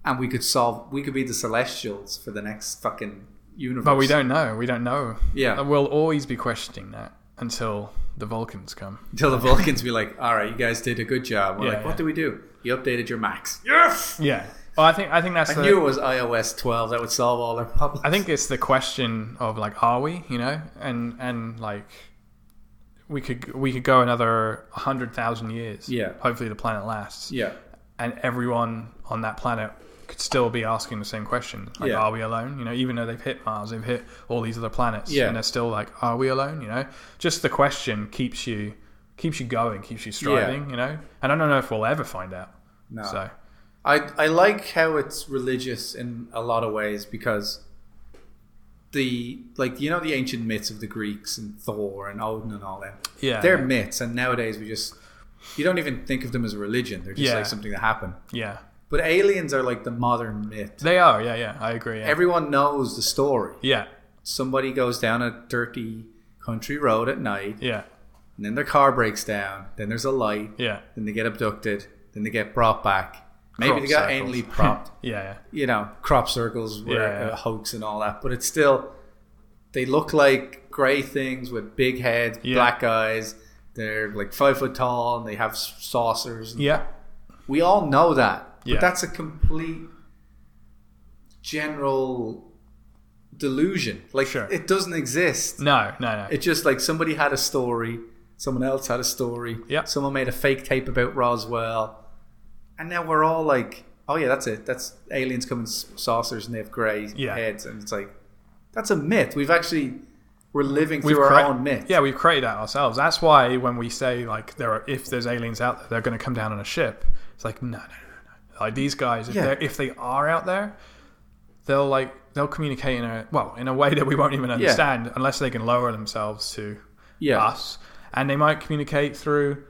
And we could solve. We could be the celestials for the next fucking
[LAUGHS]
universe.
but we don't Um, know. We don't know.
Yeah.
And we'll always be questioning that until the Vulcans come.
Until the Vulcans be like, "All right, you guys did a good job." We're
Yeah,
like,
yeah.
"What do we do?" You updated your max. Yes.
Yeah. Well, I think I think that's
I
the.
knew it was iOS 12 that would solve all their problems.
I think it's the question of like, are we? You know, and and like. We could we could go another hundred thousand years.
Yeah.
Hopefully the planet lasts.
Yeah.
and everyone on that planet could still be asking the same question like
Yeah.
are we alone you know even though they've hit mars they've hit all these other planets
Yeah.
and they're still like are we alone you know just the question keeps you keeps you going keeps you striving you know and i don't know if we'll ever find out
No.
so
I I like how it's religious in a lot of ways because the like you know the ancient myths of the Greeks and Thor and Odin and all that.
yeah
They're
yeah,
myths, and nowadays we just you don't even think of them as a religion. They're just
Yeah.
like something that happened.
yeah
But aliens are like the modern myth.
they are yeah yeah i agree yeah
Everyone knows the story.
yeah
Somebody goes down a dirty country road at night,
yeah
and then their car breaks down. Then there's a light.
yeah
Then they get abducted. Then they get brought back. Maybe
Crop
they got
circles.
anally propped.
yeah
you know, crop circles were
Yeah.
a hoax and all that, but it's still they look like grey things with big heads,
Yeah.
black eyes. They're like five foot tall and they have s- saucers.
yeah
We all know that,
Yeah.
but that's a complete general delusion. Like
Sure.
it doesn't exist.
no no no
It's just like somebody had a story, someone else had a story,
Yeah.
someone made a fake tape about Roswell, and now we're all like, "Oh yeah, that's it. That's aliens come in s- saucers and they have grey
Yeah.
heads," and it's like, that's a myth. We've actually we're living through
crea-
our own myth.
Yeah, we've created that ourselves. That's why when we say like there are if there's aliens out there, they're going to come down on a ship. It's like no, no, no, no. Like these guys, if
Yeah.
they're if they are out there, they'll like they'll communicate in a well in a way that we won't even understand unless they can lower themselves to
yeah,
us, and they might communicate through.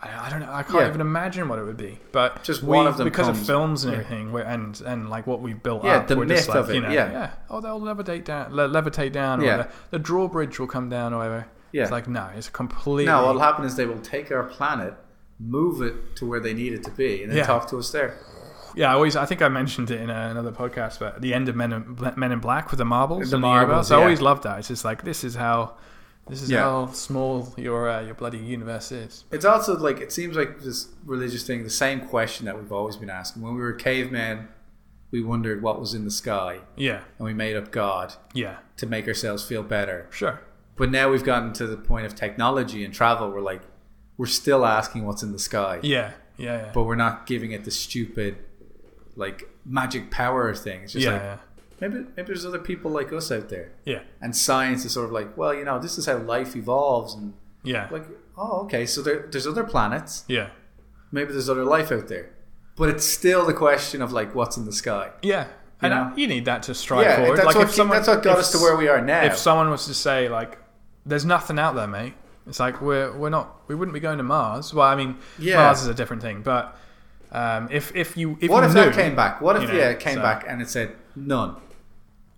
I, I don't know. I can't
Yeah.
even imagine what it would be, but
Just
we-
one of them
because of
comes-
films and everything, we're, and and like what we've built
Yeah,
up.
the
we're just
myth
like,
of it,
you know,
yeah.
Oh, they'll levitate down, le- levitate down,
Yeah.
or the, the drawbridge will come down, or whatever.
Yeah.
It's like no, it's completely.
Now what'll happen is they will take our planet, move it to where they need it to be, and then
Yeah.
talk to us there.
yeah, I always. I think I mentioned it in a, another podcast, but the end of Men in, Bla- Men in Black with the marbles.
The
and universe.
marbles,
I
yeah.
always loved that. It's just like this is how, this is
Yeah.
how small your uh, your bloody universe is.
It's also like it seems like this religious thing, the same question that we've always been asking. When we were cavemen, we wondered what was in the sky,
Yeah.
and we made up God
Yeah.
to make ourselves feel better.
Sure.
But now we've gotten to the point of technology and travel. We're like, we're still asking what's in the sky,
Yeah. Yeah. yeah.
but we're not giving it the stupid, like magic power thing. It's just
yeah,
like
yeah.
maybe maybe there's other people like us out there,
Yeah.
and science is sort of like, well, you know, this is how life evolves, and
Yeah.
like, oh, okay, so there, there's other planets.
yeah.
maybe there's other life out there. But it's still the question of like what's in the sky.
Yeah. And
know?
you need that to strive
Yeah,
forward.
that's,
like
what,
if someone,
that's what got
if
us to where we are now.
If someone was to say like, "There's nothing out there, mate," it's like we're we're not we wouldn't be going to Mars. Well, I mean,
Yeah.
Mars is a different thing, but um, if if you if
what
you
if
knew,
that came back? What if
you know,
yeah, it came
so-
back and it said none?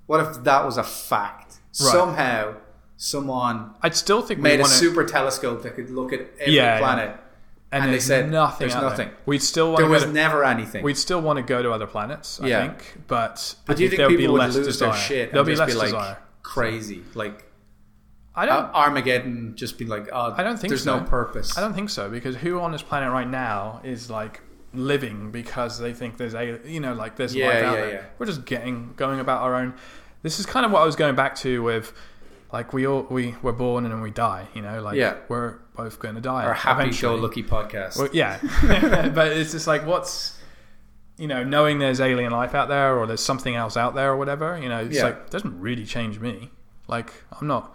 What if that was a fact? Somehow, someone
I'd still think we
made a
want to.
super telescope that could look at every
Yeah, yeah.
planet.
And,
and they
there's
said,
nothing.
"There's
out there."
nothing.
We'd still want
There
to.
was
Go to
never anything.
we'd still want to go to other planets. I
Yeah.
think, but I
but do you
think
think
there'll be
people would
less
lose
desire.
their shit
There'll
and
be
just
less
be like
desire.
crazy, like
I don't.
uh, Armageddon? Just be like, oh,
I don't think
there's
so.
no purpose.
I don't think so because who on this planet right now is like living because they think there's a you know like there's
Yeah,
life out
yeah,
there.
yeah.
We're just getting going about our own. This is kind of what I was going back to with like we all we we're born and then we die. You know, like
Yeah.
we're both going to die.
Our
eventually.
[LAUGHS]
[LAUGHS]
happy-go-lucky podcast.
Well, yeah, but it's just like what's you know, knowing there's alien life out there or there's something else out there or whatever, you know, it's
Yeah.
like it doesn't really change me. Like I'm not.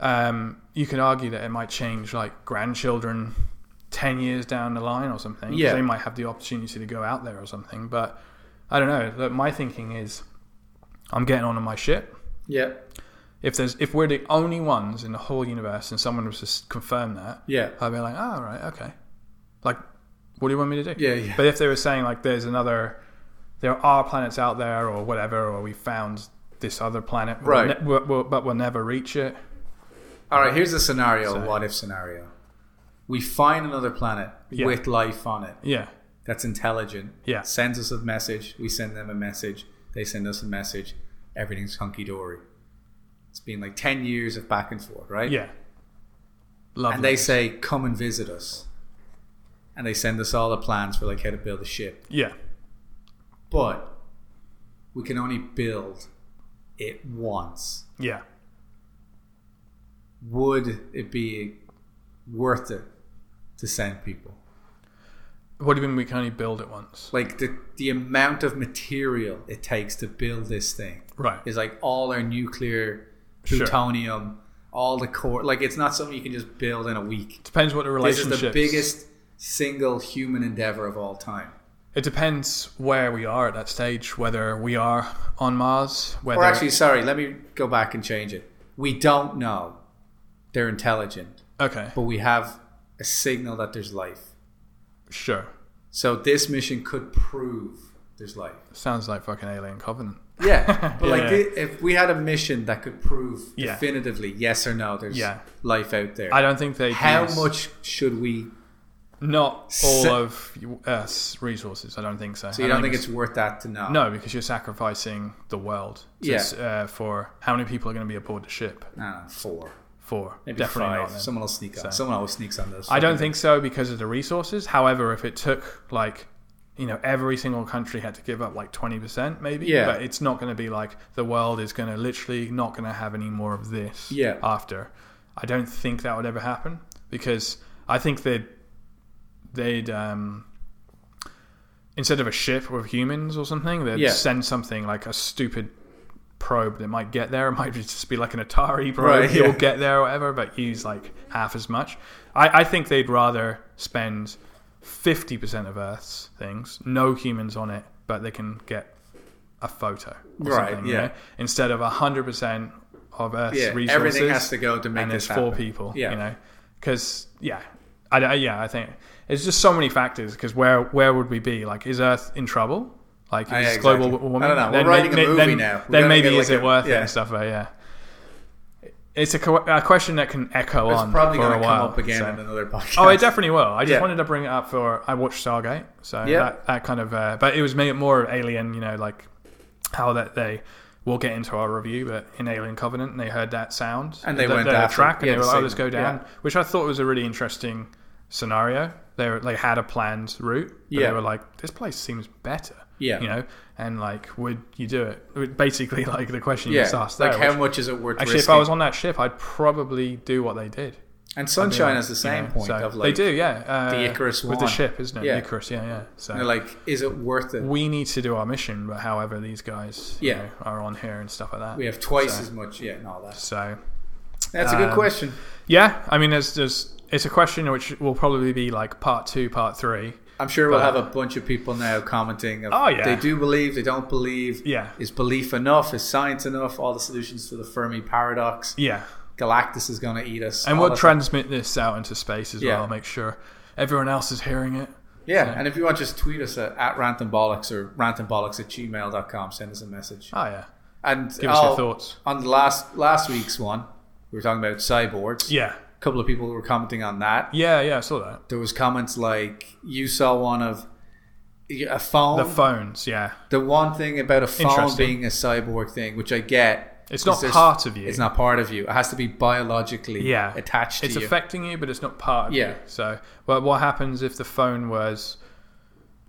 Um, you can argue that it might change like grandchildren ten years down the line or something. 'cause
Yeah.
they might have the opportunity to go out there or something. But I don't know. Look, my thinking is, I'm getting on in my ship.
Yeah.
If there's if we're the only ones in the whole universe and someone was to s- confirm that,
Yeah.
I'd be like, oh, all right, okay. Like, what do you want me to do?
Yeah, yeah.
But if they were saying, like, there's another, there are planets out there or whatever, or we found this other planet, we'll
Right.
ne- we'll- we'll- but we'll never reach it.
All right, here's a scenario,
So-
what if scenario. We find another planet
Yeah.
with life on it
Yeah.
that's intelligent.
Yeah.
Sends us a message. We send them a message. They send us a message. Everything's hunky dory. It's been like 10 years of back and forth, right?
Yeah. Lovely.
And they say, come and visit us. And they send us all the plans for like how to build a ship.
yeah.
But we can only build it once.
Yeah.
Would it be worth it to send people?
What do you mean we can only build it once?
Like the, the amount of material it takes to build this thing.
Right.
is like all our nuclear
Sure.
plutonium, all the core. Like it's not something you can just build in a week.
Depends what the
This
relationship
is the biggest single human endeavor of all time,
It depends where we are at that stage, whether we are on Mars, whether.
or actually, sorry, let me go back and change it. We don't know they're intelligent,
okay.
but we have a signal that there's life.
Sure.
So this mission could prove
[LAUGHS]
there's life.
Sounds like fucking Alien Covenant.
Yeah, but like
Yeah.
thi- if we had a mission that could prove
Yeah.
definitively yes or no, there's
Yeah.
life out there.
I don't think they.
How
use-
much should we
Not all
Se-
of Earth's resources. I don't think so.
So you don't think it's worth that to know?
no, because you're sacrificing the world. to
Yeah.
s- uh, for how many people are going to be aboard the ship?
No, no, four.
Four.
Maybe
Definitely
five.
not. then.
Someone will sneak on.
So-
Someone always sneaks on those.
I don't think so because of the resources. However, if it took like you know every single country had to give up like 20% maybe
Yeah.
but it's not going to be like the world is going to literally not going to have any more of this
Yeah.
after i don't think that would ever happen because i think they'd they'd um instead of a ship with humans or something they'd
Yeah.
send something like a stupid probe that might get there it might [LAUGHS] just be like an atari probe
Right,
you'll
yeah.
get there or whatever, but use like half as much. I, I think they'd rather spend 50% of Earth's things, no humans on it, but they can get a photo. Or
Right,
something, you
yeah.
know, Instead of 100% of Earth's
Yeah,
resources.
everything has to go to make
And
this
there's four
happen.
people,
Yeah.
you know? Because, yeah. I, I- yeah, I think it's just so many factors. Because where where would we be? Like, is Earth in trouble? Like, is
Oh, yeah,
global
exactly.
w- warming?
I don't know. We're
Then
writing a
may-
movie
then-
now. We
Then
gotta
maybe
get,
is
like,
it
a-
worth it
yeah.
and stuff? Like, yeah. It's a, co- a question that can echo
It's
on
probably
for
going
a
to
while.
come up again
so-
in another podcast.
Oh, it definitely will. I just
Yeah.
wanted to bring it up for I watched Stargate, so
Yeah.
that, that kind of. Uh, but it was made more Alien, you know, like how that they. We'll get into our review, but in Alien Covenant, they heard that sound
And they
the,
went
the
after-
track, and
yeah,
they
the
were like, "Oh, let's go
signal,
down,"
yeah.
which I thought was a really interesting scenario. They were, they had a planned route, but
Yeah.
they were like, "This place seems better,"
Yeah.
you know, and like, would you do it? Basically, [LAUGHS] like the question you
[LAUGHS] Yeah.
just asked there.
like how
which-
much is it worth?
actually, if I was on that ship, I'd probably do what they did.
and Sunshine has the
You
same
know,
point
so
of like
they do, yeah. Uh,
the Icarus
with the
one.
ship, isn't it?
Yeah.
Icarus, yeah, yeah. So
They're like, is it worth
[LAUGHS]
it?
we need to do our mission, but however, these guys, you
Yeah.
know, are on here and stuff like that.
We have twice
So-
as much. Yeah, and all that.
So
That's a good
Um,
question.
yeah, I mean, there's, there's it's a question which will probably be like part two, part three.
I'm sure we'll
but-
have a bunch of people now commenting. Of,
Oh, yeah.
they do believe. They don't believe.
Yeah,
Is belief enough? Is science enough? All the solutions to the Fermi paradox.
yeah,
Galactus is going to eat us.
and
all
we'll
that
transmit this out into space as
Yeah.
well. Make sure everyone else is hearing it.
Yeah,
So-
and if you want, just tweet us at, at rantambollocks or rantambollocks at gmail.com. Send us a message.
Oh yeah,
And
give us
oh,
your thoughts.
on the last last week's one, we were talking about cyborgs.
Yeah,
A couple of people were commenting on that.
yeah, yeah. I saw that.
There was comments like, you saw one of a phone.
The
The,
phones, yeah.
one thing about a phone
Interesting.
being a cyborg thing, which I get.
It's
is
not
there's-
part of you.
It's not part of you. It has to be biologically
yeah
attached to
it's
you.
affecting you but it's not part of
Yeah.
you so well, what happens if the phone was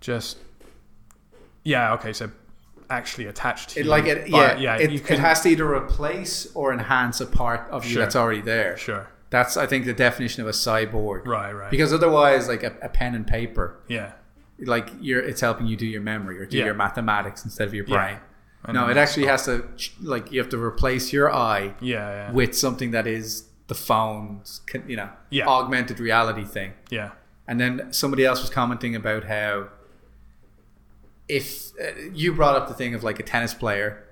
just yeah okay so actually attached to
It,
you
like it, yeah,
but,
it,
you can
it has to either replace or enhance a part of you
Sure.
that's already there.
sure
That's I think the definition of a cyborg.
right right
Because otherwise, like a, a pen and paper
yeah
like you're it's helping you do your memory or do
Yeah.
your mathematics instead of your
Yeah.
brain.
And
No,
then
it
that's-
actually has to ch- like you have to replace your eye
Yeah, yeah.
with something that is the phone's con- you know
Yeah.
augmented reality thing.
yeah.
And then somebody else was commenting about how if uh, you brought up the thing of like a tennis player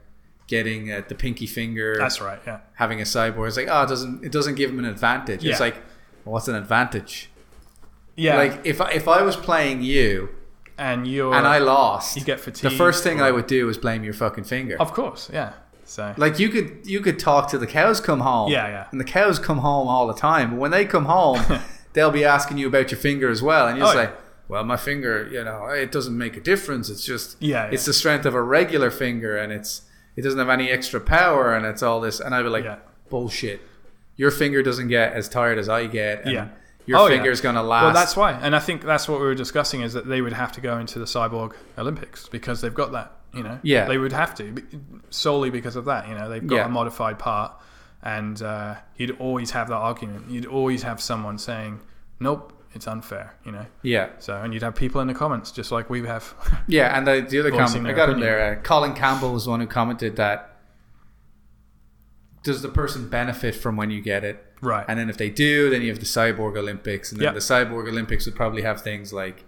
getting uh, the pinky finger
That's right. Yeah.
having a cyborg it's like oh it doesn't it doesn't give him an advantage
Yeah.
it's like well, what's an advantage
Yeah.
like if I- if I was playing you
and you're
and I lost
you get
the
fatigued.
first thing
or-
I would do is blame your fucking finger
Of course, yeah. So
like you could you could talk to the cows come home
Yeah, yeah.
and the cows come home all the time but when they come
[LAUGHS]
home they'll be asking you about your finger as well and you
Oh,
say
yeah.
well my finger you know it doesn't make a difference it's just
Yeah, yeah.
it's the strength of a regular finger and it's it doesn't have any extra power and it's all this and i'd be like
Yeah.
bullshit your finger doesn't get as tired as i get and
Yeah.
your
Oh, yeah.
finger's gonna last
well, that's why, and I think that's what we were discussing is that they would have to go into the cyborg Olympics because they've got that. You know,
Yeah.
they would have to be- solely because of that. You know, they've got
Yeah.
a modified part, and uh, you'd always have that argument. You'd always have someone saying, "Nope, it's unfair." You know,
yeah
so and you'd have people in the comments just like we have. [LAUGHS]
Yeah, and the, the other
Voicing
comment I
their
got him
opinion.
there. Uh, Colin Campbell was the one who commented that does the person benefit from when you get it?
Right.
And then if they do, then you have the Cyborg Olympics, and then
Yep.
the Cyborg Olympics would probably have things like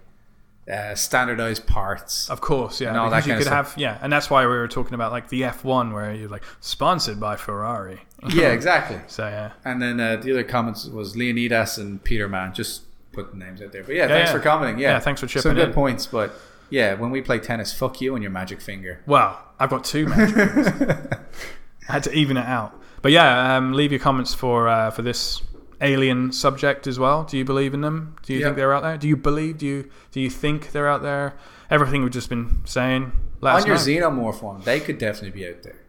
uh, standardized parts.
Of course, yeah.
And all
because
that
you
kinda
could have, yeah, and that's why we were talking about like the F1, where you're like sponsored by Ferrari.
yeah, exactly.
So yeah,
And then uh, the other comments was Leonidas and Peterman. Just putting names out there, but yeah,
Yeah,
thanks
yeah.
for commenting. Yeah,
Yeah, thanks for
Some
chipping
good
in.
points, but yeah, when we play tennis, fuck you and your magic finger.
well, I've got two matches.
[LAUGHS]
I had to even it out. But yeah, um, leave your comments for uh, for this alien subject as well. Do you believe in them? Do you
Yeah.
think they're out there? Do you believe? Do you do you think they're out there? Everything we've just been saying. Let
on
us
your
know.
xenomorph one, they could definitely be out there.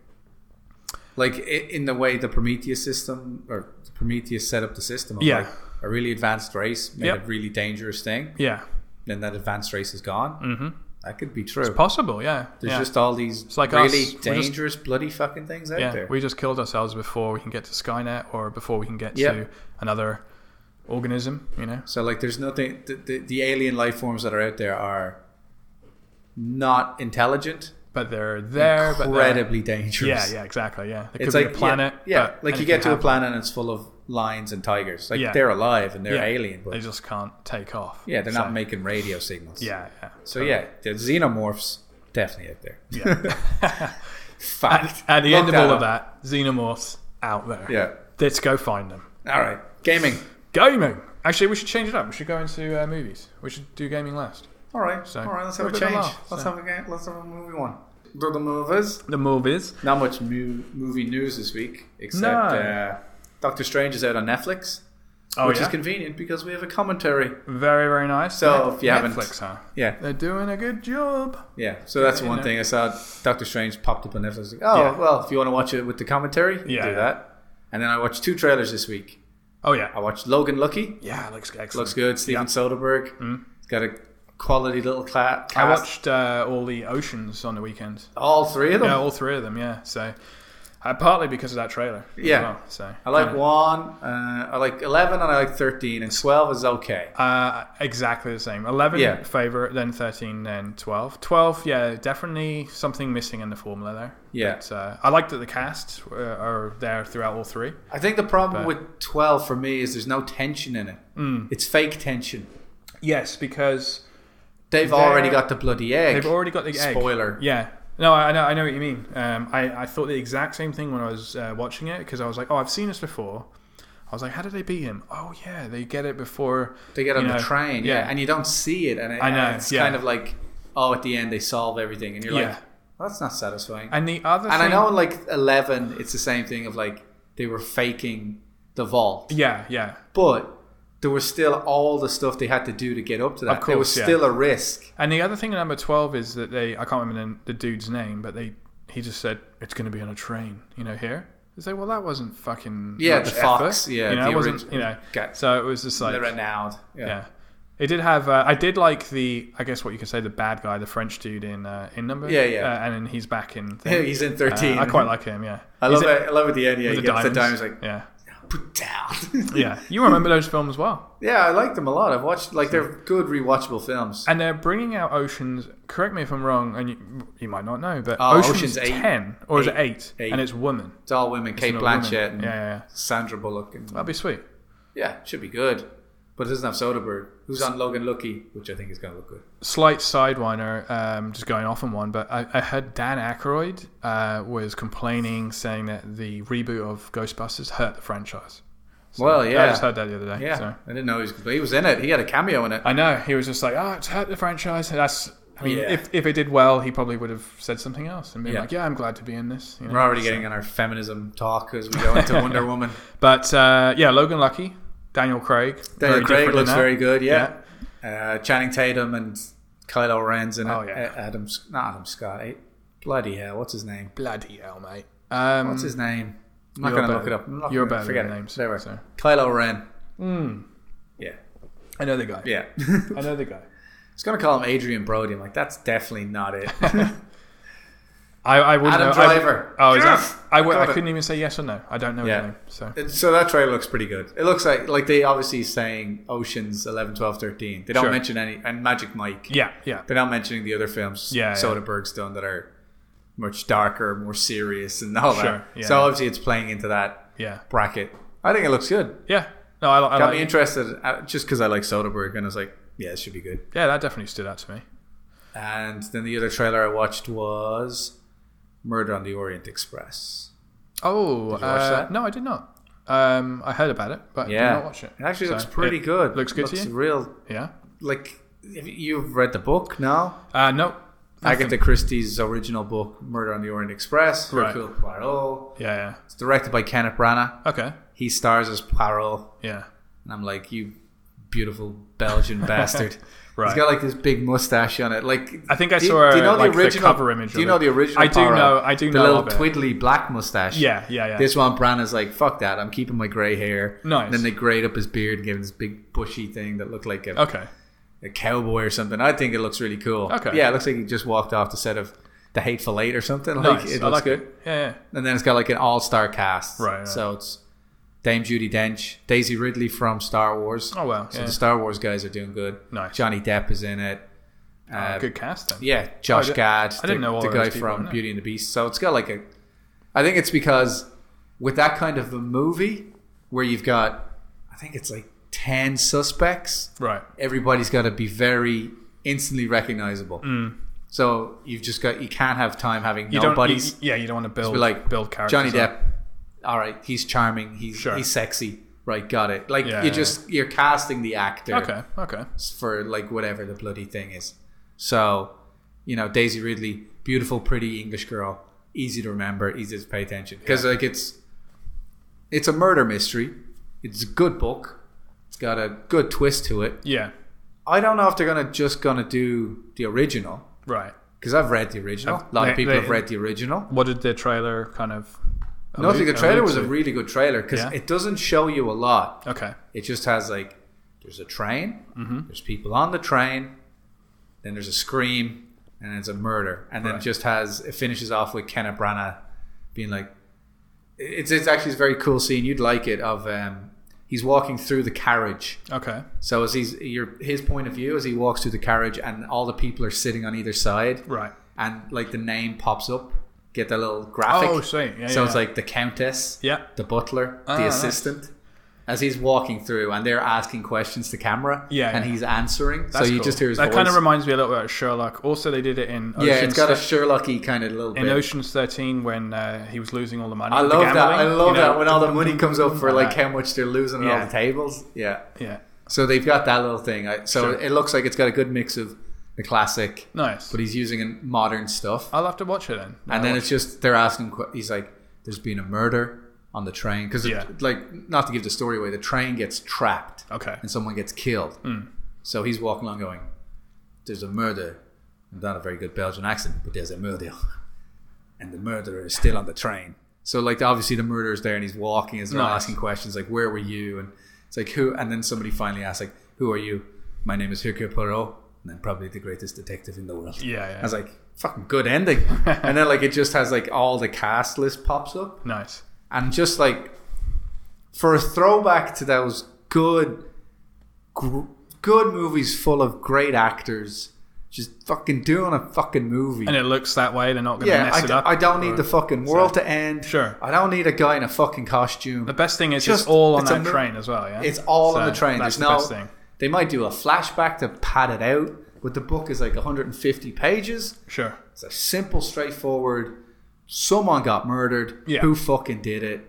Like i- in the way the Prometheus system or Prometheus set up the system of
Yeah.
like a really advanced race made
Yep.
a really dangerous thing,
yeah,
then that advanced race is gone. Mm-hmm. That could be true.
possible. Yeah,
There's
yeah.
just all these
like
really
us. We're just-
dangerous, bloody fucking things out
yeah.
there.
We just killed ourselves before we can get to Skynet or before we can get
Yeah.
to another organism. You know.
so like, there's nothing. The, the, the alien life forms that are out there are not intelligent,
but they're there. But they're,
incredibly dangerous.
yeah, yeah, exactly. Yeah, it could
it's like
be a planet.
Yeah, yeah.
but
like you
anything
get to
happen.
a planet and it's full of lions and tigers. Like
Yeah.
they're alive and they're
Yeah.
alien,
They
but
just can't take off.
yeah, they're
So-
not making radio signals.
Yeah, yeah.
So yeah, the xenomorphs definitely out there. [LAUGHS]
Yeah. [LAUGHS]
Fact.
At the
Look
end of all
up.
of that, xenomorphs out there.
Yeah.
Let's go find them.
All right. Gaming.
Gaming. Actually, we should change it up. We should go into uh, movies. We should do gaming last.
All right.
So,
all right. Let's have a
we've done
change.
a lot,
let's
so.
have a game. Let's have a movie one. Do the movies.
The movies.
Not much mu- movie news this week, except
No.
uh, Doctor Strange is out on Netflix,
Oh,
which
yeah?
is convenient because we have a commentary.
very, very nice.
So, if you haven't-
Netflix, huh?
Yeah.
They're doing a good job.
Yeah, so that's
Yeah,
one
no.
thing I saw. Doctor Strange popped up on Netflix. Like, oh,
Yeah.
well, if you want to watch it with the commentary, you can
Yeah,
do
yeah.
that. And then I watched two trailers this week.
Oh,
I
yeah.
watched Logan Lucky.
Yeah, looks excellent.
Looks good. Steven Soderbergh. It's got a quality little cla- cast.
Mm. I watched uh, all the oceans on the weekend.
all three of them.
Yeah, all three of them. Yeah, so uh, partly because of that trailer. as
Yeah.
well, so
I like
kinda-
one. Uh, I like eleven, and I like thirteen, and twelve is okay.
Uh, exactly the same. Eleven
Yeah.
favorite, then thirteen, then twelve. Twelve, yeah, definitely something missing in the formula there.
Yeah.
But, uh, I like that the cast uh, are there throughout all three.
I think the
But-
problem
Mm.
with twelve for me is there's no tension in it. It's fake tension.
Yes, because
They've already got the bloody egg.
they've already got the egg.
Spoiler.
Yeah. No, I I know, I know what you mean. Um, I, I thought the exact same thing when I was uh, watching it because I was like, oh, I've seen this before. I was like, how did they beat him? Oh, yeah, they get it before
They get on
you
the
know,
train, yeah. and you don't see it, and it,
I know,
and it's
yeah.
kind of like, oh, at the end they solve everything, and you're
Yeah.
like, well, that's not satisfying.
And the other
and I
thing,
know in like Eleven, it's the same thing of like they were faking the vault,
Yeah, yeah.
but there was still all the stuff they had to do to get up to that. there was
course, yeah.
still a risk.
And the other thing at number twelve is that they I can't remember the, the dude's name, but they he just said it's going to be on a train, you know. Here, they say, well, that wasn't fucking
Yeah,
much
the Fox,
effort,"
yeah,
you know,
the
it wasn't,
orig-
you know.
Got-
So it was just like
They're renowned. Yeah.
yeah. It did have. Uh, I did like the. I guess what you could say, the bad guy, the French dude in uh, in number.
Yeah, yeah.
Uh, and then he's back in.
[LAUGHS] He's in thirteen.
Uh, I quite like him. Yeah,
I
He's
love
in-
it. I love it. At the end, yeah,
with The
he gets
diamonds.
the diamonds. Like,
yeah,
put down. [LAUGHS]
yeah, you remember those films well,
yeah, I like them a lot. I've watched like they're good rewatchable films.
and they're bringing out Ocean's. Correct me if I'm wrong, and you, you might not know, but
Oh,
Ocean's,
Ocean's eight.
ten or is it eight?
Eight. Eight.
And it's woman.
It's all women: Kate
Another woman.
Blanchett and
Yeah, yeah, yeah,
Sandra Bullock. And,
that'd be sweet.
yeah, should be good. But it doesn't have Soderbergh, who's on Logan Lucky, which I think is going to look good.
Slight sidewinder, um, just going off on one, but I, I heard Dan Aykroyd uh, was complaining, saying that the reboot of Ghostbusters hurt the franchise.
well,
I
yeah,
just heard that the other day.
yeah.
so.
I didn't know he was. He was in it. He had a cameo in it.
I know. He was just like, oh, it's hurt the franchise. That's. I mean,
Yeah.
if, if it did well, he probably would have said something else and been
Yeah.
like, yeah, I'm glad to be in this. you know,
We're already
so.
getting on our feminism talk as we go [LAUGHS] into Wonder Woman.
But uh, yeah, Logan Lucky, Daniel Craig.
Daniel
very
Craig
different
looks
in that.
very good. Yeah, Uh, Channing Tatum and Kylo Ren's and
Oh, yeah.
Adam, not Adam Scott. eh, Bloody hell, what's his name?
Bloody hell, mate. Um,
What's his name? I'm not
you're
going to
better-
look it up. I'm not
you're
gonna
better
forget
with
it.
names,
There we are.
so.
Kylo Ren.
Mm,
Yeah,
I know the guy.
yeah. [LAUGHS]
I
I
know the guy.
was going to call him Adrian Brody. I'm like, that's definitely not [LAUGHS] it.
I, I would
Adam
know.
Driver.
I, oh, is
Yes!
that? I, w-
Got
I
it.
couldn't even say yes or no. I don't know
Yeah.
his name. So
And so that trailer looks pretty good. It looks like like they obviously saying Oceans 11, 12, 13. They don't
Sure.
mention any and Magic Mike.
yeah, yeah,
They're not mentioning the other films
Yeah, yeah.
Soderbergh's done that are much darker, more serious, and all
Sure,
that.
yeah.
So obviously, it's playing into that
yeah,
bracket. I think it looks good.
yeah. No, I, I
Got
like,
me interested uh, just because I like Soderbergh, and I was like, yeah, it should be good.
Yeah, that definitely stood out to me.
And then the other trailer I watched was Murder on the Orient Express.
Oh,
you watch
uh,
that?
no, I did not. Um, I heard about it, but
Yeah.
did not watch it.
It actually
So
looks pretty
it
good.
Looks good
looks
to you?
Real
Yeah.
like if you've read the book now.
Uh, no. Nothing.
Agatha Christie's original book, Murder on the Orient Express.
Right.
Hercule Poirot.
Yeah,
It's directed by Kenneth Branagh.
yeah. Okay.
he stars as Poirot,
Yeah.
and I'm like, you beautiful
[LAUGHS]
Belgian bastard.
Right.
He's got like this big mustache on it. Like
I think I saw, uh, like, the cover image
Do you
of
know
it.
the original?
I do
Poirot?
know- I do
the
know
little
of it.
twiddly black mustache.
Yeah, yeah, yeah.
This one, Bran is like, fuck that. I'm keeping my grey hair.
Nice.
And then they grayed up his beard and gave him this big bushy thing that looked like a,
okay.
a cowboy or something. I think it looks really cool.
Okay.
Yeah, it looks like he just walked off the set of The Hateful Eight or something. Like,
nice.
It looks
I like
good
it. Yeah, yeah.
and then it's got like an all-star cast.
Right, right.
So it's Dame Judy Dench, Daisy Ridley from Star Wars.
Oh, wow.
So
Yeah.
the Star Wars guys are doing good.
Nice. Oh,
Johnny Depp is in it. Uh,
good cast then.
Yeah,
I
Josh
di-
Gad,
I didn't
the,
know all
the
of
guy
those people,
from
no.
Beauty and the Beast. So it's got like a. I think it's because with that kind of a movie where you've got, I think it's like ten suspects.
Right.
Everybody's got to be very instantly recognizable. So you've just got you can't have time having
Mm. You
nobodies.
don't. You, yeah, you don't want to build
We're
like
like
build characters.
Johnny
up.
Depp. All right, he's charming. He's
Sure.
he's sexy. Right, got it. Like
Yeah,
you
yeah,
just you're casting the actor
Okay. Okay.
for like whatever the bloody thing is. So, you know, Daisy Ridley, beautiful, pretty English girl, easy to remember, easy to pay attention because like it's it's a murder mystery. It's a good book. It's got a good twist to it.
Yeah.
I don't know if they're gonna just gonna do the original
Right.
because I've read the original. A lot
They-
of people
they-
have read the original.
What did the trailer kind of?
No, I
allude-
think the trailer
allude
was a
to?
really good trailer because
Yeah.
it doesn't show you a lot.
Okay.
It just has like there's a train, there's people on the train, then there's a scream, and it's a murder, and then
Right.
it just has it finishes off with Kenneth Branagh being like, it's it's actually a very cool scene. You'd like it. Of um, he's walking through the carriage.
Okay.
So as he's your his point of view as he walks through the carriage, and all the people are sitting on either side,
Right.
and like the name pops up. Get the little graphic.
Oh, sweet. Yeah,
so
yeah,
it's
yeah.
like the Countess
Yeah.
the butler,
Ah,
the
nice.
assistant, as he's walking through, and they're asking questions to camera,
Yeah,
and
yeah.
he's answering.
That's
so you
cool.
just hear his
that
voice.
kind of reminds me a little bit of Sherlock. Also, they did it in Ocean's
yeah, it's got a Sherlocky kind of little
in
bit.
Ocean's Thirteen when uh, he was losing all the money.
I
the
love that. I
gambling,
love
you know,
that when all the money comes up
[LAUGHS]
for like
that.
how much they're losing at
Yeah.
all the tables. Yeah.
Yeah,
So they've got that little thing. I- So
Sure.
it looks like it's got a good mix of the classic,
nice.
but he's using in modern stuff.
I'll have to watch it then.
and then it's just they're asking. que- He's like, "There's been a murder on the train," because
Yeah.
like not to give the story away, the train gets trapped.
okay.
and someone gets killed.
Hmm.
So he's walking along going, There's a murder. Not a very good Belgian accent, but there's a murder. [LAUGHS] And the murderer is still on the train. So, like, obviously the murderer's there and he's walking as they're
Nice.
asking questions like, Where were you? And it's like, Who? And then somebody finally asks, like, Who are you? My name is Hercule Poirot, and I'm probably the greatest detective in the world.
Yeah, yeah.
I was like, Fucking good
[LAUGHS]
ending. and then, like, it just has, like, all the cast list pops up
Nice.
and just like for a throwback to those good, gr- good movies full of great actors, just fucking doing a fucking movie.
and it looks that way, they're not going to
yeah,
mess
I,
it
d-
up.
I don't need the fucking world to end.
Sure.
I don't need a guy in a fucking costume.
the best thing is
Just-
it's all on
it's a
that
mo-
train as well. Yeah,
It's all on
So
the train.
That's
There's
the
no.
best thing.
They might do a flashback to pad it out, but the book is like 150 pages.
Sure.
It's a simple, straightforward. Someone got murdered.
Yeah.
Who fucking did it?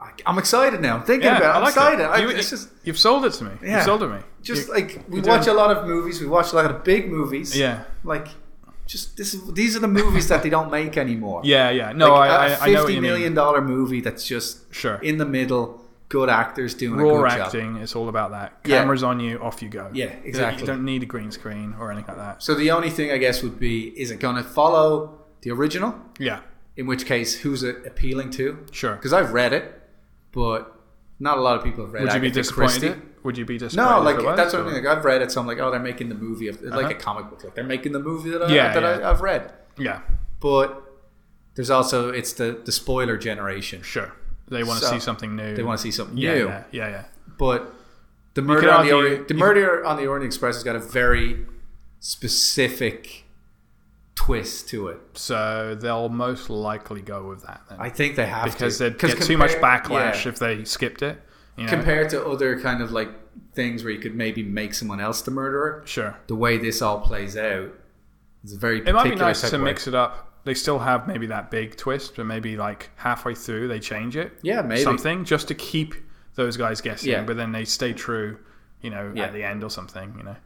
I, I'm excited now. I'm thinking
Yeah,
about
I
it. I'm
like
excited.
That.
I,
you,
it's just,
have sold it to me.
Yeah.
You've sold it to me.
just
You-
like we
you're
watch
doing-
a lot of movies. We watch a lot of big movies.
yeah,
Like, just this. is- These are the movies that they don't make anymore.
yeah, yeah. No,
like
I,
a
I, I know what you
million
mean.
dollar movie that's just
Sure.
in the middle. Good actors doing a
Raw
good job.
acting. It's all about that.
Yeah.
Cameras on you, off you go.
Yeah,
You-
exactly.
You don't need a green screen or anything like that.
So the only thing I guess would be is it going to follow the original?
Yeah,
In which case, who's it appealing to?
sure.
Because I've read it, but not a lot of people have read.
Would you be
Agatha
disappointed?
Christie.
Would you be disappointed?
No,
if
like
it was,
that's what I
or-
mean. Like I've read it, so I'm like, oh, they're making the movie of like
Uh-huh.
a comic book. Like they're making the movie that, I,
Yeah,
that
yeah.
I, I've read.
Yeah,
But there's also it's the the spoiler generation.
sure. They want to
So,
see something new.
They want to see something
yeah,
new.
yeah, yeah, yeah.
But the murder on the
argue-
Orient, the
you-
murder on the Orient Express has got a very specific twist to it.
So they'll most likely go with that then,
I think they have
because
to.
they'd get too much backlash if they skipped it. You know?
compared to other kind of like things where you could maybe make someone else the murderer.
sure.
The way this all plays out is a very
It
particular
might be nice
type
to
of way.
mix it up. They still have maybe that big twist, but maybe like halfway through they change it.
Yeah, maybe.
something just to keep those guys guessing.
Yeah.
But then they stay true, you know,
Yeah.
at the end or something. You know,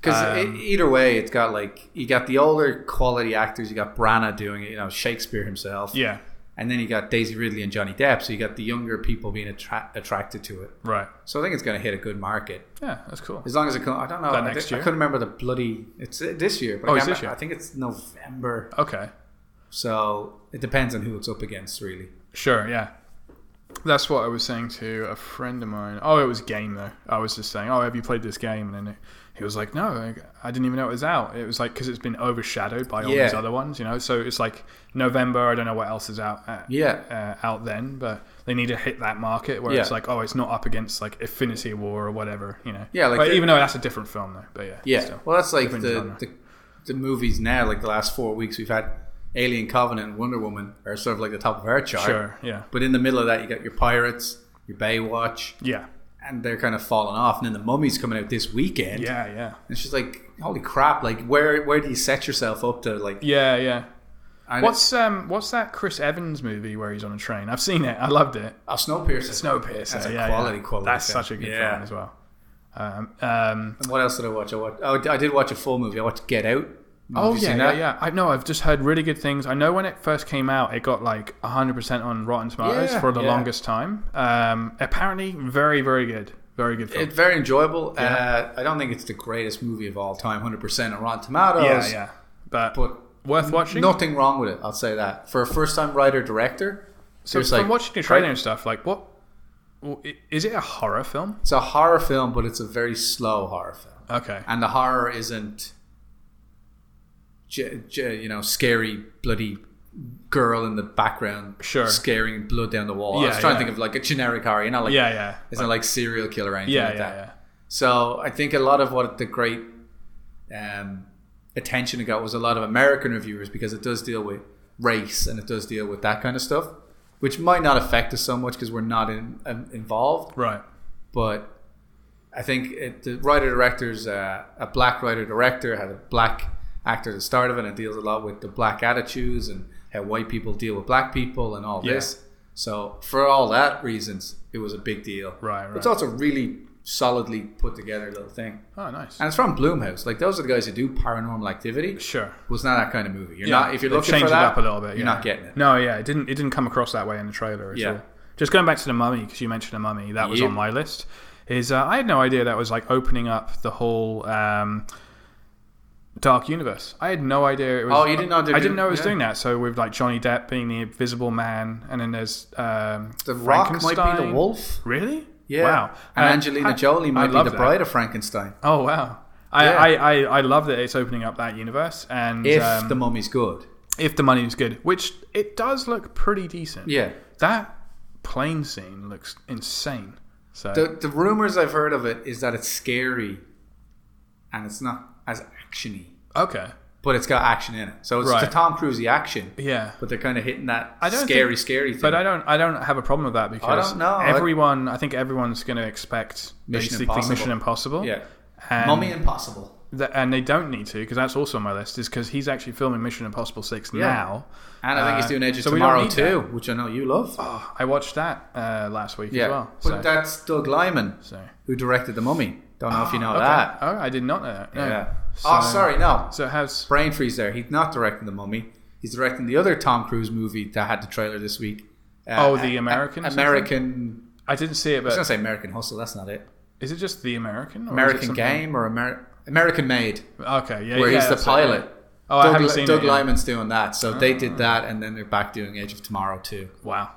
Because
Um,
e, either way, it's got like you got the older quality actors. You got Branagh doing it, you know, Shakespeare himself,
yeah,
and then you got Daisy Ridley and Johnny Depp. So you got the younger people being attra- attracted to it.
right,
So I think it's going to hit a good market
yeah, that's cool.
as long as it. co- I don't know.
Is that
I,
next
thi- I
year?
couldn't remember the bloody. It's uh, this year, but
Oh,
I,
it's
can't
this
remember-
year.
I think it's November.
Okay,
So it depends on who it's up against, really.
Sure, yeah. That's what I was saying to a friend of mine. Oh, it was game though. I was just saying, oh, have you played this game? And then it, he was like, no, I, I didn't even know it was out. It was like because it's been overshadowed by all
Yeah.
these other ones, you know. So it's like November. I don't know what else is out. Uh,
Yeah.
uh, out then, but they need to hit that market where it's
Yeah.
like, oh, it's not up against like Infinity War or whatever, you know.
Yeah, like
but
the-
even though that's a different film though. But yeah,
Yeah.
still.
Well, that's like
Different
the,
genre.
the the movies now. Like the last four weeks, we've had Alien Covenant and Wonder Woman are sort of like the top of our chart.
sure, yeah,
But in the middle of that, you got your Pirates, your Baywatch,
yeah,
and they're kind of falling off. And then the Mummy's coming out this weekend.
yeah, yeah,
And she's like, "Holy crap! Like, where where do you set yourself up to like?"
yeah, yeah.
And
What's um what's that Chris Evans movie where he's on a train? I've seen it. I loved it.
a Snowpiercer?
Snowpiercer.
That's a
yeah,
quality,
yeah.
quality.
That's
film.
such a good
Yeah.
film as well. Um, um,
And what else did I watch? I watched. Oh, I did watch a full movie. I watched Get Out.
oh
Have you
yeah,
seen
yeah,
that?
yeah. I know. I've just heard really good things. I know when it first came out, it got like 100% on Rotten Tomatoes
Yeah,
for the
yeah.
longest time. Um, apparently, very, very good. Very good film.
It's very enjoyable. Uh, I don't think it's the greatest movie of all time, 100% on Rotten Tomatoes.
yeah, yeah. But,
But
worth watching.
nothing wrong with it, I'll say that. For a first time writer director,
so
there's
from
like-
watching the trailer and stuff, like what w- i- is it a horror film?
it's a horror film, but it's a very slow horror film.
Okay.
And the horror isn't, j- j- you know, scary, bloody girl in the background
Sure.
scaring blood down the wall. I was
Yeah,
trying
yeah.
to think of like a generic horror, you know, like,
Yeah, yeah.
it's not like serial killer or anything
Yeah,
like
yeah,
that.
yeah.
So I think a lot of what the great um, attention it got was a lot of American reviewers because it does deal with race and it does deal with that kind of stuff, which might not affect us so much because we're not in, um, involved.
Right.
But I think it, the writer director's uh, a black writer director had a black actor at the start of it and it deals a lot with the black attitudes and how white people deal with black people and all
Yeah.
this. So for all that reasons, it was a big deal.
Right, right.
It's also really solidly put together little thing.
Oh, nice.
And it's from Bloomhouse. Like those are the guys who do paranormal activity.
Sure.
But it's not that kind of movie. You're
Yeah,
not if you're
they've
looking
changed
for that,
it up a little bit.
You're
yeah.
not getting it.
No, yeah, it didn't. It didn't come across that way in the trailer at
Yeah.
all. Just going back to the mummy because you mentioned the mummy that was
Yeah.
on my list. Is uh, I had no idea that was like opening up the whole um, dark universe. I had no idea it was.
Oh, you didn't know they
I didn't
do-
know it was
yeah.
doing that. So with like Johnny Depp being the Invisible Man, and then there's um,
The Rock might be the
Frankenstein.
wolf.
Really?
Yeah.
Wow.
And
Uh,
Angelina
I-
Jolie
I
might be
love
the
that.
bride of Frankenstein.
Oh wow. I,
Yeah.
I, I, I love that it's opening up that universe and
If
um,
the mummy's good.
if the money was good, which it does look pretty decent.
Yeah.
That plane scene looks insane. So
The the rumors I've heard of it is that it's scary, and it's not as actiony,
okay,
but it's got action in it. So it's
Right.
the Tom Cruisey action,
yeah.
but they're kind of hitting that
I don't
scary,
think-
scary thing.
But I don't, I don't have a problem with that because
don't know. I-
everyone, I think everyone's going to expect
Mission
basically
Impossible.
Mission Impossible.
yeah,
and
Mummy Impossible.
th- and they don't need to because that's also on my list. Is because he's actually filming Mission Impossible Six now.
And I think he's
Uh,
doing Edge of
so we don't
Tomorrow
need
too, which I know you love.
I watched that uh, last week
yeah,
as well.
but
So,
that's Doug Lyman
so.
who directed The Mummy. Don't know if you know
Okay.
that.
Oh, I did not know that. No.
Yeah.
So-
oh, sorry, no.
So how's
Brain freeze there. He's not directing The Mummy. He's directing the other Tom Cruise movie that had the trailer this week. Uh,
Oh, The American or something?
American.
I didn't see it,
I was gonna
but
say American Hustle. That's not it.
is it just the American? Or is it
American
something-
Game or Amer- American Made,
Okay, yeah,
where
yeah,
he's the
that's it.
pilot.
Oh,
Doug,
I haven't
Li-
seen
Doug
it. yet. Ah.
Lyman's doing that, so they did that, and then they're back doing Edge of Tomorrow too.
Wow,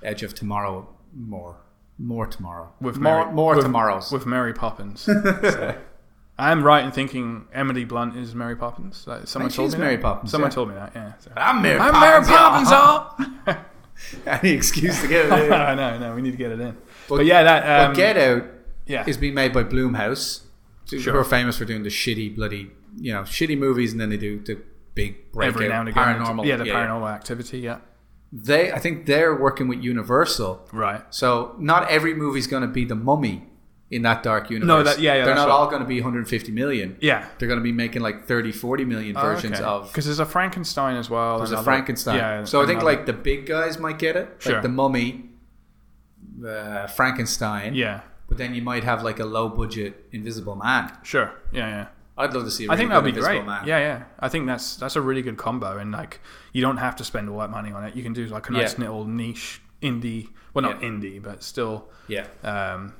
Edge of Tomorrow, more, more tomorrow,
With
more,
Mary-
more
with-
tomorrows.
with Mary Poppins. [LAUGHS] So, I'm right in thinking Emily Blunt is Mary Poppins. Like, someone
think
told
she's
me
Mary
that.
Poppins,
Someone
yeah.
told me that. Yeah. so-
[LAUGHS] I'm Mary uh-huh.
I'm Mary Poppins.
y'all.
All.
[LAUGHS] Any excuse to
[LAUGHS]
get [LAUGHS] it. in.
I know, no, we need to get it in. But, yeah, that. Um,
but Get Out
yeah.
is being made by Bloomhouse, who
Sure.
are famous for doing the shitty bloody, you know, shitty movies, and then they do the big breakout
every now and again.
paranormal.
Yeah, the paranormal activity. Yeah.
They, I think they're working with Universal,
Right.
so not every movie's going to be the Mummy in that dark universe.
that- yeah, yeah,
they're
that's
not
right.
all going to be 150 million.
Yeah. Oh,
They're going to be making like 30, 40 million versions of.
because there's a Frankenstein as well.
There's a
another-
Frankenstein.
Yeah.
so I think
another-
like the big guys might get it,
Sure.
like the Mummy, uh, Frankenstein.
Yeah.
But then you might have like a low budget Invisible Man.
Sure. Yeah. Yeah.
I'd love to see. I
I think that would be
Invisible
great.
Man.
Yeah, yeah. I think that's that's a really good combo, and like you don't have to spend all that money on it. You can do like a nice
Yeah.
little niche indie, well, not
Yeah.
indie, but still
yeah.
um,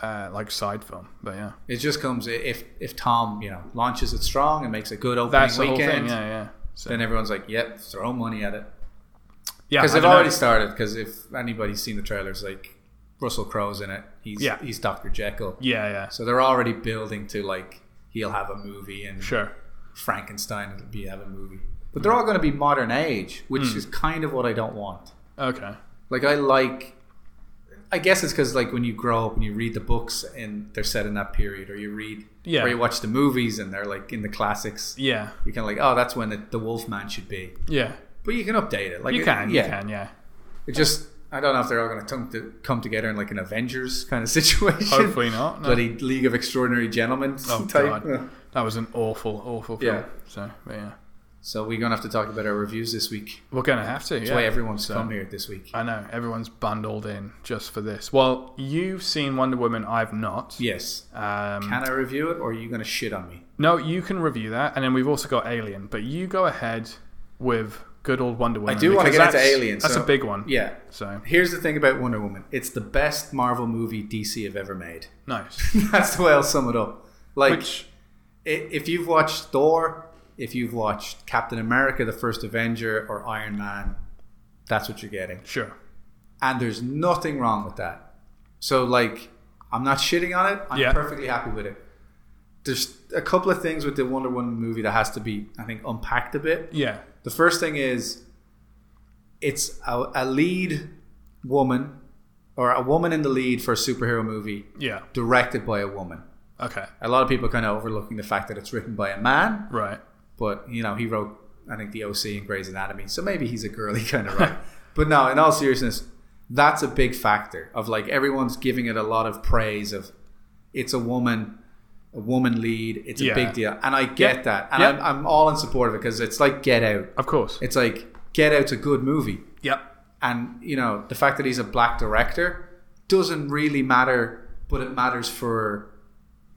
uh, like side film. But yeah,
It just comes i- if if Tom you know launches it strong and makes a good opening
that's the
weekend,
whole thing. Yeah, yeah. So,
then everyone's like, "Yep, throw money at it."
yeah,
Because
I
they've
don't know.
already started. Because if anybody's seen the trailers, like Russell Crowe's in it. He's
Yeah.
he's Doctor Jekyll.
Yeah, yeah.
So they're already building to like he'll have a movie and
Sure.
Frankenstein will be have a movie. But they're all going to be modern age, which
Hmm.
is kind of what I don't want.
Okay.
Like I like, I guess it's because like when you grow up and you read the books and they're set in that period, or you read,
Yeah.
or you watch the movies and they're like in the classics.
Yeah.
You're kind of like, oh, that's when the, the Wolfman should be.
Yeah.
But you can update it. Like
You
it-
can.
yeah.
You can.
[LAUGHS]
Yeah.
It just I don't know if they're all going to come together in like an Avengers kind of [LAUGHS] situation.
Hopefully not. No.
Bloody League of Extraordinary Gentlemen
Oh
[LAUGHS] type.
god, that was an awful, awful film.
Yeah.
So, but yeah,
So we're gonna have to talk about our reviews this week.
we're gonna have to.
That's
yeah.
why everyone's
So-
come here this week.
I know everyone's bundled in just for this. Well, you've seen Wonder Woman. I've not.
Yes.
Um,
Can I review it, or are you going to shit on me?
no, you can review that, and then we've also got Alien. But you go ahead with good old Wonder Woman.
do wanna
because
get into
that's-
Alien,
That's
so-
a big one.
Yeah.
So
Here's the thing about Wonder Woman. It's the best Marvel movie DC have ever made. [LAUGHS]
nice.
That's the way I'll sum it up. Like,
Which
i if you've watched Thor, if you've watched Captain America, the first Avenger, or Iron Man, that's what you're getting.
sure.
And there's nothing wrong with that. So, like, I'm not shitting on it. I'm
Yeah.
perfectly happy with it. There's a couple of things with the Wonder Woman movie that has to be, I think, unpacked a bit.
Yeah.
The first thing is it's a, a lead woman or a woman in the lead for a superhero movie
Yeah.
directed by a woman.
Okay.
A lot of people kind of overlooking the fact that it's written by a man,
Right.
but you know, he wrote I think the OC and Grey's Anatomy. So maybe he's a girly [LAUGHS] kind
[LAUGHS]
of right. but no, in all seriousness, that's a big factor of like everyone's giving it a lot of praise of it's a woman a woman lead, it's a
Yeah.
big deal. And I get
Yeah.
that. And
Yeah.
I'm, I'm all in support of it because it's like Get Out.
Of course.
It's like Get Out's a good movie,
Yep.
and you know the fact that he's a black director doesn't really matter, but it matters for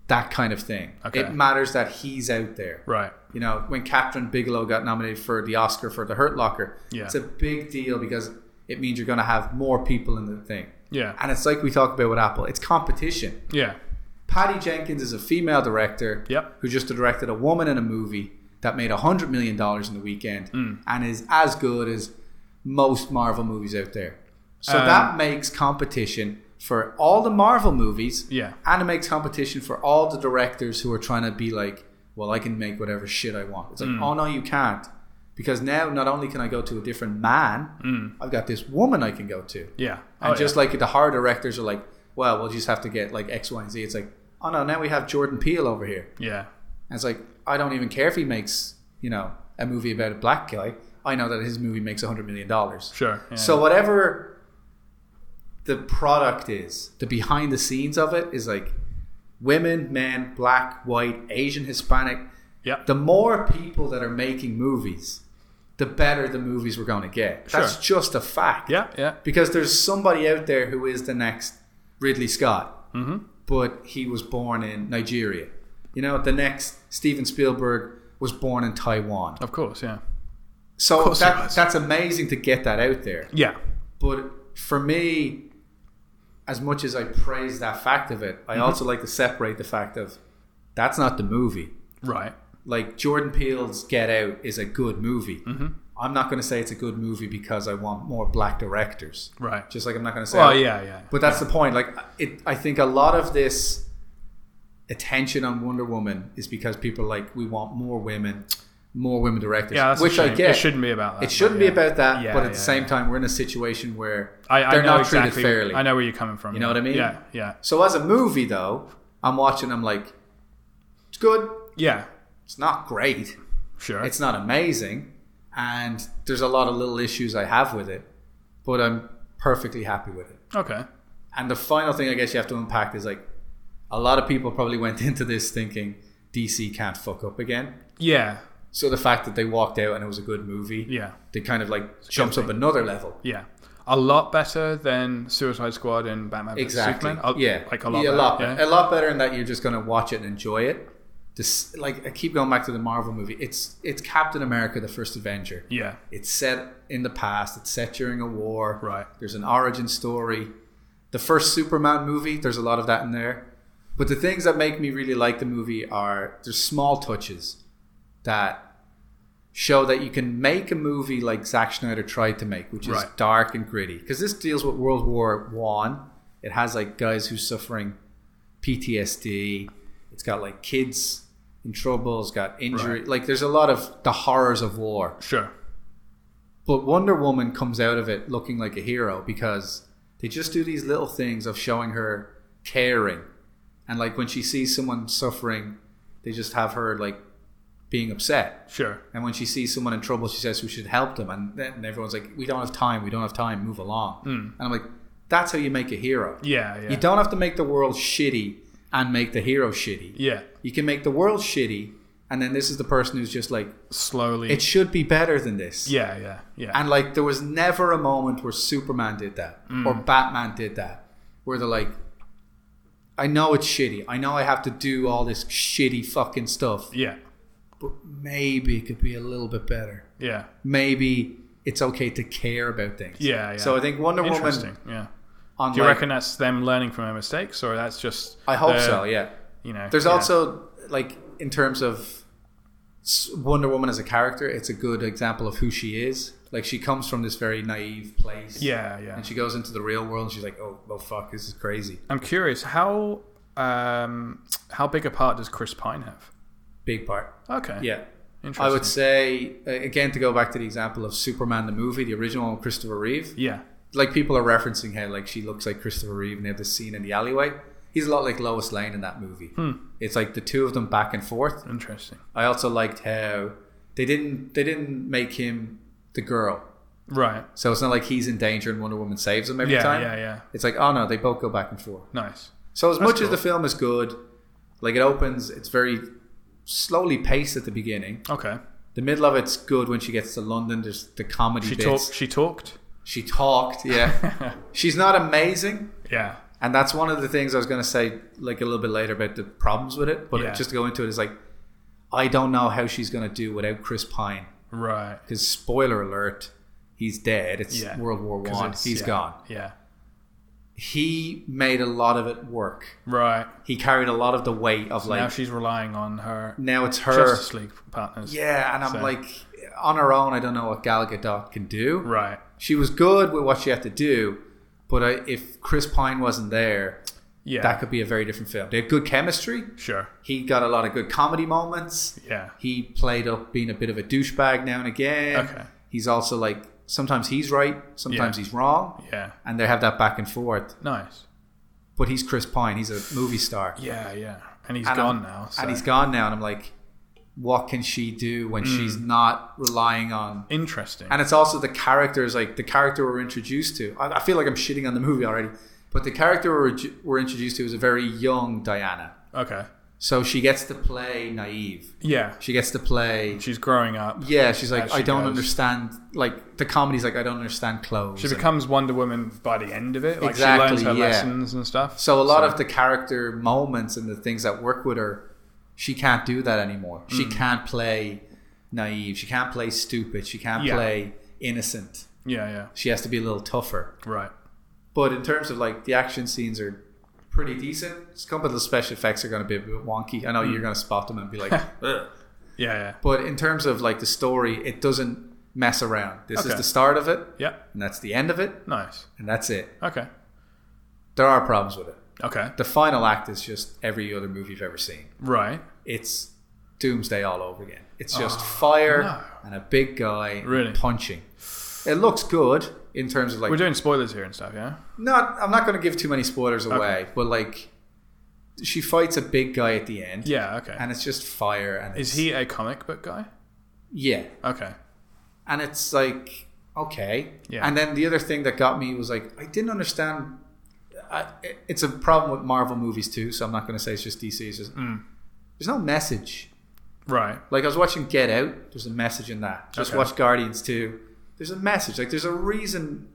that kind of thing.
Okay.
It matters that he's out there.
Right.
You know, when Catherine Bigelow got nominated for the Oscar for The Hurt Locker,
Yeah.
it's a big deal because it means you're going to have more people in the thing.
Yeah.
And it's like we talk about with Apple, it's competition.
Yeah.
Patty Jenkins is a female director
Yep.
who just directed a woman in a movie that made $100 million in the weekend
Mm.
and is as good as most Marvel movies out there. So
Um,
that makes competition for all the Marvel movies.
Yeah.
And it makes competition for all
Mm.
the directors who are trying to be like, well, I can make whatever shit I want. It's like, oh, no, you can't. because now not only can I go to a different man,
Mm.
I've got this woman I can go to.
Yeah.
And
Oh,
just
yeah.
like the horror directors are like, well, we'll just have to get like X, Y, and Z. It's like, oh no, now we have Jordan Peele over here.
yeah.
And it's like, I don't even care if he makes, you know, a movie about a black guy. I know that his movie makes a $100 million.
Sure. Yeah.
So whatever the product is, the behind the scenes of it is like women, men, black, white, Asian, Hispanic.
Yep.
The more people that are making movies, the better the movies we're going to get. That's
Sure.
just a fact.
yeah. Yeah.
Because there's somebody out there who is the next Ridley Scott,
Mhm.
but he was born in Nigeria. You know, the next Steven Spielberg was born in Taiwan.
Of course. Yeah.
So
course he
that,
was.
that's amazing to get that out there.
Yeah.
But for me, as much as I praise that fact of it, I
Mm-hmm.
also like to separate the fact of that's not the movie.
Right.
Like Jordan Peele's Get Out is a good movie.
Mm-hmm.
I'm not going to say it's a good movie because I want more black directors.
Right.
Just like I'm not going to say.
well, yeah. Yeah.
But that's the point. Like, it, I think a lot of this attention on Wonder Woman is because people are like we want more women, more women directors.
yeah. That's a
which I
shame.
get.
It shouldn't be about that.
It shouldn't
but yeah.
be about that,
Yeah,
but at
yeah,
the same
yeah.
time, we're in a situation where
I, I
they're
know
not
exactly,
treated fairly.
I know where you're coming from.
You know what I mean?
Yeah. Yeah.
So as a movie, though, I'm watching. I'm like, it's good.
Yeah.
It's not great.
Sure.
It's not amazing, and there's a lot of little issues I have with it, but I'm perfectly happy with it.
okay.
And the final thing I guess you have to unpack is like, a lot of people probably went [LAUGHS] into this thinking DC can't fuck up again.
Yeah.
So the fact that they walked out and it was a good movie,
Yeah.
they kind of like jumps up another level.
Yeah. A lot better than Suicide Squad and Batman vs
exactly.
Superman. A-
yeah,
Like a lot.
Yeah, a
better.
lot,
Yeah.
a lot better in that you're just going to watch it and enjoy it. This, like, I keep going back to the Marvel movie. It's it's Captain America: The First Avenger.
Yeah.
It's set in the past. It's set during a war.
Right.
There's an origin story. The first Superman movie. There's a lot of that in there. But the things that make me really like the movie are there's small touches that show that you can make a movie like Zack Snyder tried to make, which is
Right.
dark and gritty. Because this deals with World War One. It has like guys who's suffering PTSD. It's got like kids in trouble. It's got injury.
Right.
Like there's a lot of the horrors of war.
Sure.
But Wonder Woman comes out of it looking like a hero because they just do these little things of showing her caring. And like when she sees someone suffering, they just have her like being upset.
Sure.
And when she sees someone in trouble, she says we should help them. And then and everyone's like, we don't have time, we don't have time, move along. And I'm like, that's how you make a hero.
Hmm. Yeah. Yeah.
You don't have to make the world shitty and make the hero shitty.
yeah.
You can make the world shitty, and then this is the person who's just like,
Slowly.
it should be better than this.
yeah. Yeah. Yeah.
And like there was never a moment where Superman did that
Mm.
or Batman did that where they're like I know it's shitty. I know I have to do all this shitty fucking stuff,
yeah.
but maybe it could be a little bit better.
Yeah.
Maybe it's okay to care about things.
Yeah, yeah.
So I think Wonder
Interesting. Yeah.
Woman on
Do you
like-
reckon that's them learning from their mistakes, or that's just?
I hope
the-
so, yeah.
You know,
There's
yeah.
also like in terms of s- Wonder Woman as a character, it's a good example of who she is. Like she comes from this very naive place.
Yeah, yeah.
And she goes into the real world and she's like, oh, well, fuck, this is crazy.
I'm curious how um how big a part does Chris Pine have?
Big part.
Okay.
Yeah.
Interesting.
I would say, uh, again, to go back to the example of Superman the movie, the original one with Christopher Reeve,
Yeah.
like people are referencing how like she looks like Christopher Reeve and they have this scene in the alleyway. He's a lot like Lois Lane in that movie.
Hmm.
It's like the two of them back and forth.
Interesting.
I also liked how they didn't they didn't make him the girl.
Right.
So it's not like he's in danger and Wonder Woman saves him every
Yeah.
time.
Yeah. Yeah.
It's like, oh no, they both go back and forth.
Nice.
So as much
cool.
as the film is good, like it opens, it's very slowly paced at the beginning.
Okay.
The middle of it's good when she gets to London. There's the comedy
She
bits.
talked. She talked.
She talked,
[LAUGHS]
yeah. She's not amazing,
yeah.
and that's one of the things I was going to say like a little bit later about the problems with it. But
Yeah.
just to go into it is like, I don't know how she's going to do without Chris Pine
Right.
because spoiler alert, he's dead. It's
Yeah.
World War
'Cause
One.
it's-
He's
yeah.
gone.
Yeah.
He made a lot of it work.
Right.
He carried a lot of the weight of like
now
now,
she's relying on her,
it's her.
Justice League partners.
yeah, and I'm
So-
like on her own. I don't know what Gal Gadot can do.
Right.
She was good with what she had to do, but I, if Chris Pine wasn't there,
Yeah.
that could be a very different film. They had good chemistry.
Sure.
He got a lot of good comedy moments.
Yeah.
He played up being a bit of a douchebag now and again.
Okay.
He's also like sometimes he's right, sometimes
Yeah.
he's wrong,
Yeah.
and they have that back and forth.
Nice.
But he's Chris Pine. He's a movie star.
Yeah, yeah. And he's
And
gone
I'm-
now. So.
And he's gone now, and I'm like, what can she do
Hmm.
when she's not relying on?
interesting.
And it's also the characters, like the character we're introduced to. I, I feel like I'm shitting on the movie already, but the character we're, we're introduced to is a very young Diana.
okay.
So she gets to play naive.
Yeah.
She gets to play.
She's growing up.
Yeah, she's like,
As she
I don't
goes.
understand. Like the comedy's like, I don't understand clothes.
She
And-
becomes Wonder Woman by the end of it. Like
Exactly,
she learns her
yeah.
lessons and stuff.
So a lot of the character moments and the things that work with her, she can't do that anymore. She
Mm.
can't play naive. She can't play stupid. She can't
Yeah.
play innocent.
Yeah, yeah.
She has to be a little tougher.
Right.
But in terms of like the action scenes are pretty decent. Just a couple of the special effects are going to be a bit wonky. I know
Mm.
you're going to spot them and
[LAUGHS]
be like, "Ugh."
Yeah,
but in terms of like the story, it doesn't mess around. This is
Okay.
the start of it,
yeah. Yeah.
and that's the end of it,
Nice.
and that's it.
Okay.
There are problems with it.
Okay.
The final act is just every other movie you've ever seen.
Right.
it's doomsday all over again. It's just fire
Oh, no.
and a big guy
Really?
punching. It looks good in terms of like
We're doing spoilers here and stuff, yeah?
not I'm not going to give too many spoilers away, but like she fights a big guy at the end
Yeah, okay.
and it's just fire and
Is
it's-
he a comic book guy?
yeah.
Okay.
And it's like okay.
Yeah.
And then the other thing that got me was like I didn't understand I, it- it's a problem with Marvel movies too, so I'm not going to say it's just DC. It's just,
Mm.
There's no message.
Right.
Like I was watching Get Out, there's a message in that. Just
Okay.
watch Guardians 2. There's a message. Like there's a reason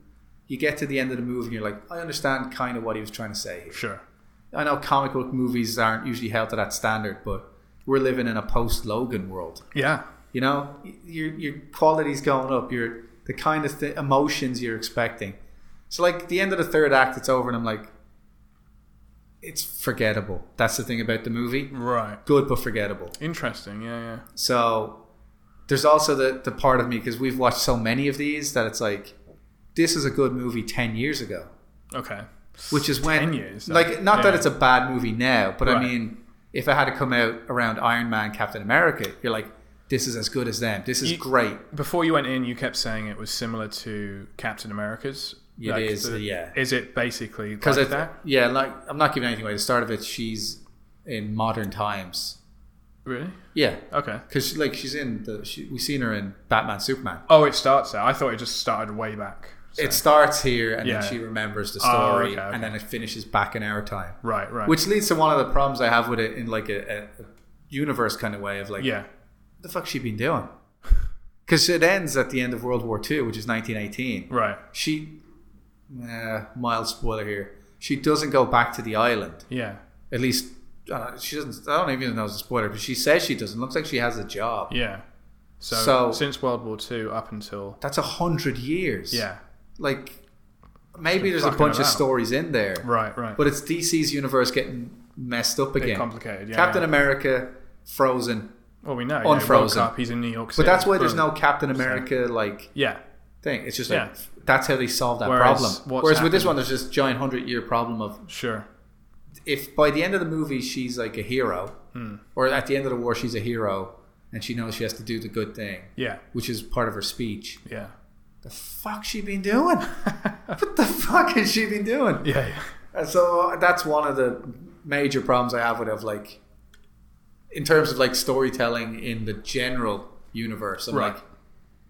you get to the end of the movie and you're like, I understand kind of what he was trying to say. here."
Sure.
I know comic book movies aren't usually held to that standard, but we're living in a post Logan world.
Yeah.
You know, Y- your your quality's going up. Your the kind of th- emotions you're expecting. So like the end of the third act, it's over, and I'm like, it's forgettable. That's the thing about the movie.
Right.
Good but forgettable.
Interesting. Yeah, yeah.
So there's also the the part of me because we've watched so many of these that it's like this is a good movie ten years ago,
Okay.
which is when
10 years, though.
like not that
Yeah.
it's a bad movie now, but
Right.
I mean if it had to come out around Iron Man, Captain America, you're like this is as good as them. This is
You-
great.
Before you went in, you kept saying it was similar to Captain America's.
It is, yeah.
Is it basically like
Because
that?
yeah, like I'm not giving anything away. The start of it, she's in modern times.
Really?
Yeah,
Okay.
because like she's in the she, we've seen her in Batman Superman.
Oh, it starts there. I thought it just started way back. So-
It starts here, and
Yeah.
then she remembers the
Oh,
story,
okay, okay.
and then it finishes back in our time.
right, right.
Which leads to one of the problems I have with it in like a, a, a universe kind of way of like,
yeah.
what the fuck she been doing? [LAUGHS] Because it ends at the end of World War II, which is 1918.
Right.
She, uh, mild spoiler here, she doesn't go back to the island.
Yeah.
At least uh, she doesn't. I don't even know if it's a spoiler, but she says she doesn't. Looks like she has a job.
Yeah. So,
So-
since World War II up until
That's a hundred years.
yeah.
like maybe there's a
fucking
bunch of
around.
stories in there.
Right. Right.
But it's DC's universe getting messed up
Bit
again.
complicated. Yeah.
Captain
yeah.
America, Frozen.
Well, we know. yeah,
Unfrozen.
World Cup, he's in New York City.
But that's why there's
Boom.
no Captain America like
Yeah.
thing. It's just like
Yeah.
that's how they solve that
Whereas
problem.
what's
Whereas with this
happened-
one, there's this giant hundred year problem of
Sure.
if by the end of the movie she's like a hero,
Hmm.
or at the end of the war she's a hero, and she knows she has to do the good thing,
Yeah. [LAUGHS]
which is part of her speech.
Yeah.
The fuck she been doing? [LAUGHS] what the fuck has she been doing?
Yeah. yeah.
And so that's one of the major problems I have with it, of like, in terms of like storytelling in the general universe. I'm
Right.
like,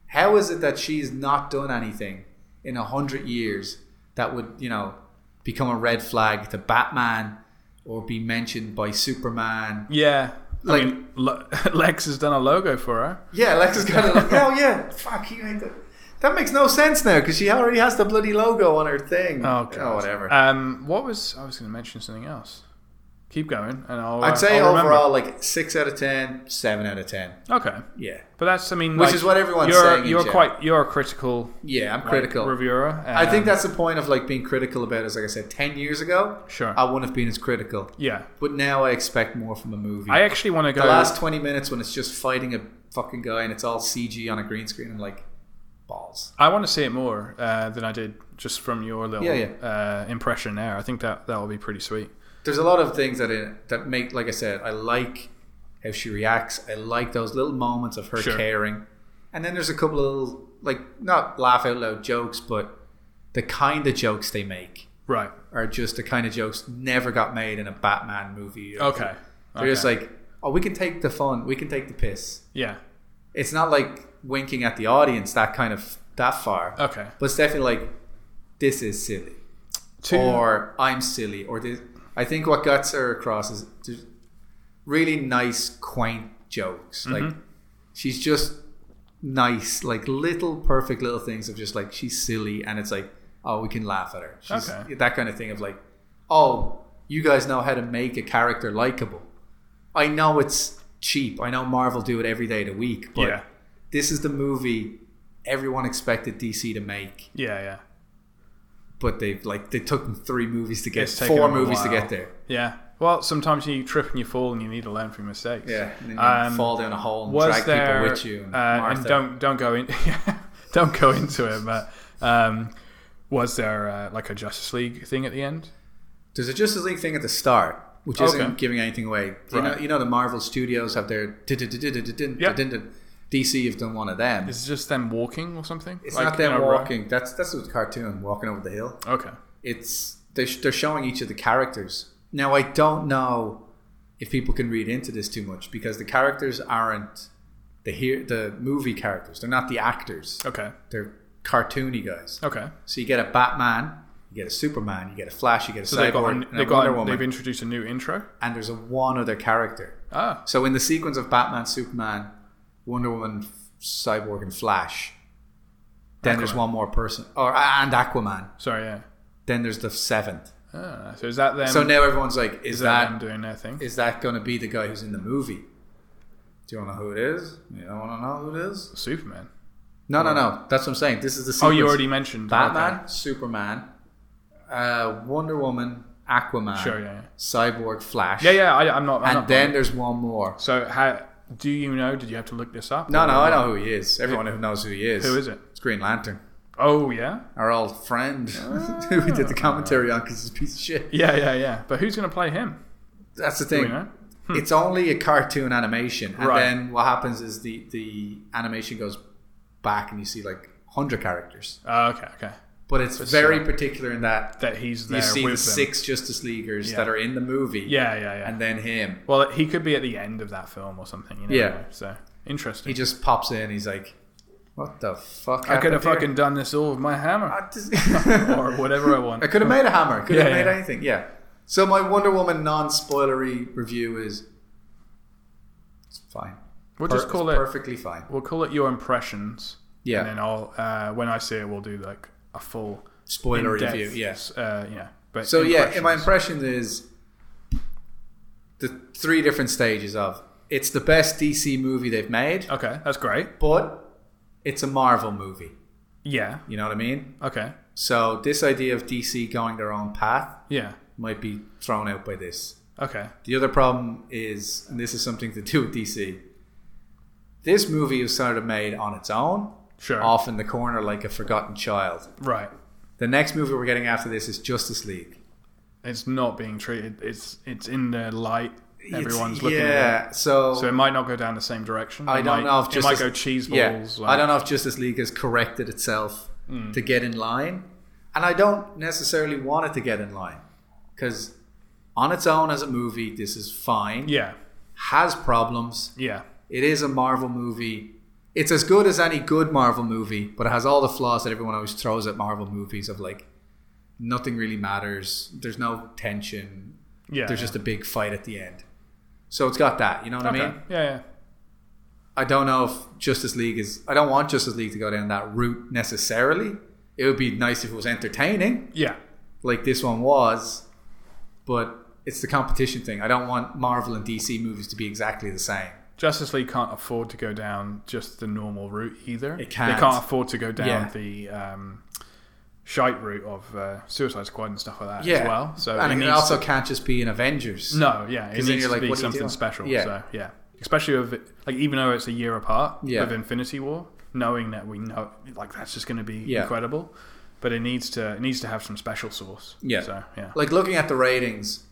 how is it that she's not done anything in a hundred years that would you know become a red flag to Batman or be mentioned by Superman?
Yeah.
Like-
I mean, Le- [LAUGHS] Lex has done a logo for her.
Yeah, Lex is kind of [LAUGHS] like, oh yeah, fuck you. Ain't that. that makes no sense now because she already has the bloody logo on her thing.
Oh, God.
whatever.
Um, what was I was going to mention something else? Keep going, and I'll. uh,
I'd say
I'll remember.
overall, like six out of ten, seven out of ten.
Okay,
Yeah.
but that's I mean,
Which
like,
is what everyone's
you're,
saying in
You're
general.
quite you're a critical
Yeah, I'm
like,
critical.
reviewer.
I
um,
think that's the point of like being critical about it. Is like I said, ten years ago,
sure.
I wouldn't have been as critical,
yeah,
but now I expect more from a movie.
I actually want to go.
the last twenty minutes when it's just fighting a fucking guy and it's all CG on a green screen and like balls.
I want to see it more uh, than I did just from your little
Yeah, yeah.
Uh, impression there. I think that that will be pretty sweet.
there's a lot of things that it, that make like I said, I like how she reacts. I like those little moments of her
Sure.
caring. And then there's a couple of little like not laugh out loud jokes, but the kind of jokes they make
Right.
are just the kind of jokes never got made in a Batman movie. or-
Okay.
They're just like, oh, we can take the fun, we can take the piss.
yeah.
It's not like winking at the audience that kind of that far.
Okay.
But it's definitely like, this is silly,
Two.
or I'm silly, or this. I think what got Sarah across is there's really nice, quaint jokes.
Mm-hmm.
Like she's just nice, like little perfect little things of just like she's silly, and it's like, oh, we can laugh at her. She's
Okay.
that kind of thing of like, oh, you guys know how to make a character likable. I know it's cheap. I know Marvel do it every day of the week, but
yeah.
this is the movie everyone expected DC to make
Yeah. Yeah.
but they've like they took them three movies to get
It's taken
four
them a
movies to
while.
get there.
Yeah. Well, sometimes you trip and you fall, and you need to learn from your mistakes.
and then you
Um,
fall down a hole and
was
drag
there
people with you.
uh, and
Martha.
don't don't go in [LAUGHS] don't go into it but um, was there uh, like a Justice League thing at the end
There's a Justice League thing at the start, which
Okay.
isn't giving anything away. You know,
Right.
you know the Marvel Studios have their
Yep.
DC have done one of them.
is it just them walking or something
It's
Like,
not them
in a row?
walking. That's that's the cartoon walking over the hill.
okay
It's they're, sh- they're showing each of the characters. Now I don't know if people can read into this too much because the characters aren't the here the movie characters. They're not the actors.
okay
they're cartoony guys.
okay
So you get a Batman, you get a Superman, you get a Flash, you get a
so they've
Cyborg,
got,
and
an,
a
they've,
Wonder
got
Woman,
they've introduced a new intro
and there's a one other character.
ah
So in the sequence of Batman, Superman, Wonder Woman, F- Cyborg, and Flash, then there's
Aquaman.
one more person, or and Aquaman.
sorry yeah
Then there's the seventh.
ah, so is that them
so now everyone's like, is
is that them
that
doing their thing
is that going to be the guy who's in the movie? Do you want to know who it is? You don't want to know who it is?
Superman
No, no, no. That's what I'm saying. This is the
oh
sequence.
you already mentioned
Batman,
okay.
Superman, uh, Wonder Woman, Aquaman,
sure yeah
Cyborg, Flash.
yeah yeah, yeah I, I'm not I'm
And
not
then there's one more.
so how do you know did you have to look this up
No, no, I know who he is. Everyone who knows who he is.
who is it
It's Green Lantern,
oh yeah
our old friend
Ah.
[LAUGHS] who we did the commentary on because he's a piece of shit.
yeah yeah yeah but who's gonna play him
That's the
do we
thing.
know
It's only a cartoon animation, and
Right.
then what happens is the the animation goes back, and you see like hundred characters.
Oh, okay, okay.
But it's very particular in that
That he's there
you see the
with them.
six Justice Leaguers that are in the movie,
Yeah, yeah, yeah.
and then him.
well, he could be at the end of that film or something. You know,
Yeah.
So
he
interesting.
just pops in. He's like, "What the fuck?
I could have
happened
fucking done this all with my hammer
here?"
[LAUGHS] or whatever I
[LAUGHS]
want.
I could have made a hammer. Could have
Yeah,
made
yeah.
anything. Yeah. So my Wonder Woman non-spoilery review is it's fine.
We'll
Per-
just call
it's
it.
perfectly fine.
We'll call it your impressions.
Yeah.
And then I'll uh, when I see it, we'll do like a full
Spoiler
in-depth,
review. Yeah.
Uh, yeah. But
So yeah,
impressions.
my impression is the three different stages of it's the best DC movie they've made,
okay, that's great.
but it's a Marvel movie.
Yeah.
You know what I mean?
Okay.
So this idea of DC going their own path
Yeah.
might be thrown out by this.
Okay.
The other problem is, and this is something to do with DC, this movie was sort of made on its own,
Sure.
off in the corner like a forgotten child.
Right.
The next movie we're getting after this is Justice League.
It's not being treated. It's it's in the light.
It's-
Everyone's looking
yeah,
at it.
so,
So it might not go down the same direction.
I
It
don't
might-
know if
it
Justice
might go cheese balls. Hmm.
Yeah, I don't know if Justice League has corrected itself to get in line, and I don't necessarily want it to get in line because on its own as a movie, this is fine.
Yeah,
Has problems.
yeah,
It is a Marvel movie. It's as good as any good Marvel movie, but it has all the flaws that everyone always throws at Marvel movies of like nothing really matters. There's no tension.
yeah.
There's just a big fight at the end. So it's got that, you know what
Okay.
I mean?
yeah, yeah.
I don't know if Justice League is I don't want Justice League to go down that route necessarily. It would be nice if it was entertaining,
Yeah,
like this one was, but it's the competition thing. I don't want Marvel and DC movies to be exactly the same.
Justice League can't afford to go down just the normal route either.
It can't.
They can't afford to go down
Yeah.
the um, shite route of uh, Suicide Squad and stuff like that
Yeah.
as well. So
and
it
it,
needs
also
to-
can't just be an Avengers.
no, yeah, it
then
needs
you're
to
like,
be
what do you
something
do?
special.
Yeah.
So yeah, especially with like even though it's a year apart
Yeah.
with Infinity War, knowing that we know like that's just going to be
Yeah.
incredible. But it needs to it needs to have some special sauce.
Yeah.
So yeah.
like looking at the ratings,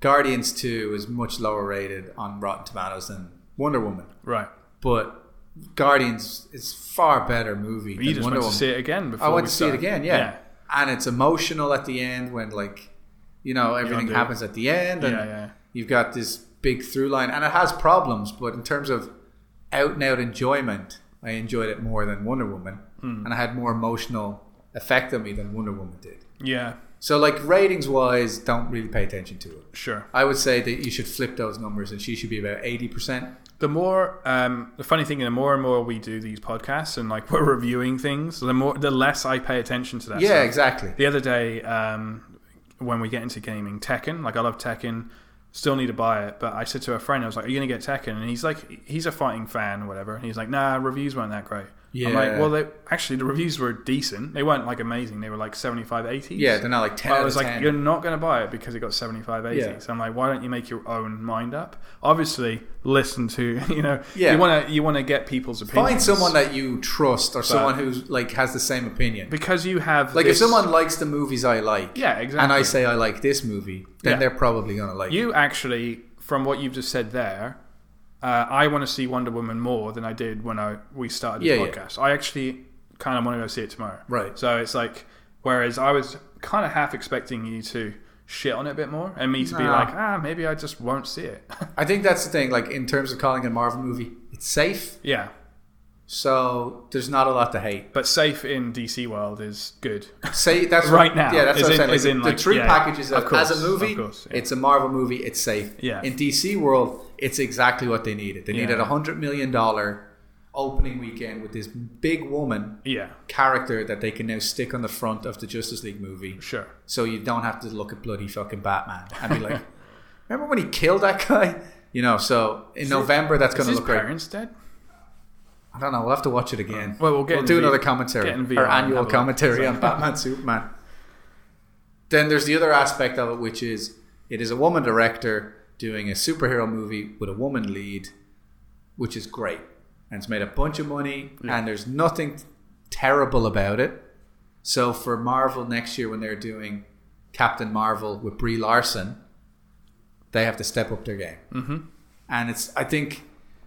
Guardians 2 is much lower rated on Rotten Tomatoes than Wonder Woman.
Right.
But Guardians is far better movie
You
than
just
Wonder
went
Woman.
to see it again before
I went
we
to see it
started.
again, yeah. And it's emotional at the end when like you know, everything
do it.
happens at the end
Yeah,
and
yeah. yeah.
you've got this big through line and it has problems, but in terms of out and out enjoyment, I enjoyed it more than Wonder Woman.
Hmm.
And I had more emotional effect on me than Wonder Woman did.
Yeah,
So like ratings wise, don't really pay attention to it.
sure.
I would say that you should flip those numbers and she should be about 80%.
The more, um, the funny thing, the more and more we do these podcasts and like [LAUGHS] we're reviewing things, the more, the less I pay attention to that.
Yeah,
stuff.
exactly.
The other day, um, when we get into gaming, Tekken, like I love Tekken, still need to buy it. But I said to a friend, I was like, "Are you gonna get Tekken?" And he's like, "He's a fighting fan, or whatever." And he's like, "Nah, reviews weren't that great." I'm like,
Yeah.
"Well, they actually the reviews were decent. They weren't like amazing. They were like 75, 80s.
Yeah, they're not like 10
But I
out
was
of
like,
10.
you're not going to buy it because it got 75, 80.
Yeah.
So I'm like, why don't you make your own mind up? Obviously, listen to [LAUGHS] you know,
Yeah.
you want to you want to get people's opinions.
Find someone that you trust or someone who's like has the same opinion.
because you have
Like
this-
if someone likes the movies I like,
yeah exactly
and I say I like this movie, then
Yeah.
they're probably gonna like it.
You actually, from what you've just said there, uh, I want to see Wonder Woman more than I did when I we started the
Yeah, yeah.
podcast. I actually kind of want to go see it tomorrow.
Right.
So it's like, whereas I was kind of half expecting you to shit on it a bit more and me to be
Nah.
like, ah, maybe I just won't see it. [LAUGHS]
I think that's the thing. Like in terms of calling it a Marvel movie, it's safe,
yeah.
so there's not a lot to hate.
But safe in DC world is good. [LAUGHS]
Say that's
Right
what,
now,
Yeah, that's
as
what
in-
I'm
as in,
saying. Like,
like,
the true
yeah,
package is
of
that
course,
as a movie,
of course, yeah.
it's a Marvel movie. It's safe.
Yeah.
In DC world, it's exactly what they needed. They
Yeah.
needed a hundred million dollar opening weekend with this big woman
yeah.
character that they can now stick on the front of the Justice League movie.
Sure.
so you don't have to look at bloody fucking Batman and be
[LAUGHS]
like, remember when he killed that guy? You know, so in November that's
Is
going to
his
look great.
parents dead?
I don't know. We'll have to watch it again.
Oh. Well, we'll get in
do
V-
another
get
commentary,
in VR
our
and have
annual
a look. [LAUGHS]
commentary on Batman Superman. Then there's the other aspect of it, which is it is a woman director doing a superhero movie with a woman lead, which is great, and it's made a bunch of money, and there's nothing terrible about it. So for Marvel next year, when they're doing Captain Marvel with Brie Larson, they have to step up their game. Mm-hmm. And it's, I think,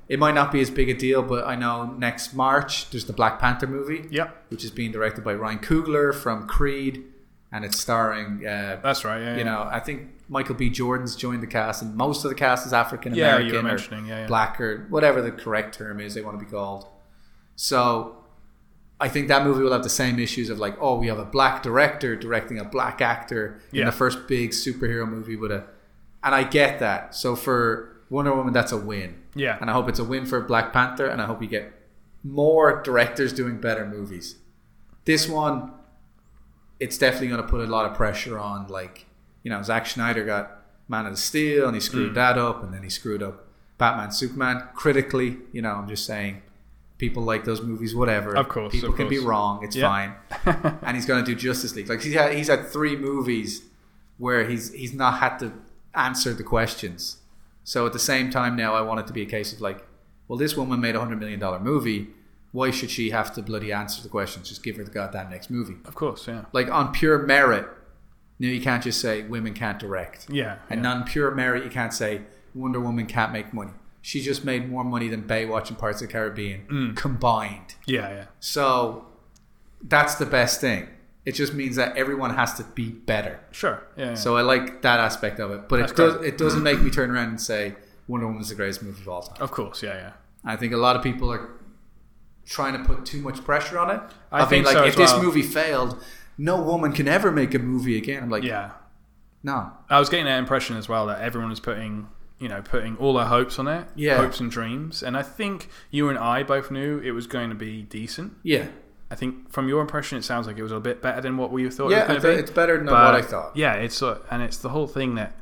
it might not be as big a deal, but I know next March there's the Black Panther movie,
Yep.
which is being directed by Ryan Coogler from Creed, and it's starring, uh,
That's right. Yeah.
you know, I think Michael B. Jordan's joined the cast, and most of the cast is African
Yeah,
American
you were
or
mentioning. Yeah. yeah.
black or whatever the correct term is they want to be called. So I think that movie will have the same issues of like, oh, we have a black director directing a black actor
Yeah.
in the first big superhero movie with a and I get that. So for Wonder Woman that's a win.
Yeah.
And I hope it's a win for Black Panther and I hope we get more directors doing better movies. This one it's definitely going to put a lot of pressure on like you know Zack Schneider got Man of the Steel and he
Mm.
screwed that up and then he screwed up Batman Superman critically you know I'm just saying people like those movies whatever
Of course,
people
of
can be
course.
wrong it's
Yeah. [LAUGHS]
fine and he's going to do Justice League like he's had, he's had three movies where he's he's not had to answer the questions so at the same time now I want it to be a case of like well this woman made a 100 million dollar movie why should she have to bloody answer the questions just give her the goddamn next movie
Of course. Yeah.
like on pure merit. No, you can't just say women can't direct,
Yeah.
and
yeah.
on pure merit, you can't say Wonder Woman can't make money. She just made more money than Baywatch and Parts of the Caribbean combined.
Yeah. Yeah.
So that's the best thing. It just means that everyone has to be better.
Sure. Yeah. yeah.
So I like that aspect of it, but
That's
it does it doesn't make me turn around and say Wonder Woman's the greatest movie of all time.
of course. Yeah. Yeah.
I think a lot of people are trying to put too much pressure on it.
I
I,
think
think, like
so as
if this
well.
movie failed, no woman can ever make a movie again. I'm like,
Yeah.
no,
I was getting that impression as well that everyone was putting, you know, putting all their hopes on it,
Yeah.
hopes and dreams. And I think you and I both knew it was going to be decent.
yeah,
I think from your impression, it sounds like it was a bit better than what we thought
yeah.
it
I
was
think
going to
it's
be.
better than
But,
what I thought.
Yeah, it's uh, and it's the whole thing that.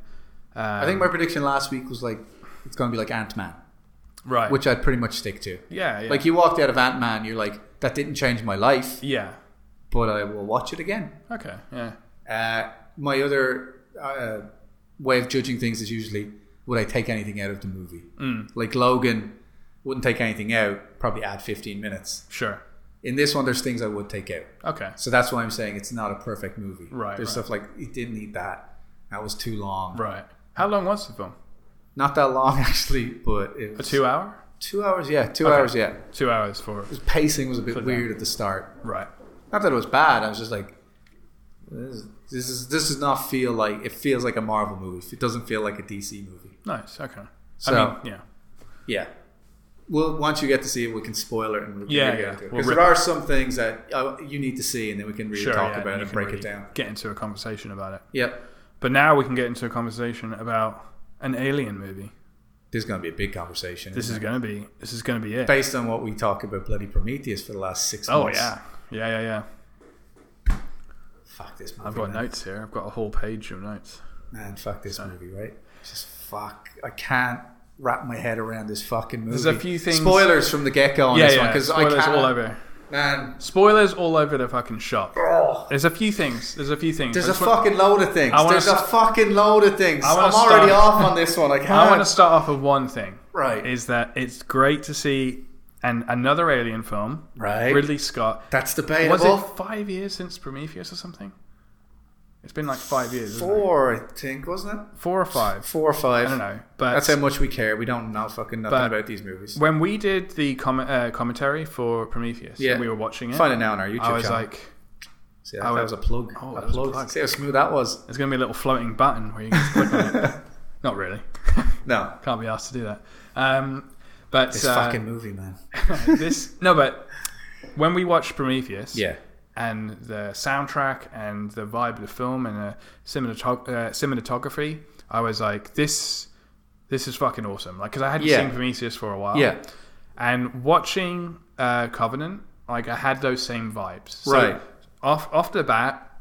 Um,
I think my prediction last week was like it's going to be like Ant Man,
um, right.
which I'd pretty much stick to.
yeah, yeah,
Like you walked out of Ant Man, you're like that didn't change my life,
yeah.
but I will watch it again.
Okay. Yeah.
Uh, my other uh, way of judging things is usually would I take anything out of the movie? Mm. Like Logan wouldn't take anything out, probably add 15 minutes.
Sure.
In this one, there's things I would take out.
Okay.
So that's why I'm saying it's not a perfect movie.
Right,
There's
right.
stuff like it didn't need that. That was too long.
Right. How long was the film?
Not that long [LAUGHS] actually, but it
A
was
two hour?
two hours. Yeah, two hours. Yeah,
Two hours for
His pacing was a
For
bit
that.
weird at the start.
right.
Not that it was bad. I was just like, this is, this is this does not feel like it feels like a Marvel movie. It doesn't feel like a DC movie.
Nice. Okay.
So-
I mean, yeah.
Yeah. Well, once you get to see it, we can spoil it and we'll
Yeah,
really
yeah.
Because
We'll rip
there are some things that uh, you need to see, and then we can really
Sure.
talk
yeah,
about
you
it and
can
break
really
it down.
Get into a conversation about it.
Yep.
But now we can get into a conversation about an alien movie.
There's going to be a big conversation.
This is gonna be this is gonna be it.
based on what we talk about bloody Prometheus for the last six
Oh
months.
yeah. Yeah, yeah, yeah.
Fuck this movie.
I've got
man.
notes here. I've got a whole page of notes.
Man, fuck this movie, right? Just fuck. I can't wrap my head around this fucking movie.
There's a few things-
Spoilers from the get go on
yeah,
this
yeah.
one because I
Spoilers
can't.
all over.
Man,
Spoilers all over the fucking shop.
oh,
There's a few things. There's a few things.
there's
I
a
just want-
fucking load of things.
I wanna
There's a
st-
fucking load of things.
I wanna
I'm already
start-
off on this one. I
[LAUGHS]
can't.
I want to start off with one thing.
Right.
Is that it's great to see an another alien film.
Right.
Ridley Scott.
That's
Was
debatable.
it five years since Prometheus or something? It's been like five years. isn't it?
Four, I think, wasn't it?
Four or five.
Four or five.
I don't know. But
That's how much we care. We don't know fucking nothing
But-
about these movies.
when we did the com- uh, commentary for Prometheus,
Yeah.
we were watching it.
Find it now on our YouTube
I was
channel.
like,
See, that,
I
that
was-
was a plug.
Oh,
a
that was a
plug.
plug.
See how smooth that was.
there's going to be a little floating button where you can click on
[LAUGHS]
it. Not really.
No,
Can't be asked to do that. Um, but
this
uh,
fucking movie, man.
[LAUGHS] this no, but when we watched Prometheus,
Yeah,
and the soundtrack and the vibe of the film and the cinematog- uh, cinematography, I was like, this, this is fucking awesome. Like, because I hadn't
Yeah.
seen Prometheus for a while.
Yeah.
And watching uh, Covenant, like I had those same vibes. So
Right.
Off off the bat,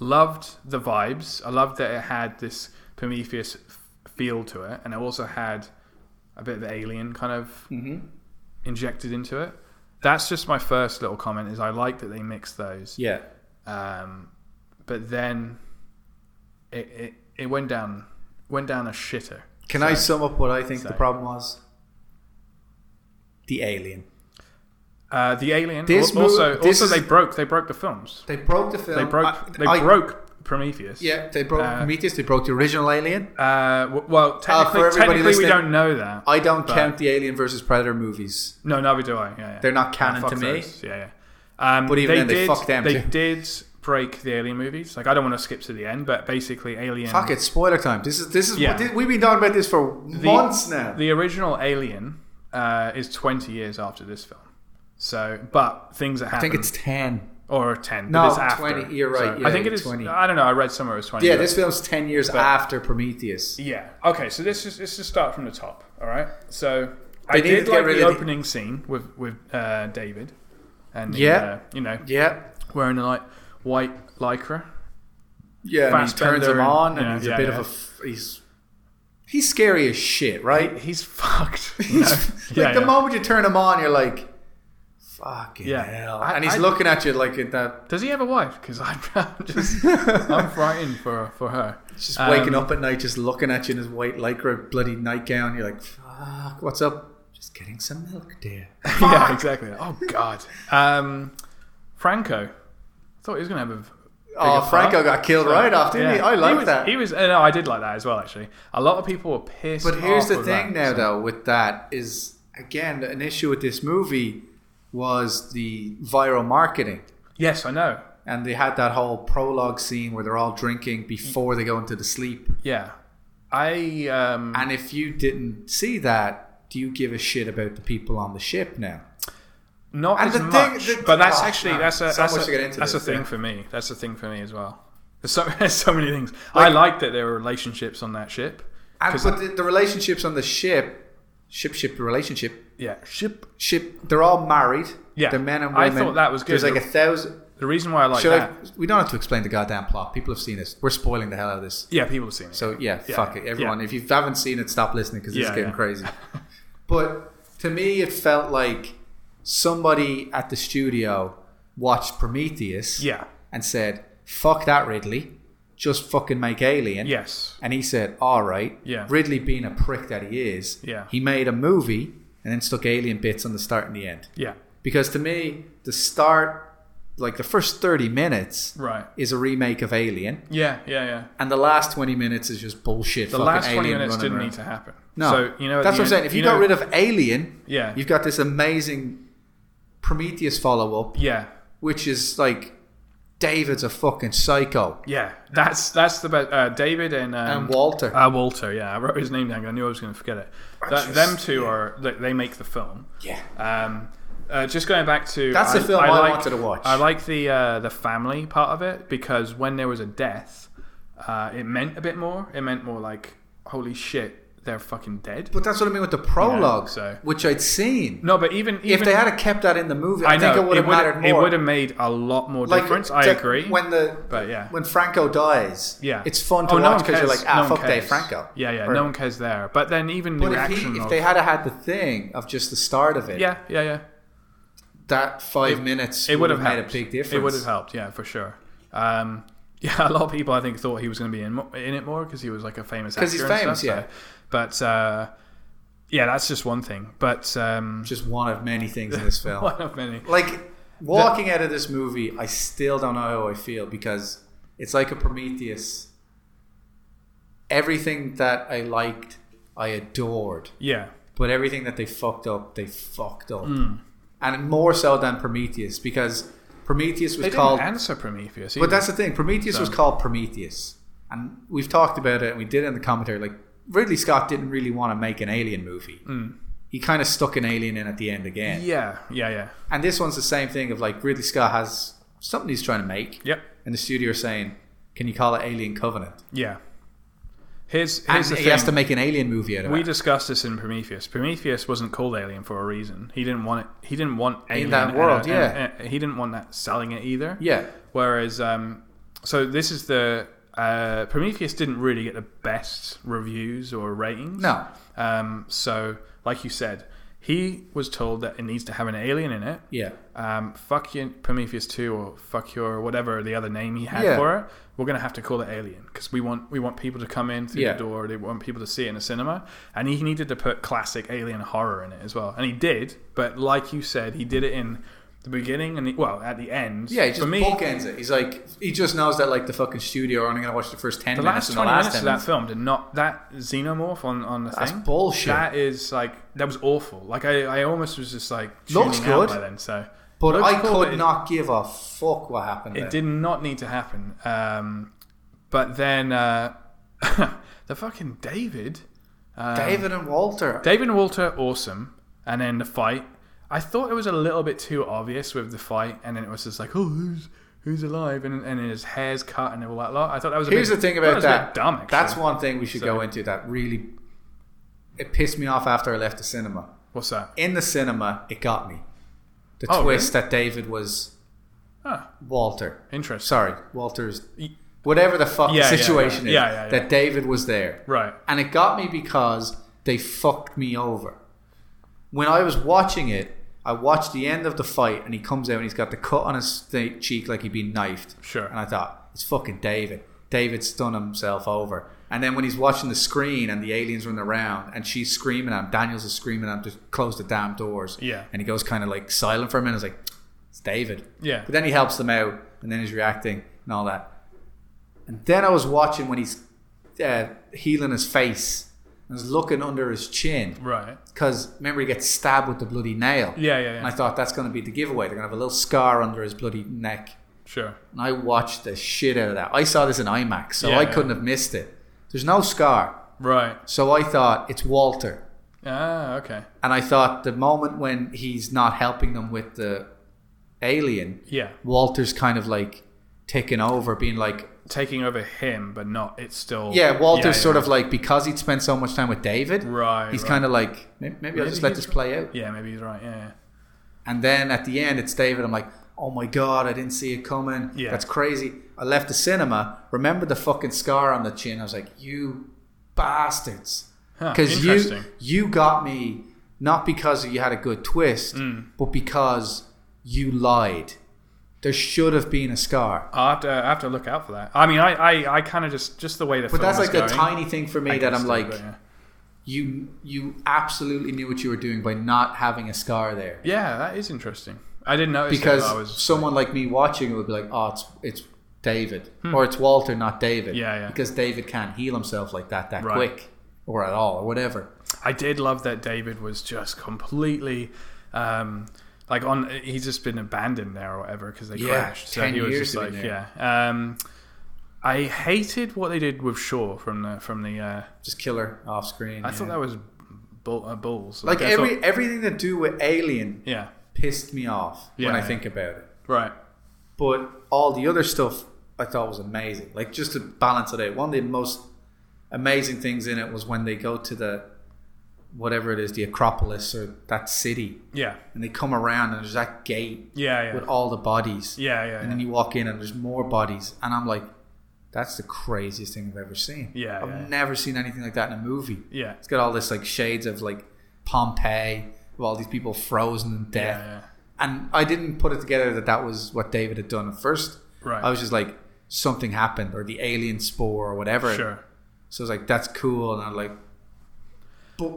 loved the vibes. I loved that it had this Prometheus f- feel to it, and it also had a bit of alien kind of
Mm-hmm.
injected into it. That's just my first little comment. Is I like that they mixed those,
yeah.
um, but then it, it it went down went down a shitter.
Can I sum up what I think
Sorry.
the problem was? The alien.
Uh, the alien.
This
al- also,
mov- this
also
is-
they broke they broke the films.
They broke the film.
They broke
I-
they
I-
broke Prometheus.
Yeah, they broke
Uh,
Prometheus. They broke the original Alien.
Uh, w- well, technically,
everybody
technically we
listening-
don't know that.
I don't
but-
count the Alien versus Predator movies.
No, neither do I. Yeah, yeah.
They're not canon
Ah, Fuck
to me.
those. Yeah, yeah. Um,
But even
they
then, they
did,
fucked them
They
too.
did break the Alien movies. Like, I don't want to skip to the end, but basically, Alien.
Fuck it, spoiler time. This is this is
Yeah.
this- we've been talking about this for
The-
months now.
The original Alien uh, is 20 years after this film. So, but things that
I
happen,
think it's ten.
or 10.
No,
but it's after.
20, you're right,
So,
yeah,
I think it is.
20.
I don't know. I read somewhere it was 20.
Yeah,
but-
this film's ten years after Prometheus.
Yeah. Okay. So this is let's just start from the top. All right. So I
They need to
did
get
like
rid
the
of the-
opening scene with with uh, David, and the,
Yeah.
uh, you know,
Yeah,
wearing a like white lycra.
yeah. And he turns
Fassbender
him on, and
and-
he's
yeah,
a bit
yeah.
of a f- he's he's scary as shit, right?
He's fucked. you know?
[LAUGHS] He's-
[LAUGHS] yeah,
like the
yeah.
moment you turn him on, you're like, "Fucking
Yeah.
hell!"
I-
and he's
I-
looking at you like at that,
Does he have a wife? Because I'm [LAUGHS] I'm just [LAUGHS] I'm frightened for for her.
just waking
Um,
up at night, just looking at you in his white lycra bloody nightgown. You're like, "Fuck, what's up?" Just getting some milk, dear. [LAUGHS]
[LAUGHS] yeah, exactly. Oh God. Um, Franco. Thought he was gonna have a.
oh,
bigger
Franco
part.
got killed right off, didn't he?
Yeah.
I like
was,
that.
He was. uh, No, I did like that as well. Actually, a lot of people were pissed.
But here's
off
the
with
thing
that,
now,
so-
though, with that is again an issue with this movie was the viral marketing.
Yes, I know.
And they had that whole prologue scene where they're all drinking before they go into the sleep.
Yeah, I. Um,
And if you didn't see that, do you give a shit about the people on the ship now?
Not
And
as
the thing-
much,
the-
but that's
oh,
actually
man,
that's a
so
that's,
much
a,
to get into
that's
this,
a thing
yeah.
for me. That's a thing for me as well. There's so [LAUGHS] there's so many things. I like that there were relationships on that ship.
And
'Cause-
but the, the relationships on the ship, ship ship relationship,
yeah, ship.
ship, they're all married.
Yeah.
they're men and
I
women.
thought that was good.
There's like a thousand.
The reason why I like
Should
that.
I, we don't have to explain the goddamn plot. People have seen this. We're spoiling the hell out of this.
yeah, people have seen it.
So yeah,
Yeah.
fuck it, everyone.
Yeah.
If you haven't seen it, stop listening because it's
Yeah,
getting
yeah.
crazy. [LAUGHS] but to me, it felt like somebody at the studio watched Prometheus.
yeah.
and said, "Fuck that, Ridley. Just fucking make Alien."
Yes.
And he said, "All right."
Yeah.
Ridley, being a prick that he is,
Yeah.
he made a movie and then stuck Alien bits on the start and the end.
Yeah.
Because to me, the start like the first 30 minutes
Right.
is a remake of Alien,
Yeah, yeah, yeah.
and the last 20 minutes is just bullshit.
The last 20 minutes didn't need to happen.
No,
So, you know, at
that's
the
what I'm saying.
end-
If you,
know-
got rid of Alien,
Yeah.
you've got this amazing Prometheus follow up,
Yeah.
which is like David's a fucking psycho,
Yeah. That's that's the best. Uh, David and. Um,
and Walter.
uh, Walter, yeah, I wrote his name down. 'cause I knew I was going to forget it. That,
just-
them two are they, they make the film.
yeah,
Um, uh, just going back to
That's the film I wanted to watch.
I like the uh, the family part of it because when there was a death, uh, it meant a bit more. It meant more like holy shit, they're fucking dead.
but that's what I mean with the prologue,
so-
which I'd seen.
No, but even, even
if they had kept that in the movie, I, think it would have
would've-
mattered more.
It would have made a lot more
Like,
difference. I
to-
agree.
When the
but yeah,
when Franco dies,
yeah,
it's fun to
Oh, no
watch
one
because you're
cares.
like, ah,
No one
fuck Dave
cares.
Franco.
Yeah, yeah,
Or-
no one cares there. But then even the
But if,
reaction,
he, if
of-
they had had the thing of just the start of it,
yeah, yeah, yeah.
that five minutes
it would have
made a
helped.
big difference.
It would have helped, yeah, for sure. Um, [LAUGHS] yeah, a lot of people I think thought he was going to be in mo- in it more because he was like a famous actor.
'Cause he's
and stuff,
famous, yeah.
so- But uh, yeah, that's just one thing. But um, [LAUGHS]
Just one of many things in this film.
one of many.
like walking out of this movie, I still don't know how I feel because it's like a Prometheus. Everything that I liked, I adored.
Yeah,
but everything that they fucked up, they fucked up,
Hmm.
and more so than Prometheus because Prometheus was
they
called.
didn't answer Prometheus.
But that's the thing, Prometheus was called Prometheus, and we've talked about it, and we did it in the commentary. Like Ridley Scott didn't really want to make an Alien movie.
Hmm.
He kind of stuck an Alien in at the end again,
yeah, yeah, yeah,
and this one's the same thing of like Ridley Scott has something he's trying to make,
yep,
and the studio are saying, "Can you call it Alien Covenant?"
yeah. Here's
And
here's
he
the
has
thing.
to make an Alien movie out of
we
it.
discussed this in Prometheus. Prometheus wasn't called Alien for a reason. He didn't want it. He didn't want Alien
that
and-
world,
and-
yeah.
and he didn't want that selling it either.
Yeah,
Whereas, um, so this is the uh, Prometheus didn't really get the best reviews or ratings.
No.
Um, so, like you said, he was told that it needs to have an alien in it.
yeah.
Um, fuck you, Prometheus two, or fuck your whatever the other name he had
Yeah.
for it. We're gonna have to call it Alien because we want we want people to come in through
Yeah.
the door. They want people to see it in a cinema, and he needed to put classic Alien horror in it as well. And he did, but like you said, he did it in the beginning and the, well at the end.
Yeah, he just
for me,
bookends it. He's like, he just knows that like the fucking studio are only going to watch the first ten
the last
minutes and the
twenty
last
minutes
ten
of
minutes.
that film did not that xenomorph on on the
That's
thing.
bullshit.
That is like that was awful. Like I, I almost was just like tuning
Looks
out
good.
by then. So,
but
Looks
I
cool,
could
it-
not give a fuck what happened. there.
It did not need to happen. Um, but then uh, [LAUGHS] the fucking David, um,
David and Walter.
David and Walter, awesome. And then the fight. I thought it was a little bit too obvious with the fight, and then it was just like, oh, who's who's alive, and and his hair's cut and all that lot. I thought that was. A
Here's
bit,
the thing
I thought
about
was a bit
that.
dumb. Actually.
That's one thing we should go into that really. It pissed me off after I left the cinema.
what's that?
In the cinema, it got me. The
Oh,
twist that David was
Ah,
Walter.
interesting.
Sorry, Walter's whatever the fuck
Yeah, yeah,
the situation
yeah.
is.
Yeah, yeah, yeah.
That David was there.
Right.
And it got me because they fucked me over. When I was watching it, I watched the end of the fight and he comes out and he's got the cut on his th- cheek like he'd been knifed.
Sure.
And I thought, it's fucking David. David's done himself over. And then when he's watching the screen and the aliens run around and she's screaming at him, Daniels is screaming at him to close the damn doors.
Yeah.
And he goes kind of like silent for a minute. I was like, it's David.
Yeah.
But then he helps them out and then he's reacting and all that. And then I was watching when he's uh, healing his face. I was looking under his chin
Right.
because remember he gets stabbed with the bloody nail.
Yeah, yeah,
And
yeah.
I thought that's going to be the giveaway. They're going to have a little scar under his bloody neck.
sure.
And I watched the shit out of that. I saw this in IMAX, so
Yeah,
I
yeah.
couldn't have missed it. There's no scar.
Right.
So I thought it's Walter.
Ah, okay.
And I thought the moment when he's not helping them with the alien,
Yeah.
Walter's kind of like taking over, being like,
Taking over him, but not, it's still.
yeah, Walter's sort of like, because he'd spent so much time with David,
Right.
he's
right.
kind of like, maybe, maybe I'll
Maybe
just let
he's-
this play out.
Yeah, maybe he's right. Yeah. yeah.
And then at the end, it's David. I'm like, oh my God, I didn't see it coming.
Yeah.
That's crazy. I left the cinema, remember the fucking scar on the chin. I was like, you bastards.
Huh,
Because you,
interesting.
you got me not because you had a good twist,
Mm.
but because you lied. There should have been a scar.
I have to, I have to look out for that. I mean, I, I, I kind of just, just the way the.
But that's like
going,
the tiny thing for me
I
that
can
I'm
see,
like,
but yeah.
you you absolutely knew what you were doing by not having a scar there.
Yeah, that is interesting. I didn't notice
because
that. I was
someone like me watching it would be like, oh, it's it's David or it's Walter, not David.
Hmm. Yeah, yeah.
Because David can't heal himself like that that
Right.
quick or at all or whatever.
I did love that David was just completely, um, like on. He's just been abandoned there or whatever because they
Yeah,
crashed. So
10
he was
years
just
he'd
like,
been
yeah.
there.
Um, I hated what they did with Shaw from the from the. Uh,
Just kill her off screen.
I thought that was bull, uh, bulls.
like
I thought-
every everything to do with Alien
yeah,
pissed me off
Yeah,
when I
yeah.
think about it.
right.
But all the other stuff I thought was amazing. Like just to balance it out, one of the most amazing things in it was when they go to the whatever it is, the Acropolis or that city,
Yeah,
and they come around and there's that gate
yeah, yeah,
with all the bodies.
yeah, yeah,
And
yeah.
then you walk in and there's more bodies, and I'm like, that's the craziest thing I've ever seen.
Yeah,
I've
yeah.
never seen anything like that in a movie.
yeah.
It's got all this like shades of like Pompeii, with all these people frozen in
Yeah,
death.
yeah.
And I didn't put it together that that was what David had done at first.
Right.
I was just like, something happened, or the alien spore, or whatever.
Sure.
So I was like, that's cool. And I'm like, but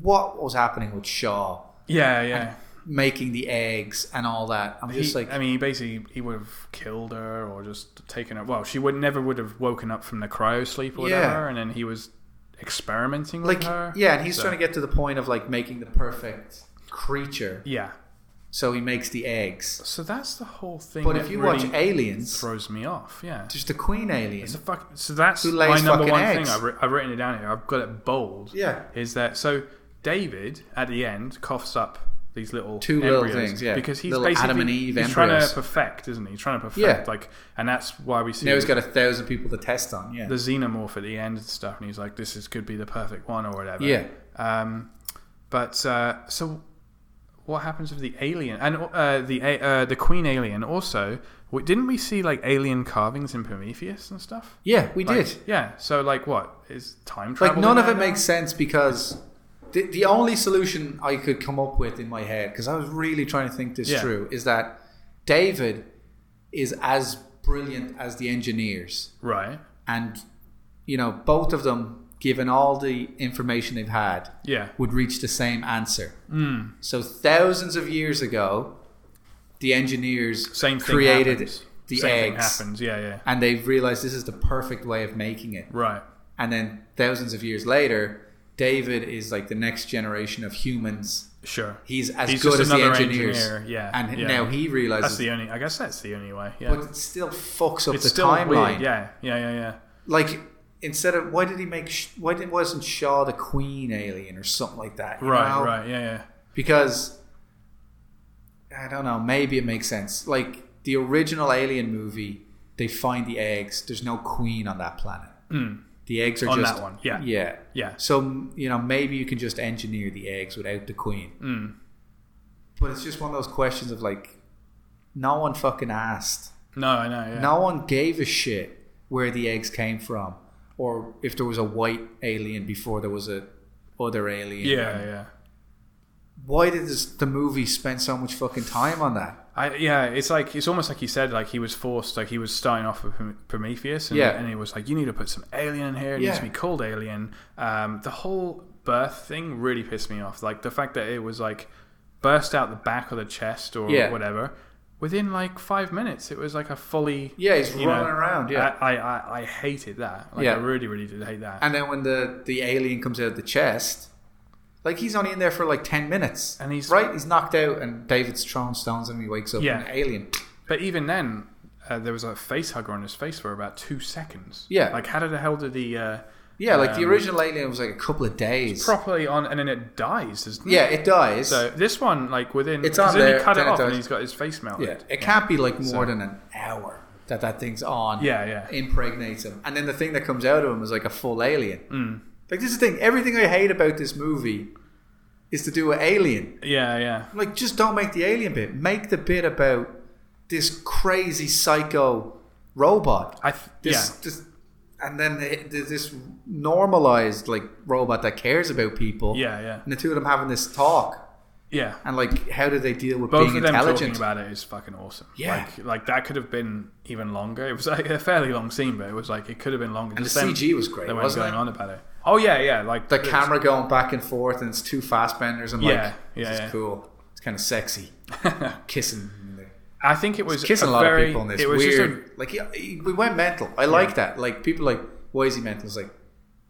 what was happening with Shaw
Yeah, yeah.
making the eggs and all that? I'm
He,
just like,
I mean, he basically he would have killed her or just taken her. Well, she would never would have woken up from the cryo sleep or
Yeah.
whatever, and then he was experimenting
like,
with her.
yeah. And he's
So-
trying to get to the point of like making the perfect creature.
yeah.
So he makes the eggs.
So that's the whole thing.
But
that
if you
really
watch Aliens,
throws me off. Yeah,
there's the Queen alien.
it's a fuck. So that's
Who
my
lays
number
fucking
one
eggs?
thing. I've, wri- I've written it down here. I've got it bold.
Yeah.
is that so? David at the end coughs up these little
Two little
embryos
things, yeah.
because he's
Little
basically
Adam and Eve
he's trying to
embryos.
perfect, isn't he? He's trying to perfect,
Yeah.
like, and that's why we see
Now he's got a thousand people to test on. Yeah.
the xenomorph at the end and stuff, and he's like, "This is could be the perfect one or whatever."
Yeah.
Um, but uh, so, what happens with the alien and uh, the a- uh, the queen alien? Also, w- didn't we see like alien carvings in Prometheus and stuff?
Yeah, we
Like,
did.
Yeah. So like, what is time travel?
Like none
in
of
there
it
now?
makes sense because the, the only solution I could come up with in my head, because I was really trying to think this
Yeah.
through, is that David is as brilliant as the engineers,
right.
and you know both of them, given all the information they've had,
Yeah. Hmm.
would reach the same answer. So thousands of years ago, the engineers
Same thing
created
happens.
the
Same thing
eggs,
happens. Yeah. Yeah.
and they've realized this is the perfect way of making it.
Right.
And then thousands of years later, David is like the next generation of humans.
Sure.
He's as
He's
good
just
as the
another
engineers.
engineer, yeah,
And
yeah.
now he
that's
realizes,
the only. I guess that's the only way. Yeah.
but it still fucks up
it's
the
still
timeline.
weird. Yeah. Yeah. Yeah. Yeah.
Like instead of why did he make Sh- why did, wasn't Shaw the queen alien or something like that? you
Right.
know?
Right. Yeah. Yeah.
Because I don't know. Maybe it makes sense. Like the original Alien movie, they find the eggs. There's no queen on that planet. The eggs are
Hmm. On
just
that one, yeah.
yeah,
Yeah.
So you know, maybe you can just engineer the eggs without the queen.
Hmm.
But it's just one of those questions of like, no one fucking asked.
No. I know. Yeah.
No one gave a shit where the eggs came from, or if there was a white alien before there was a other alien.
Yeah. Yeah.
Why did this, the movie spend so much fucking time on that?
I, yeah, it's like it's almost like he said like he was forced like he was starting off with Prom- Prometheus and,
Yeah.
and he was like you need to put some alien in here it needs to be
Yeah.
called alien. Um, the whole birth thing really pissed me off. Like the fact that it was like burst out the back of the chest or
Yeah.
whatever within like five minutes. It was like a fully
Yeah, he's
you
running around, yeah.
I, I, I, I hated that. Like,
Yeah.
I really really did hate that. And,
And then when the the alien comes out of the chest, like he's only in there for like ten minutes,
And he's-
right. He's knocked out, and David's thrown stones, and he wakes up
Yeah.
an alien.
but even then, uh, there was a face hugger on his face for about two seconds.
Yeah.
like how the hell did the uh,
Yeah, like the
Um,
original Alien was like a couple of days.
properly on and then it dies? Doesn't it?
yeah, it dies.
So this one, like within,
It's
it's on
on there,
He cut it
then it
off, and
dies.
he's got his face melted.
yeah, it can't be like more
So-
than an hour that that thing's on.
Yeah, yeah.
impregnates him, and then the thing that comes out of him is like a full alien.
Mm.
Like this is the thing. Everything I hate about this movie is to do with Alien.
yeah, yeah,
I'm like, just don't make the Alien bit. Make the bit about this crazy psycho robot.
I th-
this, this and then it- there's this normalized like robot that cares about people.
yeah, yeah, yeah,
and the two of them having this talk
yeah.
and like how do they deal with
Both
being
of them talking
intelligent?
about it is fucking awesome.
Yeah.
like, like that could have been even longer. It was like a fairly long scene, but it was like it could have been longer.
and the
Just them-
CG was great,
They weren't
wasn't
going
it?
on about it. Oh yeah, yeah. Like
The
it's-
camera going back and forth, and it's two fast benders. I'm
Yeah,
like,
yeah,
this
yeah.
is cool. It's kind of sexy, kissing.
[LAUGHS] I think it was
Kissing a, lot
very,
of people in this
it was
weird.
Just
like he, he- we went mental. I like that. Like people are like, why is he mental? It's like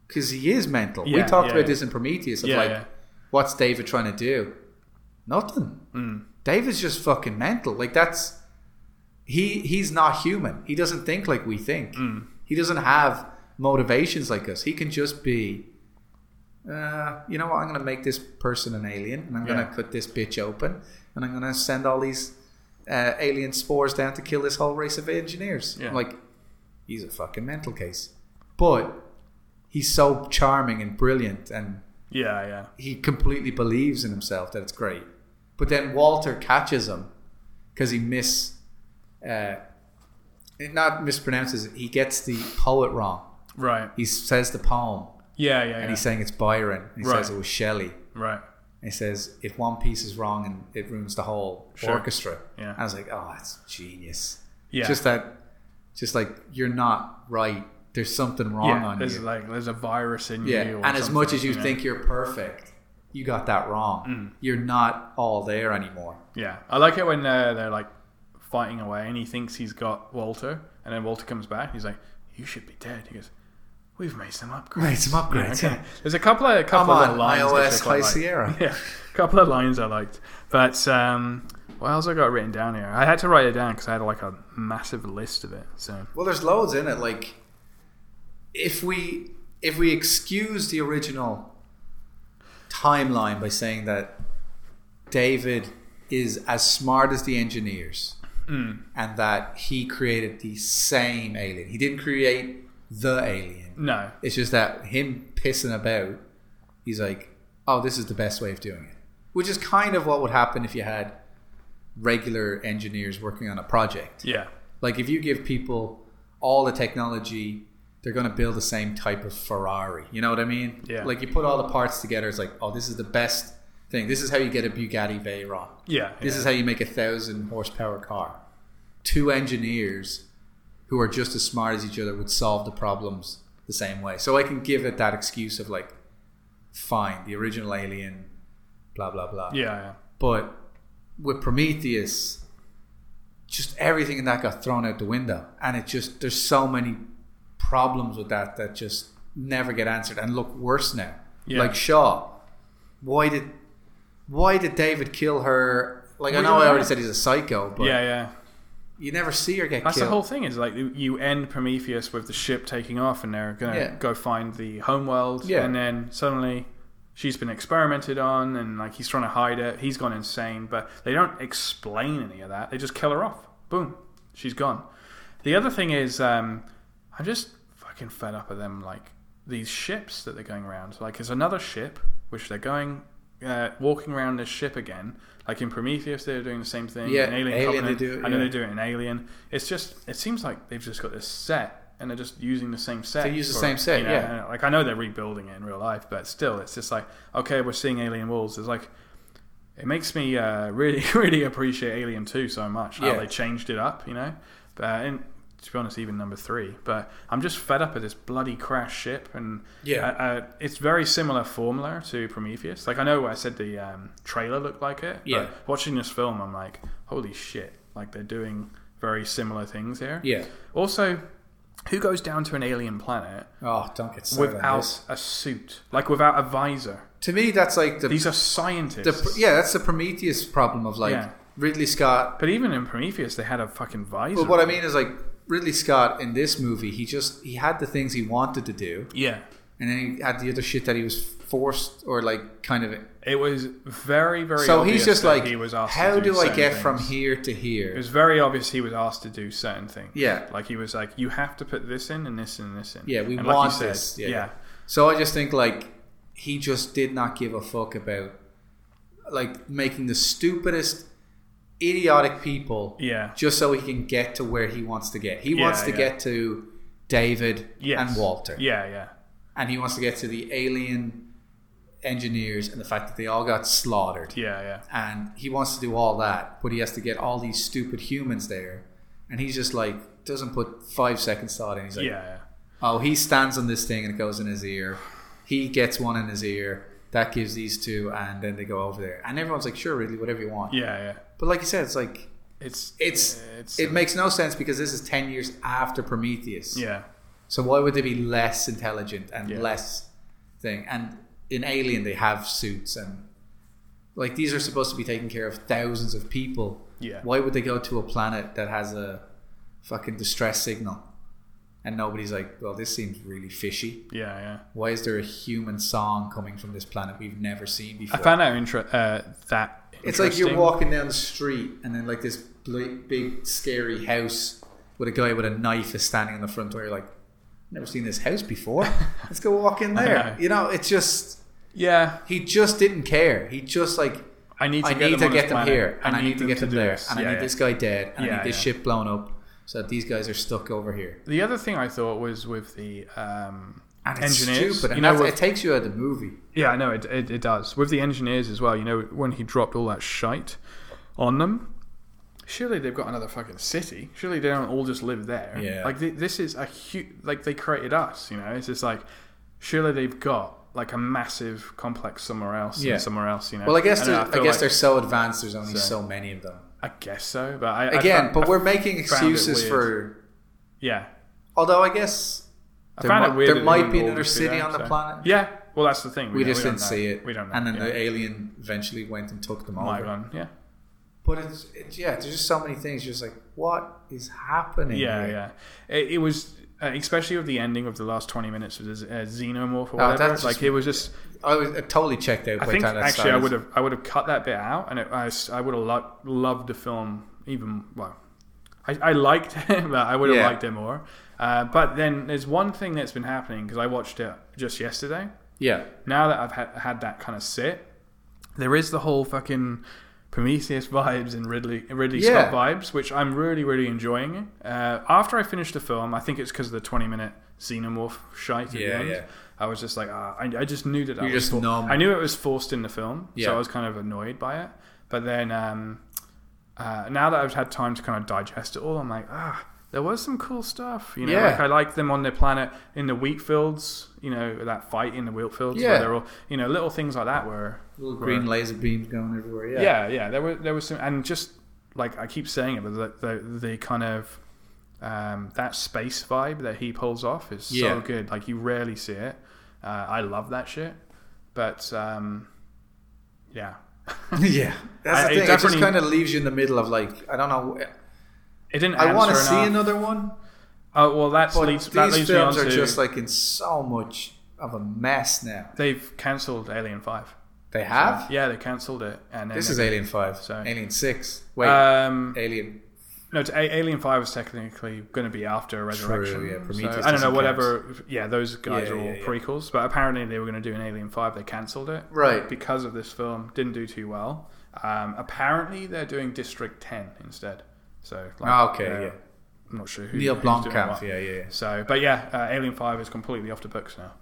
because he is mental. we
Yeah,
talked
yeah,
about
yeah.
this in Prometheus. Of
Yeah,
like,
yeah.
what's David trying to do? Nothing. David's just fucking mental. Like that's he. He's not human. He doesn't think like we think. He doesn't have motivations like us. He can just be. Uh, you know what? I'm going to make this person an alien, and I'm going
Yeah.
to cut this bitch open, and I'm going to send all these uh, alien spores down to kill this whole race of engineers.
Yeah.
Like, he's a fucking mental case. But he's so charming and brilliant, and
a, yeah, yeah.
he completely believes in himself that it's great. But then Walter catches him because he miss, uh, not mispronounces it. He gets the poet wrong.
Right.
He says the poem,
Yeah, yeah,
and
yeah.
he's saying it's Byron. And he
Right.
says it was Shelley.
Right.
And he says, if one piece is wrong and it ruins the whole
Sure.
orchestra.
Yeah.
I was like, oh, that's genius.
Yeah.
Just that, just like, you're not right. There's something wrong
yeah.
on
There's
you.
like there's a virus in
yeah.
you. or
And as much
something, Mm.
as you
know?
think you're perfect, you got that wrong. You're not all there anymore.
Yeah, I like it when uh, they're like fighting away, and he thinks he's got Walter, and then Walter comes back. He's like, "You should be dead." He goes, "We've made some upgrades."
Made some upgrades, yeah.
There's a couple of a couple
Come
of
on,
lines. which I
iOS
quite
High
like.
Sierra.
[LAUGHS] Yeah, a couple of lines I liked, but um, what else I got written down here? I had to write it down because I had like a massive list of it. So
Well, there's loads in it. Like, if we if we excuse the original timeline by saying that David is as smart as the engineers,
Mm.
and that he created the same alien, he didn't create the alien.
no,
It's just that him pissing about, he's like, "Oh, this is the best way of doing it," which is kind of what would happen if you had regular engineers working on a project.
yeah,
Like if you give people all the technology, they're going to build the same type of Ferrari. You know what I mean?
Yeah.
Like you put all the parts together. It's like, oh, this is the best thing. This is how you get a Bugatti Veyron.
yeah,
This is how you make a thousand horsepower car. Two engineers who are just as smart as each other would solve the problems the same way. So I can give it that excuse of like, fine, the original alien, blah blah blah.
yeah, yeah,
But with Prometheus, just everything in that got thrown out the window, and it just there's so many problems with that that just never get answered and look worse now.
Yeah.
Like Shaw, why did why did David kill her? Like I
We
know
don't
I
know.
already said he's a psycho, but
yeah, yeah.
you never see her get
That's
killed.
the whole thing. Is like you- you end Prometheus with the ship taking off, and they're gonna
Yeah.
go find the homeworld.
Yeah.
and then suddenly she's been experimented on, and like he's trying to hide it. He's gone insane, but they don't explain any of that. They just kill her off. Boom, she's gone. The other thing is, um, I'm just fucking fed up of them. Like these ships that they're going around. Like there's another ship which they're going. Uh, walking around this ship again, like in Prometheus, they're doing the same thing.
Yeah,
in Alien,
Alien they
Covenant,
do it,
and then
yeah.
they do it in Alien. It's just it seems like they've just got this set and they're just using the same set.
They use the
for-
same set,
you know,
yeah.
and, Like I know they're rebuilding it in real life, but still, it's just like okay, we're seeing Alien Walls. It's like it makes me uh, [LAUGHS] really really appreciate Alien Two so much. How
Yeah.
they changed it up, you know. But and to be honest, even number three. But I'm just fed up of this bloody crash ship and
Yeah.
Uh, uh, it's very similar formula to Prometheus. Like I know I said the um, trailer looked like it. but
Yeah.
watching this film, I'm like, holy shit! Like they're doing very similar things here.
Yeah.
Also, who goes down to an alien planet
Oh, don't get started on
without
this.
a suit, like without a visor?
To me, that's like the,
These are
the
scientists.
pr- yeah, that's the Prometheus problem of like
Yeah.
Ridley Scott
But even in Prometheus, they had a fucking visor.
But what I mean is like Ridley Scott in this movie, he just he had the things he wanted to do,
yeah,
and then he had the other shit that he was forced or like kind of.
it was very very.
So
obvious
he's just
that
like,
he was asked.
how
to
do, I
certain
get
things.
from here to
It
here?
was very obvious he was asked to do certain things.
Yeah.
like he was like, you have to put this in and this and this in.
Yeah, we
and
want
like you
this.
Said,
Yeah.
yeah,
So I just think like he just did not give a fuck about like making the stupidest, idiotic people
yeah,
just so he can get to where he wants to get. He
Yeah,
wants to
yeah.
get to David
Yes.
and Walter.
yeah, yeah.
and he wants to get to the alien engineers and the fact that they all got slaughtered.
Yeah, yeah.
And he wants to do all that, but he has to get all these stupid humans there. And he's just like, doesn't put five seconds thought in. He's like,
Yeah,
oh, he stands on this thing and it goes in his ear. He gets one in his ear. that gives these two, and then they go over there, and everyone's like, sure, Ridley, whatever you want.
Yeah, yeah.
But like you said, it's like
It's
it's,
it's
it makes no sense because this is ten years after Prometheus.
yeah.
So why would they be less intelligent and
Yeah.
less thing? And in Alien, they have suits and like these are supposed to be taking care of thousands of people.
Yeah.
Why would they go to a planet that has a fucking distress signal? And nobody's like, well, this seems really fishy.
Yeah, yeah.
Why is there a human song coming from this planet we've never seen
I
before?
found that intre- uh, that
It's like you're
interesting.
walking down the street and then like this bl- big scary house with a guy with a knife is standing on the front door. You're like, never seen this house
[LAUGHS]
before. Let's go walk in there.
know.
You know, it's just
Yeah,
he just didn't care. He just like
I need to
I
get them,
need to
on this
get them
planet.
here and I need to get them
do
there
this.
and I
Yeah,
need
yeah.
this guy dead and I
Yeah,
need this
yeah.
ship blown up so that these guys are stuck over here.
The other thing I thought was with the um,
And it's
engineers. you
stupid. And
know,
that's,
with-
it takes you out of the movie.
yeah, I know it, it. It does with the engineers as well. You know, when he dropped all that shite on them. Surely they've got another fucking city. Surely they don't all just live there.
Yeah.
Like th- this is a huge. Like they created us. You know, it's just like surely they've got like a massive complex somewhere else.
Yeah.
And somewhere else. You know.
Well, I guess
And
they're, I,
feel
guess
like-
they're so advanced. There's only
So-
so many of them.
I guess so, but I, I
Again,
found-
but
I-
we're making
found it
excuses
weird.
for
yeah.
Although I guess
I
there,
found
mi-
it weird.
there
that it
might
wouldn't
be
all
another
just be
city
there,
on the
so-
planet.
Yeah. Well, that's the thing.
We,
don't-
just
don't
didn't
know.
see it.
We don't know.
And then
yeah.
the alien eventually went and took them
might
over.
run. Yeah.
But it's, it's yeah, there's just so many things. You're just like, what is happening?
Yeah,
here?
yeah. It, it was uh, especially with the ending of the last twenty minutes with the Z- uh, xenomorph or
Oh,
whatever.
that's
like
just-
it was just.
I was I totally checked out.
I
by
think
the time that
actually I
started.
would have I would have cut that bit out, and it, I, s- I would have lo- loved the film even well. I, I liked [LAUGHS] it, but I would have
Yeah.
liked it more. Uh, but then there's one thing that's been happening because I watched it just yesterday.
Yeah,
now that I've had, had that kind of sit, there is the whole fucking Prometheus vibes and Ridley Ridley
Yeah.
Scott vibes, which I'm really really enjoying. Uh, after I finished the film, I think it's because of the 20 minute xenomorph shite. At
Yeah,
the end.
yeah.
I was just like, ah, I, I just knew that. I
You're
was
just
for-
numb.
I knew it was forced in the film,
Yeah.
so I was kind of annoyed by it. But then, um, uh, now that I've had time to kind of digest it all, I'm like, ah, there was some cool stuff. You know,
Yeah.
like I like them on their planet in the wheat fields. You know, that fight in the wheat fields yeah.
Yeah.
where they're all, you know, little things like that were.
little
were-
green laser beams going everywhere.
Yeah,
Yeah,
yeah, there were there was some, and just like I keep saying it, but the the, the kind of um, that space vibe that he pulls off is
Yeah.
so good. Like you rarely see it. Uh, I love that shit, but um, yeah,
yeah. That's
I-
the
it
thing. It, just
definitely-
kind of leaves you in the middle of like, I don't know.
it didn't.
I want to
answer
see
enough.
another one,
Oh well, that
but
leads that
these
leads me on
films
to
are just like in so much of a mess now.
they've cancelled Alien Five.
They have.
Yeah, they cancelled it, and then
This
they-
is Alien Five,
So-
Alien Six. Wait,
um,
Alien
no, it's A- Alien Five was technically going to be after Resurrection.
yeah,
So,
Prometheus
I don't know,
doesn't
whatever. Yeah, those guys
Yeah,
are all
yeah, yeah.
prequels, but apparently they were going to do an Alien Five. They cancelled it
Right.
because of this film. Didn't do too well. Um, apparently they're doing District Ten instead. So like,
Ah, okay,
uh,
yeah.
I'm not sure who
Neil
who's doing
Blomkamp.
what.
Yeah, yeah, yeah.
So, but yeah, uh, Alien Five is completely off the books now.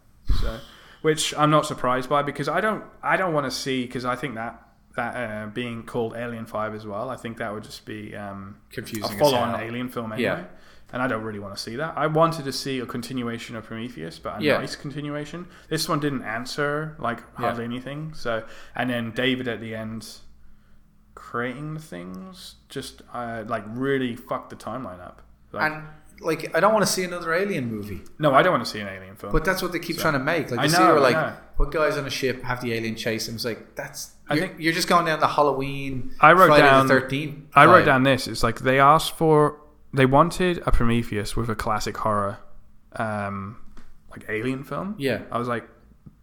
So, which I'm not surprised by because I don't, I don't want to see because I think that that uh, being called Alien Five as well, I think that would just be um,
Confusing
a
as
full-on
hell.
Alien film anyway.
Yeah.
And I don't really want to see that. I wanted to see a continuation of Prometheus, but a
Yeah.
nice continuation. This one didn't answer like
Yeah.
hardly anything. So, and then David at the end creating things just uh, like really fucked the timeline up. Like,
And like, I don't want to see another Alien movie,
no, I don't want to see an Alien film.
but that's what they keep trying to make. Like,
I
I see
know,
where,
I
like,
know.
put guys on a ship, have the alien chase them. It's like that's.
I
you're,
think-
you're just going down the Halloween.
I wrote
Friday
down-
the Thirteenth.
I wrote down this. It's like they asked for, they wanted a Prometheus with a classic horror, um, like alien film.
Yeah.
I was like,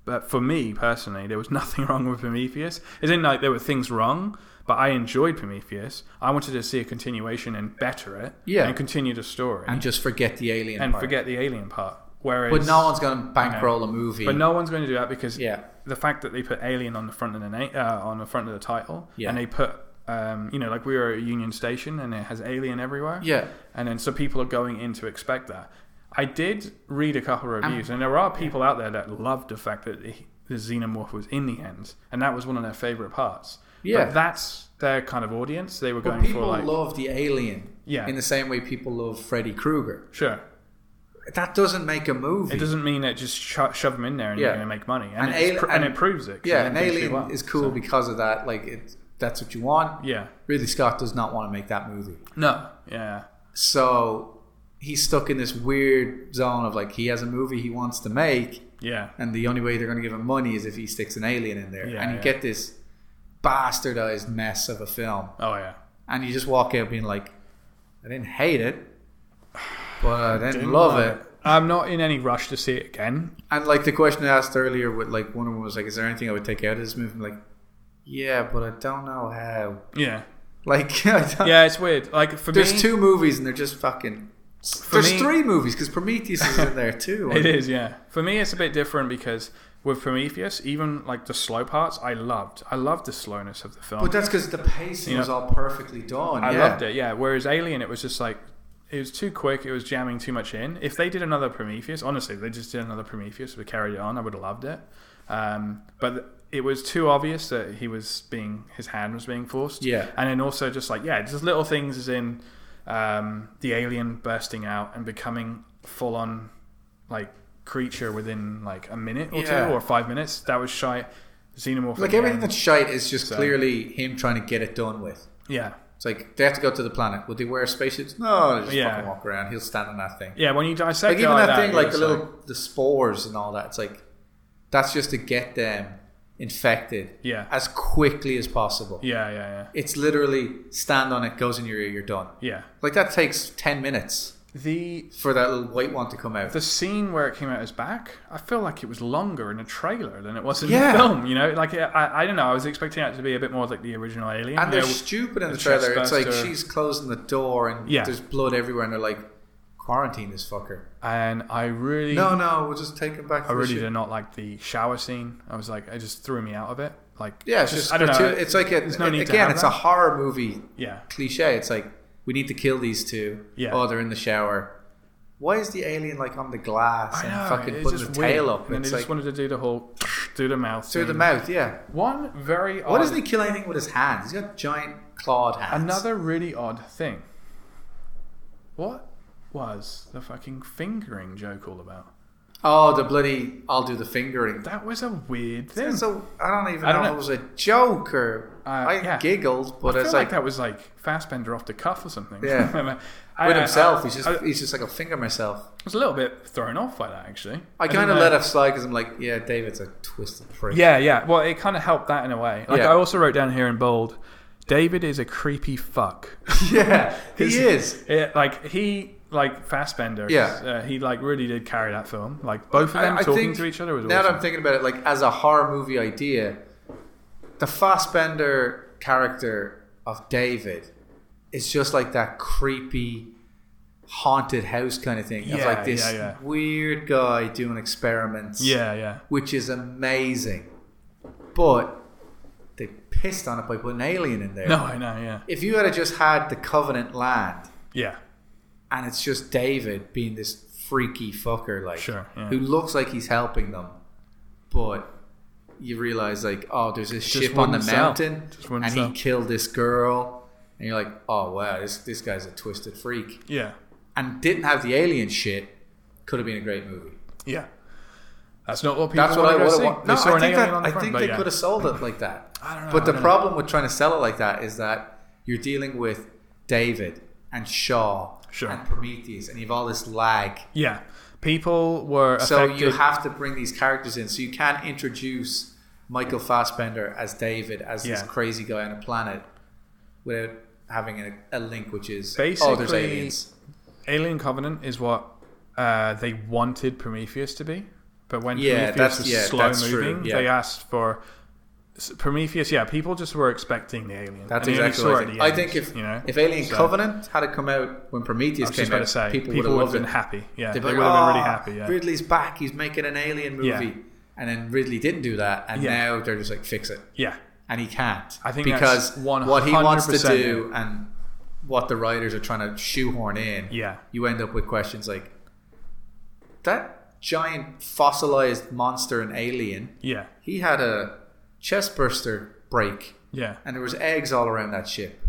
but for me personally, there was [LAUGHS] nothing wrong with Prometheus. As in, like there were things wrong, but I enjoyed Prometheus. I wanted to see a continuation and better it.
Yeah.
And continue the story
and just forget the alien
and
part.
forget the alien part. Whereas,
But no one's going to bankroll a movie.
But no one's going to do that because
Yeah.
the fact that they put Alien on the front of the na- uh, on the front of the title,
Yeah.
and they put um, you know like we were at Union Station and it has Alien everywhere,
Yeah.
and then so people are going in to expect that. I did read a couple of
Um,
reviews, and there are people out there that loved the fact that the, the xenomorph was in the end, and that was one of their favorite parts.
Yeah.
but that's their kind of audience. They were
But
going for
people
like
love the alien.
Yeah.
In the same way people love Freddy Krueger.
sure,
that doesn't make a movie.
It doesn't mean it just sho- shove them in there and
Yeah.
you're going to make money, and,
And
it's
Ali-
pr- and,
and-
it proves it. 'cause
yeah,
it
an
did pretty
alien
well,
is cool
so-
because of that. Like, it, that's what you want.
Yeah.
Ridley Scott does not want to make that movie.
No. Yeah.
So he's stuck in this weird zone of like, he has a movie he wants to make,
Yeah.
and the only way they're going to give him money is if he sticks an alien in there.
Yeah,
and you
yeah.
get this bastardized mess of a film.
Oh yeah.
And you just walk out being like, I didn't hate it, but
[SIGHS]
I didn't,
Didn't
love
like
it.
I'm not in any rush to see it again.
And like the question I asked earlier, with like one of them was like, "Is there anything I would take out of this movie?" I'm like, yeah, but I don't know how. [LAUGHS]
Yeah.
Like, [LAUGHS] I don't,
Yeah, it's weird. Like for
there's
me,
two movies and they're just fucking. there's
me-
three movies because Prometheus is in there too.
[LAUGHS] It is, yeah. For me, it's a bit different because with Prometheus, even like the slow parts, I loved. I loved the slowness of the film.
but that's because the pacing
You
was
know,
all perfectly done.
I
yeah.
loved it, yeah. Whereas Alien, it was just like it was too quick. It was jamming too much in. If they did another Prometheus, honestly, if they just did another Prometheus, we carried it on. I would have loved it. Um, but it was too obvious that he was being his hand was being forced.
Yeah.
and then also just like yeah, just little things as in um, the alien bursting out and becoming full on like creature within like a minute or
Yeah.
two or five minutes. That was shy. Xenomorph.
Like
again.
everything that's shite is just clearly him trying to get it done with.
yeah.
It's like they have to go to the planet. Would they wear spacesuits? No, they just
Yeah.
fucking walk around. He'll stand on that thing.
Yeah, when you dissect
like
it
even
like
that thing,
you're
like the
just
little the spores and all that. It's like that's just to get them infected,
Yeah.
as quickly as possible.
yeah, yeah, yeah,
It's literally stand on it, goes in your ear, you're done.
yeah.
Like that takes ten minutes
The
for that little white one to come out.
the scene where it came out as back, I feel like it was longer in a trailer than it was in
Yeah.
the film. You know, like I, I don't know. I was expecting it to be a bit more like the original Alien.
and
you
they're
know,
stupid in the,
the
trailer. It's like
chestburster.
she's closing the door and
Yeah.
there's blood everywhere, and they're like, "Quarantine this fucker."
and I really,
No, no, we'll just take him
I
back. to the
really
ship.
did not like the shower scene. I was like, it just threw me out of it. Like,
Yeah, it's just
I don't know.
gratu- It's like a,
There's no need to
again,
have
it's a
that.
horror movie
yeah,
cliche. It's like we need to kill these two.
Yeah.
Oh, they're in the shower. Why is the alien like on the glass
I
and
know.
fucking
it's
putting the
just
tail
weird.
up?
and then
It's
they
like
just wanted to do the whole [SNIFFS] do the mouth
through the
scene.
mouth. Yeah.
One very odd,
Why doesn't he kill anything with his hands? He's got giant clawed hands.
Oh,
[SNIFFS]
another really odd thing. What was the fucking fingering joke all about?
Oh, the bloody! I'll do the fingering.
That was a weird thing.
That's a, I don't even
I don't
know, if
know.
it was a joke or
Uh,
I
yeah.
giggled,
I
but
feel
it's
like,
like,
that was like Fassbender off the cuff or something. [LAUGHS]
Yeah.
I-
with
I-
himself.
I,
he's just
I
he's just like I'll finger myself.
was a little bit thrown off by that actually.
I
didn't
kind of
know-
let it slide because I'm like, yeah, David's a twisted prick.
Yeah, yeah. Well, it kind of helped that in a way. Like
Yeah.
I also wrote down here in bold, David is a creepy fuck.
[LAUGHS]
[LAUGHS]
yeah, [LAUGHS] he
'Cause
is.
It, like he like Fassbender. 'cause,
Yeah.
uh, he like really did carry that film. Like both of them
I- I
talking
think
to each other was
now that I'm
awesome.
thinking about it, like as a horror movie idea, the Fassbender character of David is just like that creepy haunted house kind of thing. of
Yeah,
like this
yeah, yeah.
weird guy doing experiments.
Yeah, yeah.
Which is amazing. But they pissed on it by putting an alien in there.
No, I know. Yeah,
If you had just had the Covenant land
yeah,
and it's just David being this freaky fucker, like
Sure, yeah.
who looks like he's helping them, but you realize like, oh, there's this
Just
ship on the
wouldn't sell.
mountain,
Just
and
wouldn't
he
sell.
killed this girl, and you're like, oh wow, this this guy's a twisted freak,
yeah,
and didn't have the alien shit, could have been a great movie.
yeah. That's not what people.
That's what I
want
would
to
have
see.
wanted.
They
No,
saw
I
an
think,
alien
that,
on the
I
front,
think
but
they
yeah.
could have sold it like that.
I don't know,
but
I
the
don't know.
problem with trying to sell it like that is that you're dealing with David and Shaw
Sure.
and Prometheus, and you have all this lag.
Yeah, people were
So
affected.
you have to bring these characters in. So you can't introduce Michael Fassbender as David, as this
Yeah.
crazy guy on a planet, without having a, a link, which is oh, there's
Basically-
aliens.
Alien Covenant is what uh, they wanted Prometheus to be, but when
Yeah,
Prometheus
that's-
was
yeah,
slow
that's true,
moving,
yeah.
they asked for s- Prometheus. Yeah, people just were expecting the alien.
That's
and they only
exactly what I
saw it
think.
at the
I think
end,
if
you know,
if Alien
So-
Covenant had it come out when Prometheus
I was just
came
about to
out,
say
people,
people,
would
would
have
have
loved
been
it.
happy. Yeah, they
They'd
would
be
have
like,
been really
"Oh,
happy. Yeah,
Ridley's back. He's making an Alien movie,
Yeah.
and then Ridley didn't do that, and
Yeah.
now they're just like fix it.
yeah,
and he can't.
I think
because
that's 100%
what he wants to
it.
do and what the writers are trying to shoehorn in,
Yeah.
you end up with questions like that giant fossilized monster and alien.
yeah,
He had a chest burster break,
yeah,
and there was eggs all around that ship.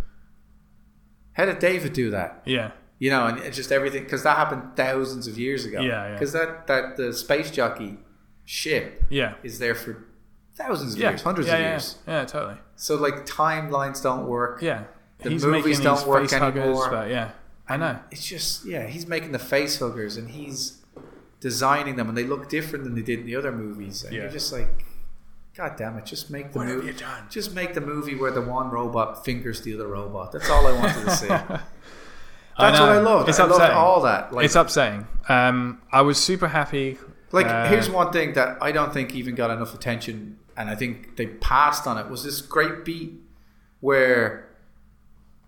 How did David do that?
yeah.
You know, and it's just everything because that happened thousands of years ago.
Yeah, yeah.
Because that that the space jockey ship
Yeah.
is there for thousands of
Yeah.
years, hundreds
yeah,
of
yeah,
years.
Yeah, totally.
So like timelines don't work.
Yeah.
The movies don't work anymore.
but yeah. I know.
It's just yeah, he's making the face huggers and he's designing them and they look different than they did in the other movies. And
Yeah.
you're just like, God damn it, just make the
What have
movie
you done?
just make the movie where the one robot fingers the other robot. That's all I wanted to see.
[LAUGHS]
That's what I
know.
loved.
It's
I loved
upsetting.
all that. Like,
it's upsetting. Um, I was super happy.
like
uh,
here's one thing that I don't think even got enough attention, and I think they passed on it. Was this great beat where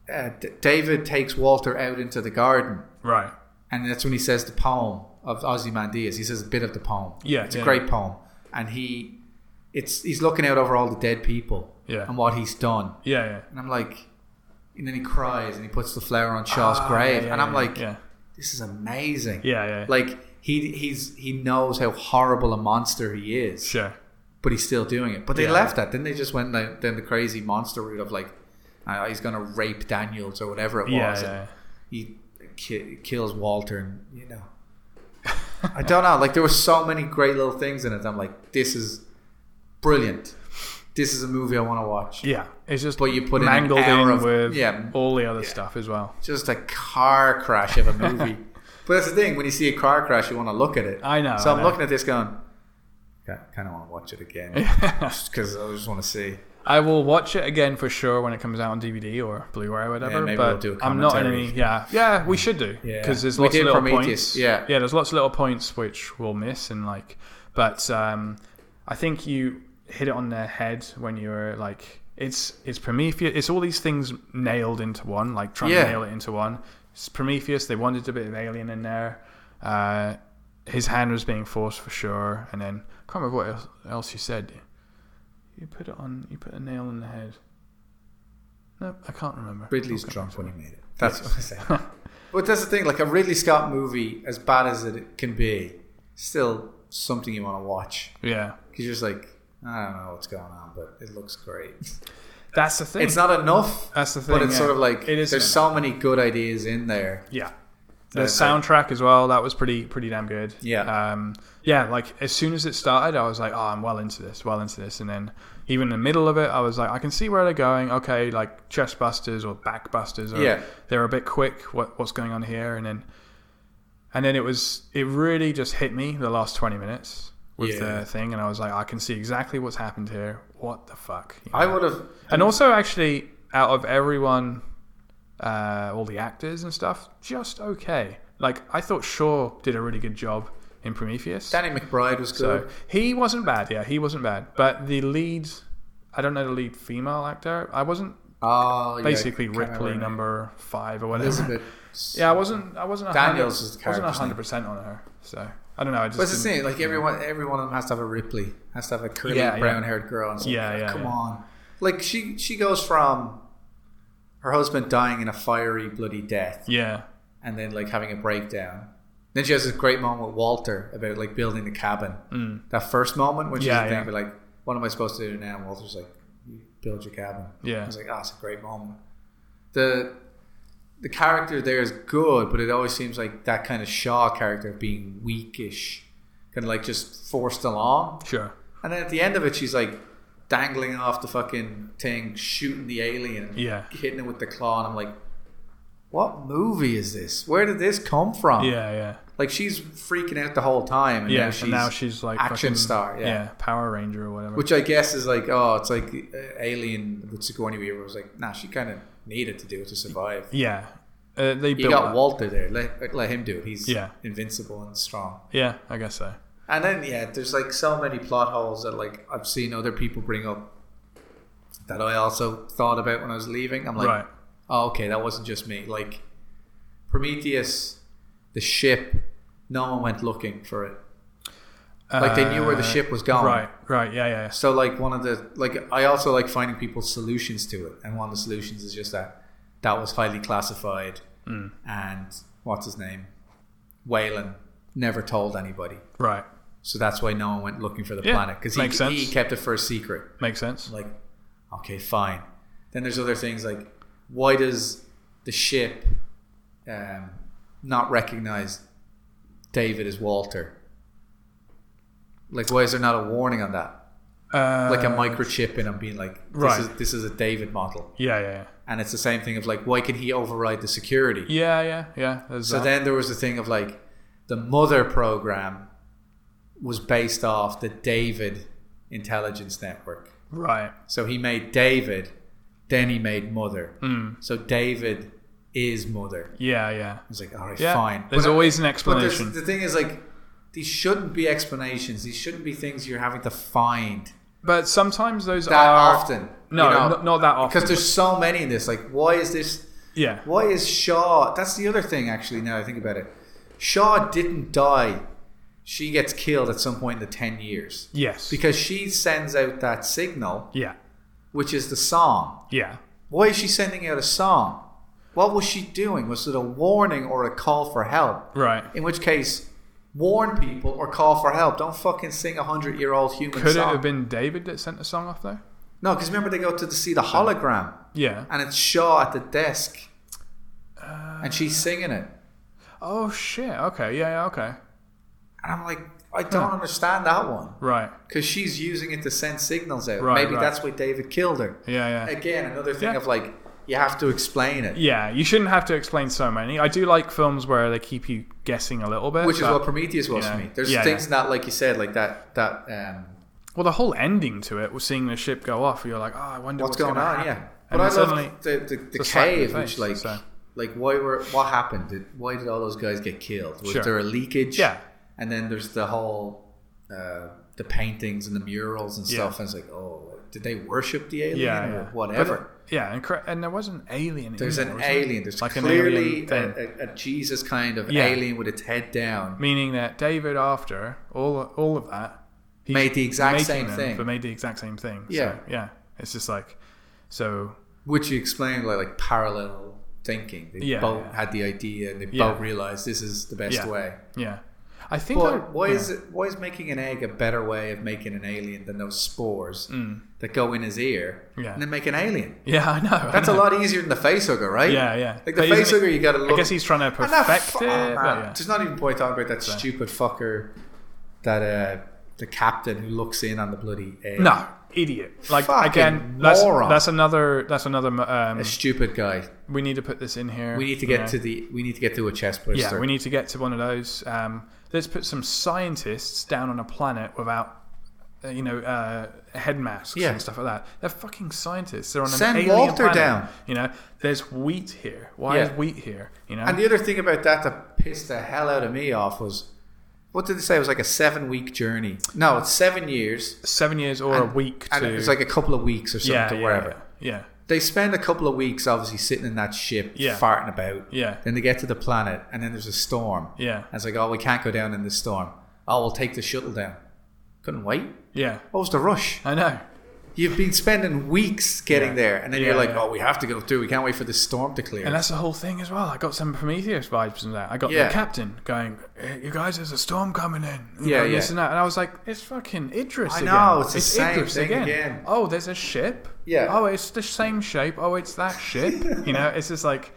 uh, D- David takes Walter out into the garden,
right.
and that's when he says the poem of Ozymandias. He says a bit of the poem.
Yeah,
it's
yeah.
a great poem, and he, it's he's looking out over all the dead people,
Yeah.
and what he's done,
Yeah, yeah.
and I'm like, and then he cries and he puts the flower on Shaw's
Ah,
grave,
yeah, yeah,
and I'm
yeah,
like,
yeah,
this is amazing.
yeah, yeah.
Like he he's he knows how horrible a monster he is,
sure.
but he's still doing it. But they
Yeah.
left that, then they just went like, then the crazy monster route of like uh, he's gonna rape Daniels or whatever it
Yeah,
was.
yeah,
and He ki- kills Walter, and you know, [LAUGHS] I don't know. Like there were so many great little things in it. I'm like, this is brilliant. This is a movie I want to watch.
yeah. It's just
But you put in an
mangled
hour
in
of-
with
yeah.
all the other stuff as well. [LAUGHS]
Just a car crash of a movie. but that's the thing. When you see a car crash, you want to look at it.
I know,
So
I
I'm
know.
looking at this, going, kind of want to watch
[LAUGHS]
it again. because I just want to see.
I will watch it again for sure when it comes out on DVD or Blu-ray or whatever.
Yeah, maybe
but
we'll do a
I'm not in
commentary.
any. Yeah, yeah, we should do
Yeah.
because there's
We
lots
did
of little
Prometheus,
points.
yeah.
yeah, there's lots of little points which we'll miss and like. But um, I think you hit it on the head when you were like, it's it's Prometheus. It's all these things nailed into one, like trying
Yeah.
to nail it into one. It's Prometheus. They wanted a bit of Alien in there. Uh, his hand was being forced for sure, and then I can't remember what else, else you said. You put it on. You put a nail in the head. No, I can't remember.
Ridley's drunk when he made it. That's what I say. but that's the thing. Like a Ridley Scott movie, as bad as it can be, still something you want to watch
Yeah,
because you're just like, I don't know what's going on, but it
[LAUGHS]
looks great.
that's the thing.
It's not enough.
That's the thing.
But it's
yeah.
sort of like
it is.
there's so many good ideas in there.
yeah. The
Uh,
soundtrack as well. That was pretty pretty damn good.
Yeah.
Um. Yeah. Like as soon as it started, I was like, oh, I'm well into this, well into this, and then even in the middle of it, I was like, I can see where they're going. Okay, like chest busters or back busters. Or
Yeah.
They're a bit quick. What what's going on here? And then, and then it was it really just hit me the last twenty minutes with
Yeah.
the thing, and I was like, I can see exactly what's happened here. What the fuck? you
I
know?
would have.
And also, actually, out of everyone, uh, all the actors and stuff, just okay. Like I thought, Shaw did a really good job in Prometheus.
Danny McBride was good.
so he wasn't bad. Yeah, he wasn't bad. But the lead, I don't know the lead female actor. I wasn't
oh, yeah,
basically
can't remember
Ripley
her name.
number five or whatever. [LAUGHS]
Elizabeth.
Yeah, I wasn't. I wasn't. a hundred-
Daniels is the
wasn't
character's
hundred percent on her. So I don't know. I just
But it's the
didn't-
thing, like everyone, every one of them has to have a Ripley, has to have a curly
Yeah, yeah.
brown-haired girl. And it's like,
Yeah, yeah,
Come
yeah.
on, like she she goes from her husband dying in a fiery, bloody death,
Yeah,
and then like having a breakdown. Then she has this great moment with Walter about like building the cabin. Mm. That first moment when she's
Yeah,
yeah,
yeah.
thinking, like, what am I supposed to do now? And Walter's like, you build your cabin. I
yeah,
was like, oh, it's a great moment. The the character there is good, but it always seems like that kind of Shaw character of being weakish, kind of like just forced along.
sure.
And then at the end of it, she's like dangling off the fucking thing, shooting the alien,
Yeah.
hitting it with the claw, and I'm like, what movie is this? Where did this come from?
Yeah, yeah,
Like she's freaking out the whole time, and
yeah.
now she's,
and now she's like fucking-
action star, yeah.
Power Ranger or whatever.
which I guess is like, oh, it's like uh, Alien with Sigourney Weaver was like, nah, she kind of needed to do it to survive.
Yeah, uh, they
You
built
got
that.
Walter there. Let, let him do it. He's
Yeah.
invincible and strong.
Yeah, I guess so.
And then yeah, there's like so many plot holes that like I've seen other people bring up that I also thought about when I was leaving. I'm like,
right.
oh, okay, that wasn't just me. Like Prometheus, the ship, no one went looking for it. Like they knew where the
Uh,
ship was going.
Right. Right. Yeah. Yeah.
So like one of the like I also like finding people's solutions to it, and one of the solutions is just that that was highly classified,
Hmm.
and what's his name, Whalen never told anybody,
Right.
so that's why no one went looking for the
Yeah,
planet because
makes
he,
sense.
he kept it for a secret.
Makes sense.
Like, okay, fine. Then there's other things like why does the ship um, not recognize David as Walter? Like, why is there not a warning on that?
Uh,
Like a microchip in him being like, this,
right.
is, this is a David model.
yeah, yeah,
And it's the same thing of like, why can he override the security?
yeah, yeah, yeah. There's
So
that.
then there was the thing of like the mother program was based off the David intelligence network.
right,
So he made David, then he made mother.
Hmm.
So David is mother.
yeah, yeah,
I was like, all right,
yeah.
fine.
There's
But-
always an
but there's-
explanation.
the thing is like these shouldn't be explanations. These shouldn't be things you're having to find
But sometimes those
that
are
often.
uh, no,
you know?
n- not that often.
because there's so many in this. Like, why is this?
yeah,
Why is Shaw? That's the other thing, actually. Now I think about it, Shaw didn't die. She gets killed at some point in the ten years
yes,
because she sends out that signal,
yeah,
which is the song.
yeah,
Why is she sending out a song? What was she doing? Was it a warning or a call for help?
right.
In which case, warn people or call for help. Don't fucking sing a hundred-year-old human
Could
song.
it have been David that sent the song off though?
No, because remember they go to, to see the hologram,
Yeah.
and it's Shaw at the desk, and she's singing it.
Oh shit. Okay. Yeah. yeah okay.
And I'm like, I don't
Huh.
understand that one.
Right.
Because she's using it to send signals out.
Right,
Maybe
right.
that's why David killed her.
Yeah. Yeah.
Again, another thing
Yeah.
of like, you have to explain it.
Yeah. You shouldn't have to explain so many. I do like films where they keep you guessing a little bit.
Which is
but-
what Prometheus was
yeah.
for me. There's
Yeah,
things that, like you said, like that, that um,
Well, the whole ending to it was seeing the ship go off. You're like, oh, I wonder
what's,
what's,
going
gonna
on,
happen.
yeah.
And
But I
then suddenly,
love the, the, the
a slap in the
cave,
face,
which like,
so.
like why were what happened? Did, why did all those guys get killed? Was
Sure.
there a leakage?
Yeah.
And then there's the whole uh, the paintings and the murals and
Yeah.
stuff. And it's like, oh, did they worship the alien
yeah,
or
yeah.
whatever?
But- yeah, and, cor- and there was an alien. in
There's
there,
an
wasn't there?
alien. There's
Hmm. Like an
clearly
alien thing.
a, a, a Jesus kind of
Yeah.
alien with its head down.
meaning that David, after all, all of that, he
Made the exact
making
same
them,
thing.
But made the exact same thing. So,
Yeah.
yeah. It's just like, so
Which you explained like, like parallel thinking. They
Yeah,
both
yeah.
had the idea and they
Yeah.
both realized this is the best
Yeah.
way.
yeah. I think. I-
But why
yeah.
is it, why is making an egg a better way of making an alien than those spores that go in his ear
Hmm. Yeah.
and then make an alien?
[LAUGHS] Yeah, I know. I
That's a
know.
lot easier than the face hugger, right? [LAUGHS]
Yeah, yeah.
Like the
But
face
isn't it-
hugger, you got to look.
I guess he's trying to
And that
perfect
fu-
it.
oh,
but
man.
yeah.
There's not even point talking about that stupid fucker, that uh, the captain who looks in on the bloody egg.
No, idiot. Like
Fucking
again, that's,
moron.
that's another. That's another. mo- Um,
a stupid guy.
we need to put this in here.
We need to
you
get
know.
to the. We need to get to a chest burster.
Yeah, we need to get to one of those. Um, let's put some scientists down on a planet without, uh, you know, uh, head masks
Yeah.
and stuff like that. They're fucking scientists. They're on
Send
an alien
Walter
planet.
down.
You know, there's wheat here. Why
Yeah.
is wheat here? You know,
and the other thing about that that pissed the hell out of me off was, what did they say? It was like a seven week journey. No, it's seven years.
seven years or a
and-
week
and
to
it's like a couple of weeks or something
yeah,
to
yeah,
wherever.
yeah,
They spend a couple of weeks obviously sitting in that ship,
Yeah.
farting about.
yeah,
Then they get to the planet, and then there's a storm.
yeah,
And it's like, oh, we can't go down in this storm. Oh, we'll take the shuttle down. Couldn't wait.
yeah.
What was the rush?
I know.
You've been spending weeks getting
Yeah.
there, and then
Yeah,
you're like,
yeah.
oh, we have to go through. We can't wait for this storm to clear.
And that's the whole thing as well. I got some Prometheus vibes from that. I got
Yeah.
the captain going, "Eh, "You guys, there's a storm coming in." You
Yeah,
know, This
yeah.
and that, and I was like, "It's fucking Idris."
I
again.
know, it's the same thing again.
Oh, there's a ship.
Yeah.
Oh, it's the same shape. Oh, it's that ship. you know, it's just like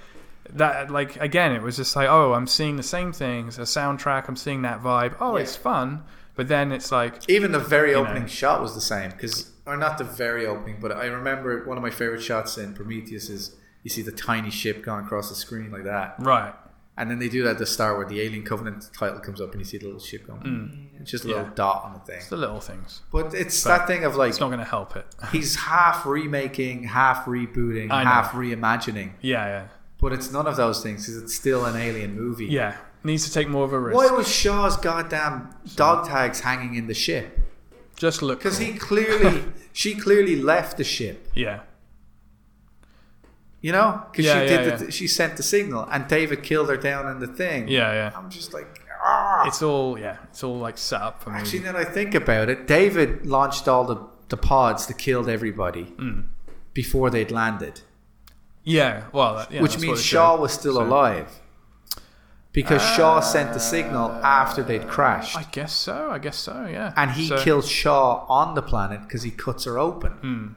that. Like again, it was just like, "Oh, I'm seeing the same things. A soundtrack. I'm seeing that vibe. Oh,
Yeah.
it's fun." But then it's like,
Even the very
know.
opening shot was the same because, or not the very opening, but I remember one of my favorite shots in Prometheus is you see the tiny ship going across the screen like that,
right,
and then they do that at the start where the Alien Covenant title comes up and you see the little ship going. It's just a little
Mm. Yeah.
dot on the thing,
it's the little things.
but it's that thing of like
It's not going to help it. [LAUGHS]
he's half remaking, half rebooting,
I know.
half reimagining,
yeah, yeah,
but it's none of those things because it's still an Alien movie.
yeah. Needs to take more of a risk.
Why was Shaw's goddamn dog tags hanging in the ship?
Just look.
Because
cool. [LAUGHS]
he clearly, she clearly left the ship.
Yeah.
You know, because
Yeah,
she
yeah,
did, the, she sent the signal, and David killed her down in the thing.
Yeah, yeah.
I'm just like, ah.
It's all yeah. It's all like set up for me.
Actually, now that I think about it, David launched all the the pods that killed everybody before they'd landed,
Mm. yeah. Well, that, yeah,
which
that's what
means
it
Shaw
should- Uh,
was still alive because Shaw sent the signal after they'd crashed,
I guess so. I guess so. Yeah.
and he
so, Hmm.
killed Shaw on the planet because he cuts her open.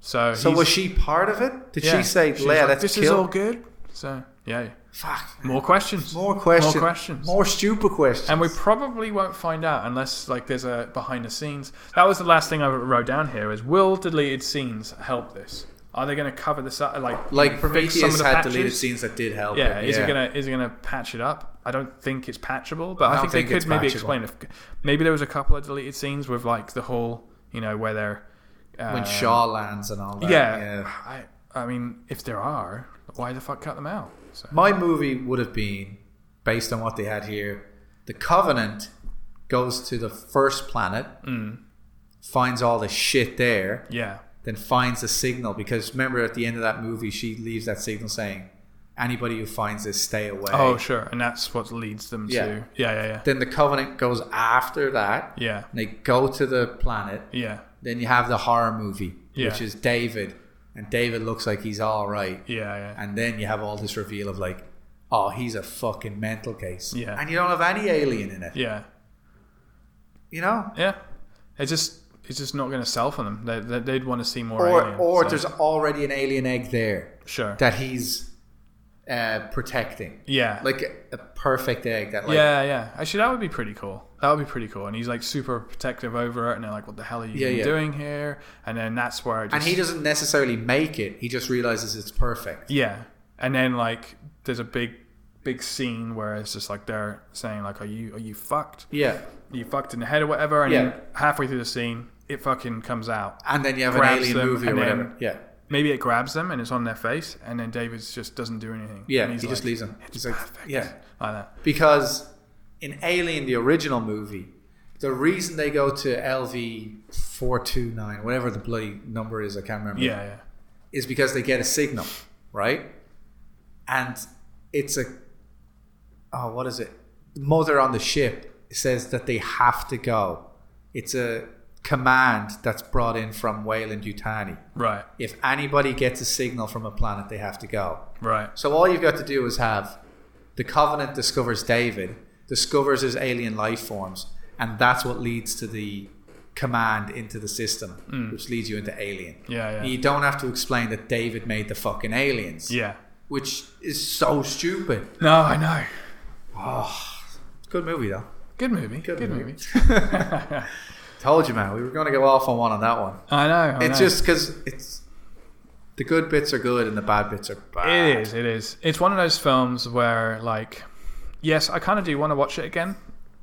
So,
So
he's-
was she part of it? Did
yeah,
she say,
she's
"Leia,
like,
let's
this
kill"?
is all good." So yeah.
Fuck.
More questions.
More questions.
More questions.
More stupid questions.
And we probably won't find out unless like there's a behind the scenes. That was the last thing I wrote down here is will deleted scenes help this? Are they going to cover this up? Like,
like
fix some of
Prometheus
the
had
patches?
deleted scenes that did help.
Yeah,
it.
is it gonna is it gonna patch it up? I don't think it's patchable, but I,
don't
think,
think
they
it's
could maybe
patchable.
explain if maybe there was a couple of deleted scenes with like the whole you know where they're uh,
when Shaw lands and all that.
yeah, I I mean if there are why the fuck cut them out? So,
My movie would have been based on what they had here. The Covenant goes to the first planet,
Mm.
finds all the shit there,
yeah,
then finds the signal because remember at the end of that movie she leaves that signal saying, "Anybody who finds this, stay away."
oh sure, and that's what leads them
Yeah.
to yeah yeah yeah
Then the Covenant goes after that.
yeah
And they go to the planet.
yeah
Then you have the horror movie,
Yeah.
which is David, and David looks like he's all right.
yeah yeah
And then you have all this reveal of like, oh, he's a fucking mental case.
Yeah.
And you don't have any alien in it.
yeah
You know?
yeah. It's just it's just not gonna sell for them. They, they, they'd want to see more.
Or
aliens,
or
so-
there's already an alien egg there
sure
that he's uh, protecting.
yeah
Like a, a perfect egg that like
yeah, yeah. Actually, that would be pretty cool. That would be pretty cool. And he's like super protective over it, and they're like, "What the hell are you
Yeah, yeah.
doing here?" And then that's where it just,
and he doesn't necessarily make it, he just realizes it's perfect.
yeah. And then like there's a big, big scene where it's just like they're saying like, "Are you are you fucked?
Yeah.
Are you fucked in the head or whatever?" And
Yeah.
then halfway through the scene, it fucking comes out.
And then you have
Grabs
an alien
them
movie or
and then-
whatever. Yeah.
Maybe it grabs them and it's on their face, and then David's just doesn't do anything.
Yeah.
And
He
he's
just
like,
leaves him.
It's
He's like
perfect.
Yeah.
like that.
because in Alien, the original movie, the reason they go to LV four two nine, whatever the bloody number is, I can't remember,
Yeah, yeah,
is because they get a signal, right? And it's a oh, what is it? The mother on the ship says that they have to go. It's a command that's brought in from Wayland Yutani.
right,
If anybody gets a signal from a planet, they have to go.
right,
So all you've got to do is have the Covenant discovers David, discovers his alien life forms, and that's what leads to the command into the system, which leads you into Alien.
Mm. yeah, yeah,
You don't have to explain that David made the fucking aliens,
yeah.
which is so stupid. Ah,
No, I know.
Good movie though.
Good movie. Good, movie.
[LAUGHS]
[LAUGHS]
Told you, man. We were going to go off on one on that one.
I know. I
It's
know.
just because it's the good bits are good and the bad bits are bad.
It is. It is. It's one of those films where, like, yes, I kind of do want to watch it again.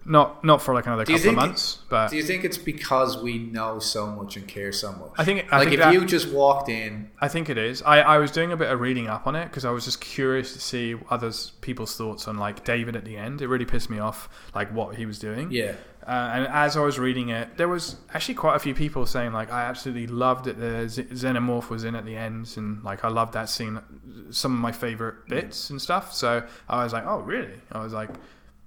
Not not for like another
you
couple of
think-
months, but
Do you think it's because we know so much and care so much?
I think I
like
think
if
that-
you just walked in
I think it is. I, I was doing a bit of reading up on it because I was just curious to see others people's thoughts on like David at the end. It really pissed me off, like what he was doing.
Yeah.
Uh, and as I was reading it, there was actually quite a few people saying like I absolutely loved that the Z- xenomorph was in at the end, and like I loved that scene, some of my favorite bits and stuff. So I was like, oh really? I was like,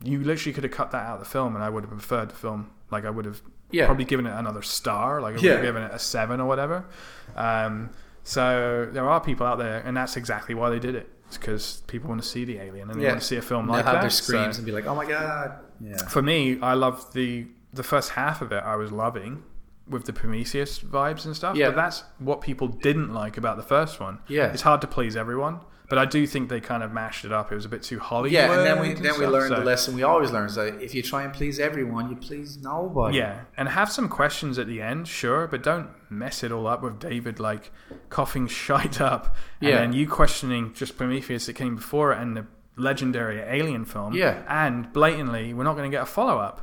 you literally could have cut that out of the film, and I would have preferred the film. Like I would have
Yeah.
probably given it another star. Like I would
Yeah.
have given it a seven or whatever. Um, so there are people out there, and that's exactly why they did it. It's because people want to see the alien and they
Yeah.
want to see a film
they'll
like
have
that.
their
So-
screams and be like, "Oh my god!" Yeah,
for me, I love the the first half of it. I was loving with the Prometheus vibes and stuff.
Yeah.
But that's what people didn't like about the first one.
Yeah.
it's hard to please everyone. But I do think they kind of mashed it up. It was a bit too Hollywood.
yeah. And then we
and
then we
stuff,
learned
so-
the lesson we always learn is that if you try and please everyone, you please nobody.
Yeah, and have some questions at the end, sure, but don't mess it all up with David like coughing [LAUGHS] shite up, and
Yeah.
then you questioning just Prometheus that came before it and the legendary Alien film.
Yeah.
and blatantly, we're not going to get a follow [LAUGHS] up.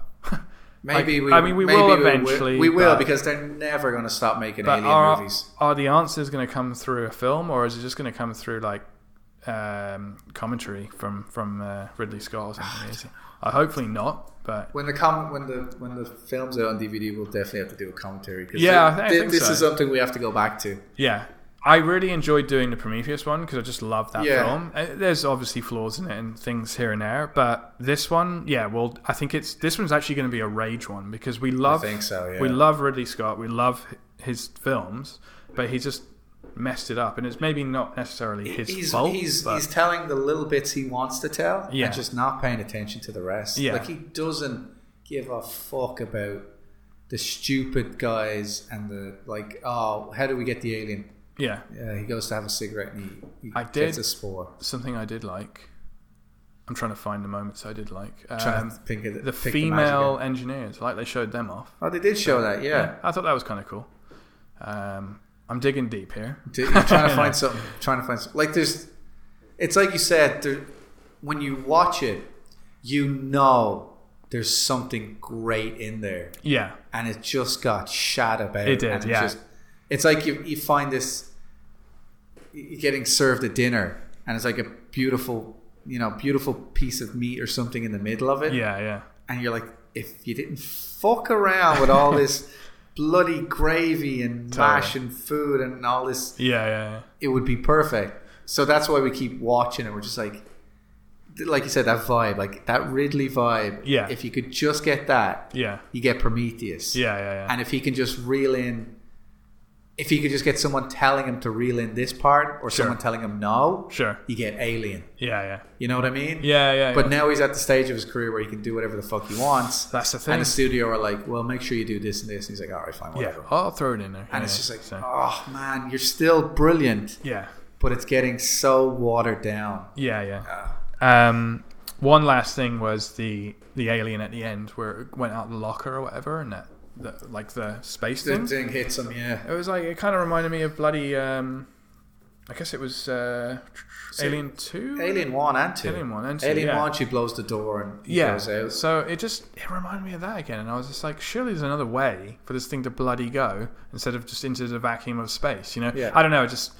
Maybe we.
I mean, we
maybe
will
we
eventually.
We, will
but-
because they're never going to stop making
But
alien
are,
movies.
are the answers going to come through a film, or is it just going to come through like um, commentary from from uh, Ridley Scott or
[SIGHS]
something? Is it- uh, hopefully not, but
When the com- when the when the film's out on DVD, we'll definitely have to do a commentary. 'cause
Yeah, I
thi-
thi- I
thi-
think
this
so.
is something we have to go back to.
yeah. I really enjoyed doing the Prometheus one because I just love that
Yeah.
film. Uh, There's obviously flaws in it and things here and there, but this one, yeah, well, I think it's this one's actually going to be a rage one because we love
think so, yeah.
we love Ridley Scott, we love his films, but he just messed it up, and it's maybe not necessarily his
he's
fault.
he's,
but-
he's telling the little bits he wants to tell
Yeah.
and just not paying attention to the rest.
Yeah.
Like he doesn't give a fuck about the stupid guys and the like. Oh, how do we get the alien?
yeah,
Uh, he goes to have a cigarette and he, he
I
gets
did-
a spore.
something I did like I'm trying to find the moments I did like.
Trying
Um,
to think of
the
pick
female
magic
engineers, like they showed them off.
out. oh, they did show that. Yeah,
I thought that was kind of cool. Um, I'm digging deep here.
D-
[LAUGHS]
you're trying to find something. Trying to find something. Like there's, it's like you said. There, when you watch it, you know there's something great in there.
Yeah,
and it just got shot about.
It did,
and
yeah.
Just, it's like you, you find this you're getting served a dinner, and it's like a beautiful, you know, beautiful piece of meat or something in the middle of it,
yeah, yeah.
and you're like, if you didn't fuck around with
[LAUGHS]
all this bloody gravy and
Totally.
mash and food and all this,
Yeah, yeah, yeah.
it would be perfect. So that's why we keep watching it. We're just like. Like you said, that vibe, like that Ridley vibe.
Yeah.
If you could just get that,
Yeah,
you get Prometheus.
yeah, yeah, yeah.
And if he can just reel in, if he could just get someone telling him to reel in this part or
Sure.
someone telling him no,
sure.
you get Alien.
Yeah, yeah,
You know what I mean?
yeah, yeah.
But
yeah.
now he's at the stage of his career where he can do whatever the fuck he wants.
that's the
And
thing.
the studio are like, well, make sure you do this and this. And he's like, all right, fine,
Yeah,
whatever.
I'll throw it in there.
And
yeah,
it's just like,
so-
oh man, you're still brilliant,
yeah,
but it's getting so watered down.
yeah, yeah.
Uh,
Um, one last thing was the the alien at the end where it went out the locker or whatever, and that, that like the space
the
thing.
thing hits him, yeah.
It was like it kind of reminded me of bloody. Um, I guess it was uh,
So-
Alien Two.
Alien one and two.
Alien one and two,
Alien
yeah.
one, she blows the door and he
Yeah.
goes out.
So it just it reminded me of that again, and I was just like, surely there's another way for this thing to bloody go instead of just into the vacuum of space. You know,
Yeah.
I don't know. It just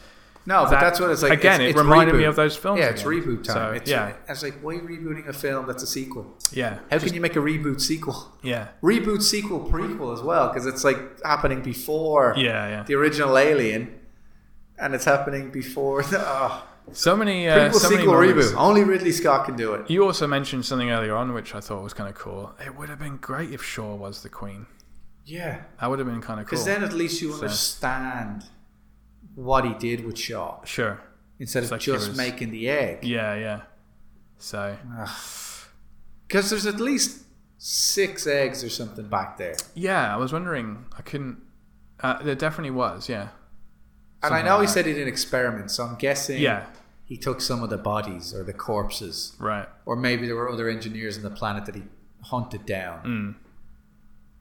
No, but
That-
that's what it's like.
again, it
It's- it's
reminded me
reboot.
of those films
Yeah, it's
again.
reboot time.
So,
it's,
yeah.
I was like, why are you rebooting a film that's a sequel?
yeah,
How can you make a reboot sequel?
yeah,
Reboot sequel prequel as well, because it's like happening before
yeah, yeah.
the original Alien, and it's happening before the [LAUGHS] oh,
So many
prequel
uh, so many
sequel
moments.
reboot. Only Ridley Scott can do it.
You also mentioned something earlier on, which I thought was kind of cool. It would have been great if Shaw was the queen.
Yeah,
That would have been kind of cool.
because then at least you understand what he did with Shaw
sure.
instead of
like he
just
was-
making the egg.
Yeah, yeah. So
Because there's at least six eggs or something back there.
yeah, I was wondering. I couldn't. Uh, there definitely was. Yeah.
And I
Something
know
like
he
that.
said he did an experiment, so I'm guessing
Yeah.
he took some of the bodies or the corpses,
Right.
or maybe there were other engineers on the planet that he hunted down.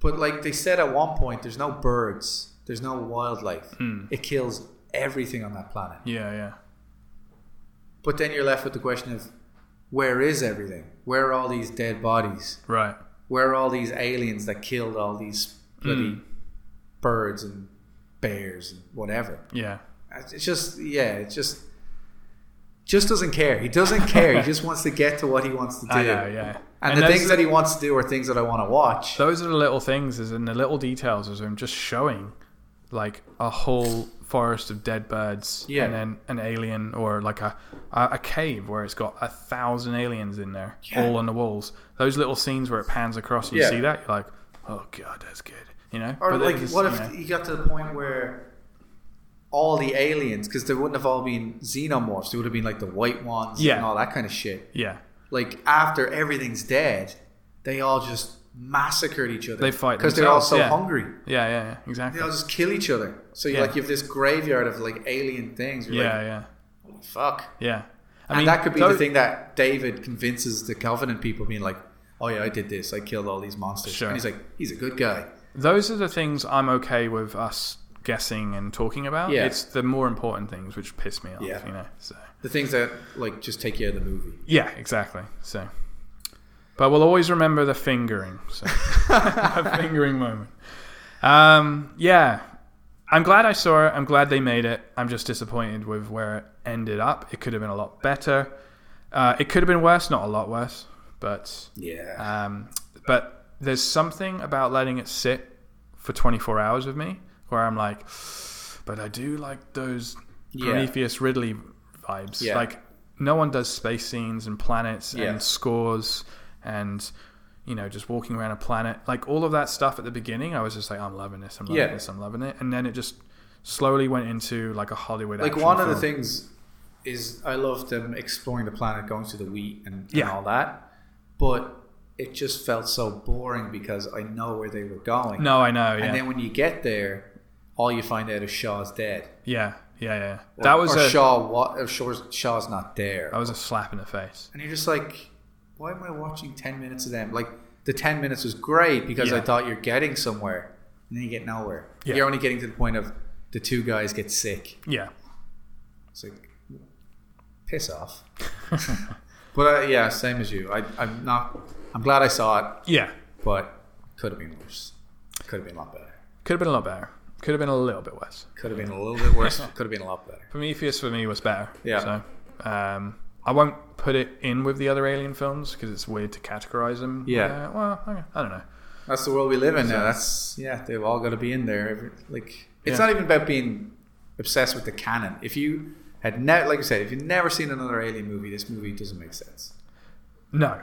But like they said at one point, there's no birds, there's no wildlife. It kills everything on that planet.
Yeah, yeah.
But then you're left with the question of where is everything? Where are all these dead bodies?
Right.
Where are all these aliens that killed all these bloody birds and bears and whatever?
Yeah.
It's just yeah, it's just just doesn't care. He doesn't care. he just wants to get to what he wants to
[LAUGHS]
do.
I know. Ah, Yeah.
And, the
those
things
are-
that he wants to do are things that I want to watch.
those are the little things, is in the little details, is him just showing, like a whole forest of dead birds,
Yeah.
and then an alien or like a a, a cave where it's got a thousand aliens in there,
Yeah.
all on the walls. Those little scenes where it pans across, and you
Yeah.
see that, you're like, oh god, that's good, you know.
Or
But
like,
it is,
what
you
if
know,
he got to the point where all the aliens, because they wouldn't have all been xenomorphs, they would have been like the white ones
Yeah.
and all that kind of shit.
yeah,
Like after everything's dead, they all just massacred each other.
They fight
because they're all
themselves,
so
yeah.
hungry.
yeah, yeah, yeah,
They
exactly.
all just kill each other. So you
Yeah.
like you have this graveyard of like alien things. You're
Yeah,
like,
yeah,
fuck.
yeah. I
and that could be the
those-
thing that David convinces the Covenant people, being like, "Oh yeah, I did this. I killed all these monsters."
Sure.
And he's like, "He's a good guy."
Those are the things I'm okay with us guessing and talking about.
Yeah.
It's the more important things which piss me off,
Yeah.
you know. So.
The things that like just take you out of the movie.
Yeah, exactly. So, but we'll always remember the fingering.
[LAUGHS]
So, [LAUGHS] the fingering moment. Um, yeah, I'm glad I saw it. I'm glad they made it. I'm just disappointed with where it ended up. It could have been a lot better. Uh, it could have been worse, not a lot worse, but
Yeah.
um, but there's something about letting it sit for 24 hours with me where I'm like, but I do like those
Yeah.
Prometheus Ridley vibes.
Yeah.
Like, no one does space scenes and planets
Yeah.
and scores and, you know, just walking around a planet. Like, all of that stuff at the beginning, I was just like, I'm loving this, I'm loving
Yeah.
this, I'm loving it. And then it just slowly went into like a Hollywood
like
action
one of the
film.
things is I love them exploring the planet, going through the wheat and, and
Yeah.
all that, but it just felt so boring because I know where they were going.
No, I know. Yeah.
And then when you get there, all you find out is Shaw's dead.
yeah. Yeah. Yeah. That was
or
a,
Shaw. What? Shaw's, Shaw's not there.
that was a slap in the face.
and you're just like, why am I watching 10 minutes of them? Like, the 10 minutes was great because I
Yeah.
thought you're getting somewhere, and then you get nowhere.
Yeah.
You're only getting to the point of the two guys get sick.
Yeah.
It's like, piss off.
[LAUGHS]
But uh, yeah, same as you. I, I'm not. I'm glad I saw it,
yeah.
but could have been worse. Could have been a lot better.
Could have been a lot better. Could have been a little bit worse.
Could have been a little bit
[LAUGHS]
worse. Could have been a lot better.
Prometheus for me was better.
Yeah.
So, um, I won't put it in with the other Alien films because it's weird to categorize them.
Yeah.
Uh, well, okay, I don't know.
That's the world we live in now. That's yeah. They've all got to be in there. Every, like it's
Yeah.
not even about being obsessed with the canon. If you had never, like I said, if you've never seen another alien movie, this movie doesn't make sense.
No.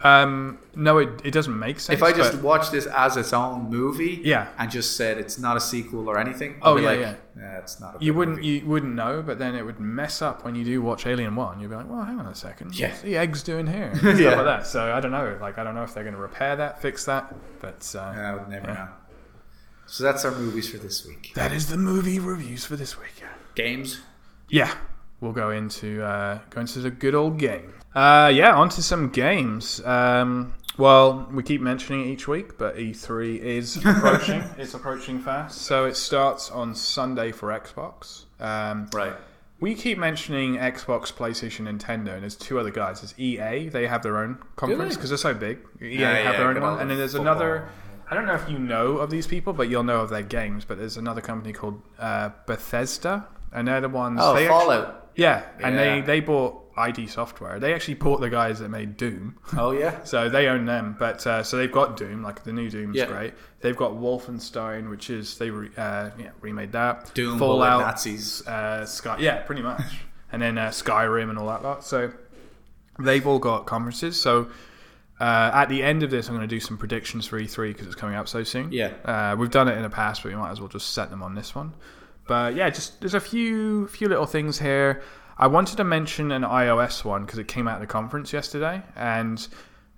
Um, no, it, it doesn't make sense.
If I just
but-
watched this as its own movie,
Yeah.
and just said it's not a sequel or anything,
Oh,
I'd be
yeah,
like,
yeah.
"Nah, it's not. A
you
good
wouldn't e-
movie."
you wouldn't know, but then it would mess up when you do watch Alien One. You'd be like, well, hang on a second,
Yeah.
what's the eggs doing
[LAUGHS]
here? And Stuff
Yeah.
like that. So I don't know. Like I don't know if they're going to repair that, fix that, but uh,
I would never
Yeah.
know. So that's our movies for this week.
that is the movie reviews for this week.
Games.
Yeah, we'll go into uh, go into the good old game. Uh, yeah, onto some games. Um, well, we keep mentioning it each week, but E3 is
[LAUGHS]
approaching. it's approaching fast. So it starts on Sunday for Xbox. Um,
Right.
We keep mentioning Xbox, PlayStation, Nintendo, and there's two other guys. There's EA. They have their own conference
they?
because they're so big. EA
Yeah,
have
yeah,
their own
good
one,
old
and then there's
football.
another. I don't know if you know of these people, but you'll know of their games. But there's another company called uh, Bethesda, and they're the ones.
Oh,
they actu-
Fallout.
yeah, and
Yeah.
they they bought ID Software. They actually bought the guys that made Doom. [LAUGHS]
oh yeah.
So they own them, but uh, so they've got Doom, like the new Doom's
Yeah.
great. They've got Wolfenstein, which is they re, uh, yeah, remade that.
Doom,
Fallout,
Fallout, Nazis.
uh, Sky, yeah, pretty much, and then uh, Skyrim and all that lot. So they've all got conferences. So uh, at the end of this, I'm going to do some predictions for E3 because it's coming up so soon.
Yeah.
uh, we've done it in the past, but we might as well just set them on this one. But yeah, just there's a few few little things here. I wanted to mention an iOS one because it came out at the conference yesterday, and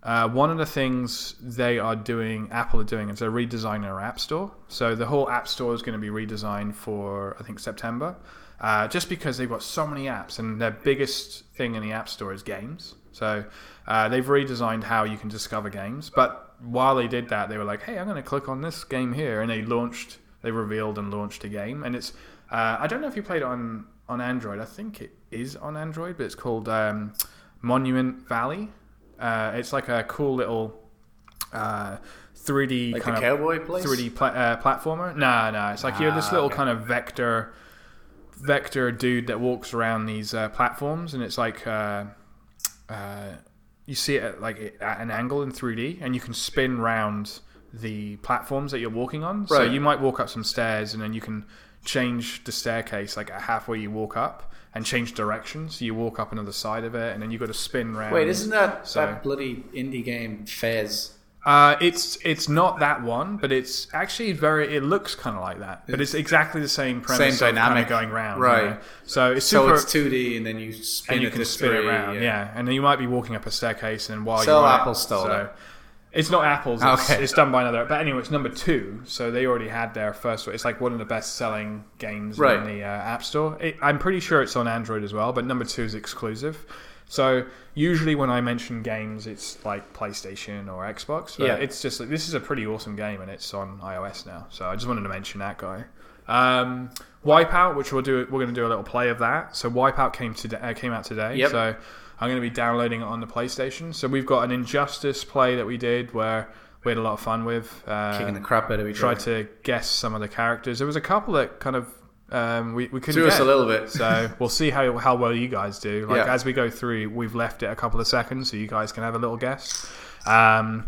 uh, one of the things they are doing, Apple are doing, is they're redesigning their App Store. So the whole App Store is going to be redesigned for I think September, uh, just because they've got so many apps, and their biggest thing in the App Store is games. So uh, they've redesigned how you can discover games. But while they did that, they were like, "Hey, I'm going to click on this game here," and they launched, they revealed and launched a game, and it's uh, I don't know if you played it on on Android. I think it is on Android, but it's called um, Monument Valley. Uh, it's like a cool little uh, 3D
Like
kind
the
of
cowboy place?
3D pla- uh, platformer. No, no, it's like you're this
Ah,
little
okay.
kind of vector vector dude that walks around these uh, platforms, and it's like. Uh, uh, you see it at, like at an angle in 3D, and you can spin round the platforms that you're walking on. So
Right.
you might walk up some stairs, and then you can change the staircase like at halfway you walk up, and change direction. So you walk up another side of it, and then you got to spin round.
Wait, isn't that
so-
that bloody indie game Fez?
Uh, it's it's not that one, but it's actually very. It looks kind of like that, but it's exactly the same premise.
Same
of kinda
dynamic.
going round, you
Right.
know? So it's
So
super.
it's 2D, and then you spin
and you
it
can
to
spin it
3D,
around, yeah. And then you might be walking up a staircase, and while
So
you're on it-
Apple stole it.
It's not Apple's. It's,
Okay.
it's done by another. But anyway, it's number two, so they already had their first. It's like one of the best-selling games
Right.
in the uh, App Store. It, I'm pretty sure it's on Android as well, but number two is exclusive. So usually when I mention games, it's like PlayStation or Xbox. But
Yeah.
it's just like this is a pretty awesome game, and it's on iOS now. So I just wanted to mention that guy. Um, Wipeout, which we'll do, we're going to do a little play of that. So Wipeout came today, uh, came out today.
Yep.
So I'm going to be downloading it on the PlayStation. So we've got an Injustice play that we did where we had a lot of fun with. Uh,
kicking the crap out of each
tried
other.
to guess some of the characters. There was a couple that kind of um, we we couldn't
Threw us
get.
a little bit.
So we'll see how how well you guys do. Like
Yeah.
as we go through, we've left it a couple of seconds, so you guys can have a little guess. Um,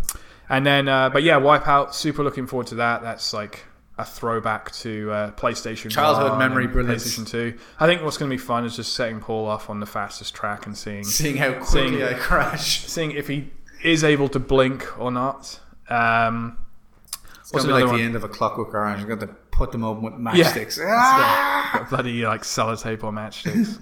and then, uh, but yeah, Wipeout. Super looking forward to that. That's like a throwback to uh, PlayStation.
Childhood
1
memory
and
brilliance.
PlayStation Two. I think what's going to be fun is just setting Paul off on the fastest track and seeing
[LAUGHS] Seeing how quickly
Seeing-
I crash.
seeing if he is able to blink or not. Um,
It's
What's
gonna be like
another
the
one?
end of a Clockwork Orange. I'm going to put them open with
Yeah.
matchsticks. Ah!
Got [LAUGHS] bloody like sellotape or matchsticks.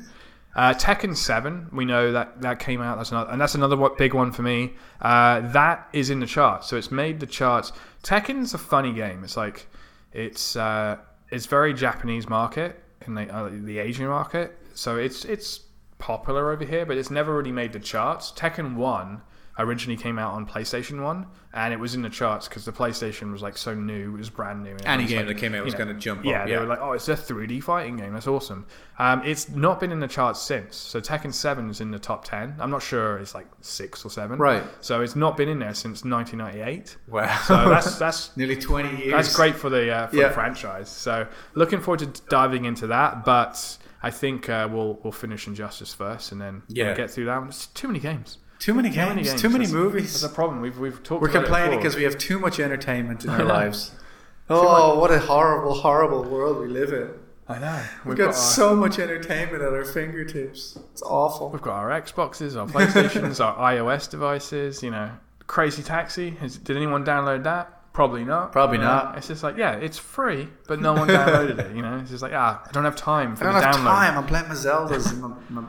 uh, Tekken Seven, we know that that came out. That's another, and that's another one, big one for me. Uh, that is in the charts, so it's made the charts. Tekken's a funny game. It's like it's uh, it's very Japanese market and the, uh, the Asian market, so it's it's popular over here, but it's never really made the charts. Tekken One. originally came out on PlayStation One, and it was in the charts because the PlayStation was like so new, it was brand new. and
Any
everyone's
game
like,
that came out
you
was
know,
going to jump
yeah,
up.
they were like, "Oh, it's a 3D fighting game. That's awesome." Um, it's not been in the charts since. So Tekken Seven is in the top ten. I'm not sure it's like six or seven.
Right.
So it's not been in there since
[LAUGHS]
1998.
[LAUGHS] wow.
So that's that's
Nearly 20 years.
that's great for the uh, for
Yeah.
the franchise. So looking forward to diving into that, but. I think uh, we'll we'll finish Injustice first, and then
Yeah.
we'll get through that one. It's too many games.
Too many games.
Too many games.
Too many
That's-
movies.
That's a problem. We've we've talked.
We're
about it
complaining
before.
because we have too much
[LAUGHS]
entertainment in our
know.
lives. Oh, what a horrible, horrible world we live in.
I know
We've
we've
got,
got, our,
so much entertainment at our fingertips. It's awful.
we've got our Xboxes, our
[LAUGHS]
Playstations, our iOS devices. You know, Crazy Taxi. Has, did anyone download that? Probably not.
Probably
You know,
not.
It's just like yeah, it's free, but no one downloaded it. You know, it's just like ah, I don't have time for
I don't
the
have
download.
time. I'm playing my Zeldas and my, my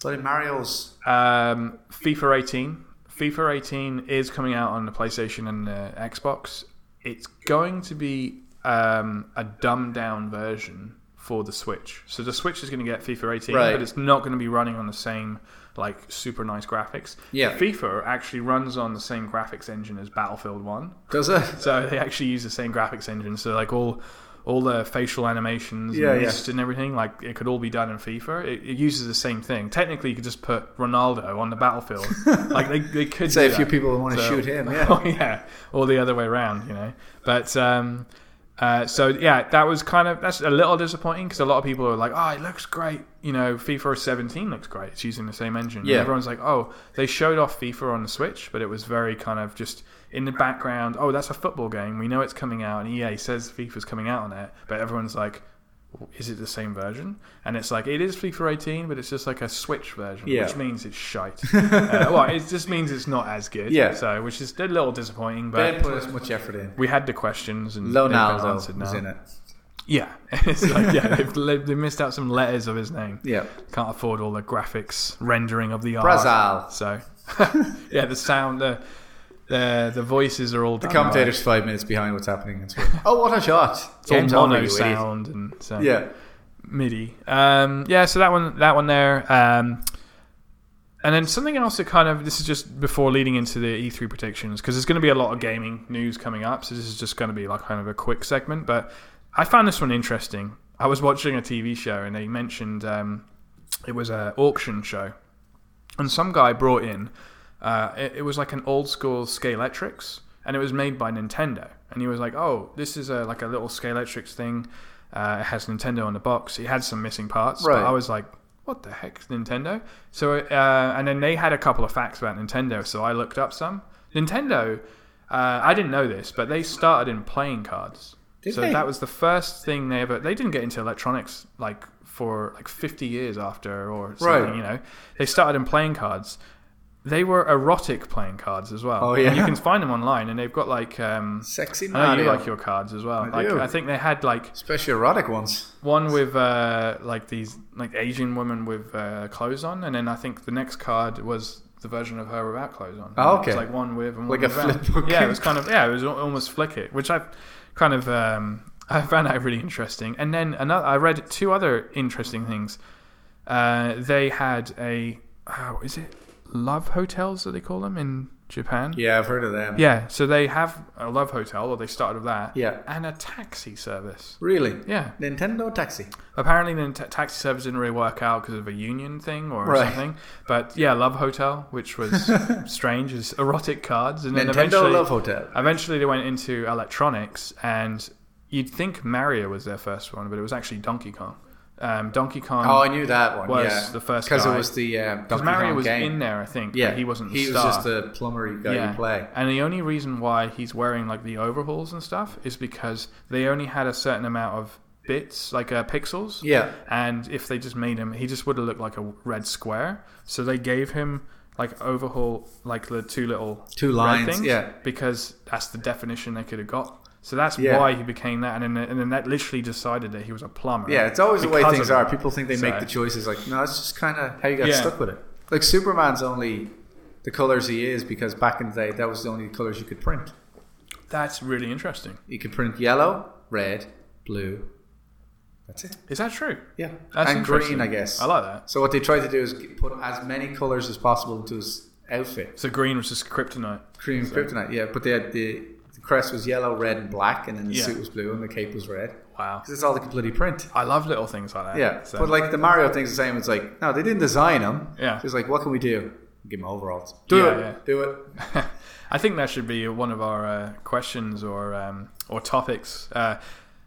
bloody Mario's.
Um, FIFA 18. FIFA 18 is coming out on the PlayStation and the Xbox. It's going to be um, a dumbed down version for the Switch. So the Switch is going to get FIFA 18,
Right.
but it's not going to be running on the same like super nice graphics.
Yeah.
FIFA actually runs on the same graphics engine as Battlefield 1.
Does it?
So they actually use the same graphics engine. So like all all the facial animations
Yeah, yeah.
and wrist and everything, like it could all be done in FIFA. It, it uses the same thing. Technically, you could just put Ronaldo on the
[LAUGHS]
battlefield. like they, they could
Say
do
a few
that.
people want to
So-
shoot him. [LAUGHS] Yeah.
Oh [LAUGHS] yeah, or the other way around, you know. But um, uh, so yeah, that was kind of that's a little disappointing because a lot of people are like, "Oh, it looks great," you know. FIFA 17 looks great. It's using the same engine. And
Yeah.
everyone's like, "Oh, they showed off FIFA on the Switch, but it was very kind of just in the background. Oh, that's a football game. We know it's coming out, and EA says FIFA's coming out on it, but everyone's like." Is it the same version? And it's like it is FIFA 18, but it's just like a Switch version,
Yeah.
which means it's
[LAUGHS]
shite. uh, well, it just means it's not as good.
Yeah.
So, which is a little disappointing,
They didn't
but
put as much effort in.
we had the questions and they've been
Lonaldo
answered
was
now.
in it.
Yeah, [LAUGHS] it's like
[LAUGHS]
yeah, they've, li- they missed out some letters of his name.
Yeah.
Can't afford all the graphics rendering of the
Brazil.
art. So, [LAUGHS] yeah, the sound, the the the voices are all the
Commentator's five minutes behind what's happening in Twitter. [LAUGHS] Oh, what a shot!
It's all
Game's on,
mono
you idiot.
sound and so
Yeah.
MIDI. Um, yeah, so that one, that one there. Um, and then something else that kind of this is just before leading into the E3 predictions because there's going to be a lot of gaming news coming up. So this is just going to be like kind of a quick segment. But I found this one interesting. I was watching a TV show and they mentioned um, it was a auction show, and some guy brought in uh, it, it was like an old school Scaletrix, and it was made by Nintendo. And he was like, "Oh, this is a like a little Scaletrix thing. Uh, it has Nintendo on the box. It had some missing parts."
Right.
But I was like, "What the heck, Nintendo?" So, uh, and then they had a couple of facts about Nintendo. So I looked up some Nintendo. Uh, I didn't know this, but they started in playing cards.
Did
so
they?
that was the first thing they ever. They didn't get into electronics like for like 50 years after or something.
Right.
You know, they started in playing cards they were erotic playing cards as well.
Oh, yeah.
And you can find them online, and they've got like um,
Sexy
I know you
Mario.
like your cards as well.
I
like
do.
I think they had like
Especially erotic ones.
one with uh, like these like Asian women with uh, clothes on, and then I think the next card was the version of her without clothes on. And
Oh,
it was,
okay.
like one with and
Like
one
a
without.
flip book.
Yeah, it was kind of yeah, it was al- almost flick it, which I kind of um, [LAUGHS] I found that really interesting. And then another, I read two other interesting things. Uh, they had a oh, is it love hotels that they call them in Japan?
Yeah, I've heard of them.
Yeah, so they have a love hotel, or they started with that.
Yeah.
And a taxi service.
Really?
Yeah.
Nintendo Taxi.
Apparently, the t- taxi service didn't really work out because of a union thing or
Right.
something. But yeah, Love Hotel, which
[LAUGHS]
was strange, is erotic cards, and then
Nintendo
eventually,
Love Hotel.
eventually they went into electronics, and you'd think Mario was their first one, but it was actually Donkey Kong. Um, Donkey Kong.
Oh, I knew that one.
was
yeah.
the first
because it
guy.
was the um,
because
Donkey
Mario
Kong
was
game.
in there, I think. but
yeah,
he wasn't. The
He
star.
was just the plumbery guy you play.
And the only reason why he's wearing like the overalls and stuff is because they only had a certain amount of bits, like uh, pixels.
Yeah.
And if they just made him, he just would have looked like a red square. So they gave him like overhaul, like the two little
Two
red
lines,
things,
yeah.
because that's the definition they could have got. So that's
Yeah.
why he became that, and then, and then that literally decided that he was a plumber.
Yeah, it's always the way
because of
things
that.
are. People think they make
So-
the choices. Like, no, it's just kind of how you got
Yeah.
stuck with it. Like Superman's only the colors he is because back in the day that was the only colors you could print.
That's really interesting.
You could print yellow, red, blue. That's it.
Is that true?
Yeah,
That's
and
interesting.
green, I guess.
I like that.
So what they try to do is put as many colors as possible into as, outfit.
So green was just kryptonite.
Cream kryptonite, yeah. But they had the, the crest was yellow, red, and black, and then the
Yeah.
suit was blue, and the cape was red.
Wow.
Because it's all the completely print.
I love little things like that.
Yeah.
So-
But like the Mario thing's the same. It's like, no, they didn't design them.
Yeah.
It's like, what can we do? Give them overalls. Do
Yeah,
it.
yeah.
Do it.
I think that should be one of our uh, questions or um, or topics. Uh,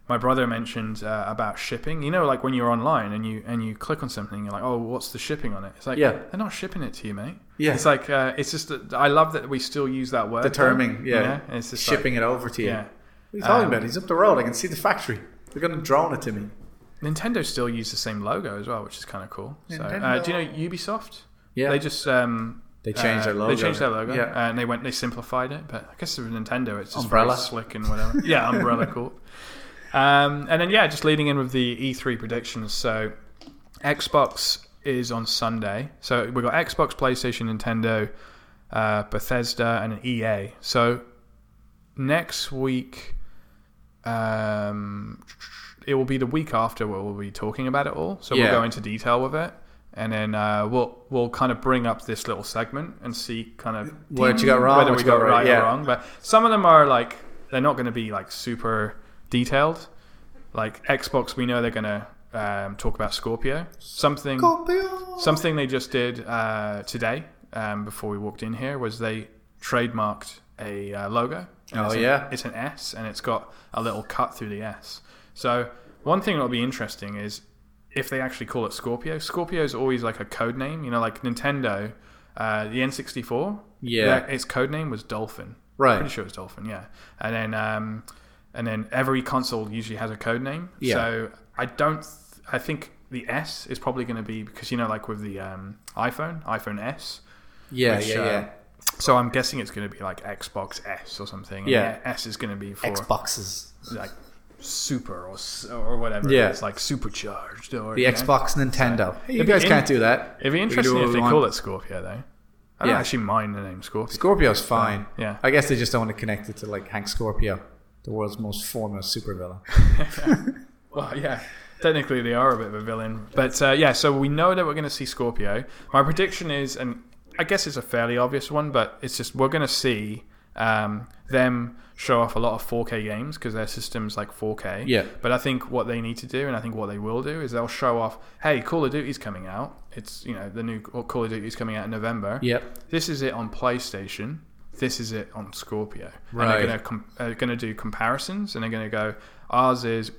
my brother mentioned uh, about shipping. You know, like when you're online and you and you click on something, you're like, "Oh, what's the shipping on it?" It's like,
Yeah.
they're not shipping it to you, mate."
Yeah.
it's like uh, it's just. that- I love that we still use that word. though.
Determining. Yeah.
And it's just like-
Shipping it over to you.
yeah.
What are you talking
Um,
about? He's up the road. I can see the factory. They're going to drone it to me.
Nintendo still use the same logo as well, which is kind of cool. So, uh,
Nintendo.
do you know Ubisoft?
Yeah.
They just um,
They changed their logo.
They changed their logo. Um, uh,
Yeah.
and they went. They simplified it, but I guess with Nintendo, it's just
Umbrella.
very slick and whatever. yeah, Umbrella
[LAUGHS]
Corp. Um, and then yeah, just leading in with the E3 predictions. So Xbox is on Sunday. So we've got Xbox, PlayStation, Nintendo, uh, Bethesda, and an EA. So next week, um, it will be the week after where we'll be talking about it all. So
Yeah.
we'll go into detail with it. And then uh, we'll we'll kind of bring up this little segment and see kind of
What you got wrong,
whether
what
we
you got
got
right,
right
yeah.
or wrong. But some of them are like they're not going to be like super detailed. Like Xbox, we know they're going to um, talk about Scorpio. Something something they just did uh, today um, before we walked in here was they trademarked a uh, logo. And
Oh,
it's an-
yeah.
it's an S and it's got a little cut through the S. So one thing that'll be interesting is if they actually call it Scorpio. Scorpio is always like a code name, you know, like Nintendo, uh, the N64.
Yeah.
their- its code name was Dolphin.
Right.
Pretty sure it's Dolphin, yeah. And then um, and then every console usually has a code name.
Yeah.
So I don't. Th- I think the S is probably going to be because you know, like with the um, iPhone, iPhone S.
Yeah,
Which,
yeah,
uh,
yeah.
So I'm guessing it's going to be like Xbox S or something. and
Yeah.
the S is going to be for
Xboxes.
like super or s- or whatever.
Yeah.
It's like supercharged or
The
you know.
Xbox Nintendo. Hey, you
It'd be
guys
in-
can't do that.
It'd be
We can do
interesting
what
if
we
they
want.
call it Scorpio though. I don't
Yeah.
actually mind the name Scorpio.
Scorpio's fine.
yeah.
I guess they just don't want to connect it to like Hank Scorpio, the world's most famous
[LAUGHS]
supervillain.
Well, yeah. Technically, they are a bit of a villain. But uh, yeah, so we know that we're going to see Scorpio. My prediction is, and I guess it's a fairly obvious one, but it's just we're going to see um, them show off a lot of 4K games because their system's like 4K.
Yeah.
But I think what they need to do, and I think what they will do, is they'll show off, hey, Call of Duty's coming out. It's, you know, the new Call of Duty's coming out in November.
Yep.
This is it on PlayStation. This is it on Scorpio. And
Right.
they're going to com- uh, going to do comparisons, and they're going to go, ours is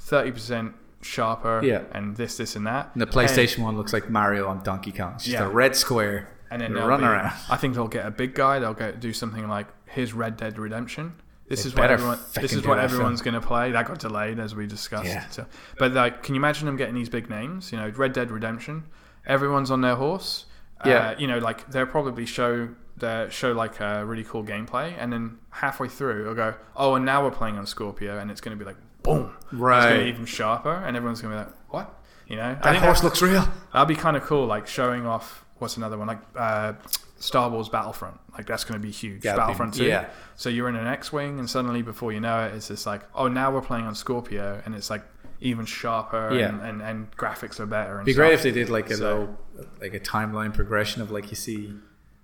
thirty percent sharper,
Yeah.
and this, this, and that.
And the PlayStation one looks like Mario on Donkey Kong. It's just
Yeah.
a red square.
and then
with a
they'll
run
be- [LAUGHS]
around.
I think they'll get a big guy. They'll go do something like, "Here's Red Dead Redemption. This
They
is what
better
everyone. This
fucking
is
do
what
that film.
everyone's going to play." That got delayed as we discussed.
Yeah.
So, but like, can you imagine them getting these big names? You know, Red Dead Redemption. Everyone's on their horse.
Yeah.
Uh, you know, like they'll probably show their show like a really cool gameplay, and then halfway through, they'll go, "Oh, and now we're playing on Scorpio," and it's going to be like, boom. It's going to
Right.
be even sharper, and everyone's going to be like, "What?" You know, I
That
think
horse
that's-
looks real.
That'd be kind of cool, like showing off. What's another one? Like uh, Star Wars Battlefront. Like that's going to be huge.
Yeah, that'd be-
Battlefront Two.
yeah.
So you're in an X-wing, and suddenly, before you know it, it's just like, oh, now we're playing on Scorpio, and it's like even sharper,
Yeah.
and, and, and graphics are better. And
It'd be great if
stuff.
they did like a
So-
low, like a timeline progression of like you see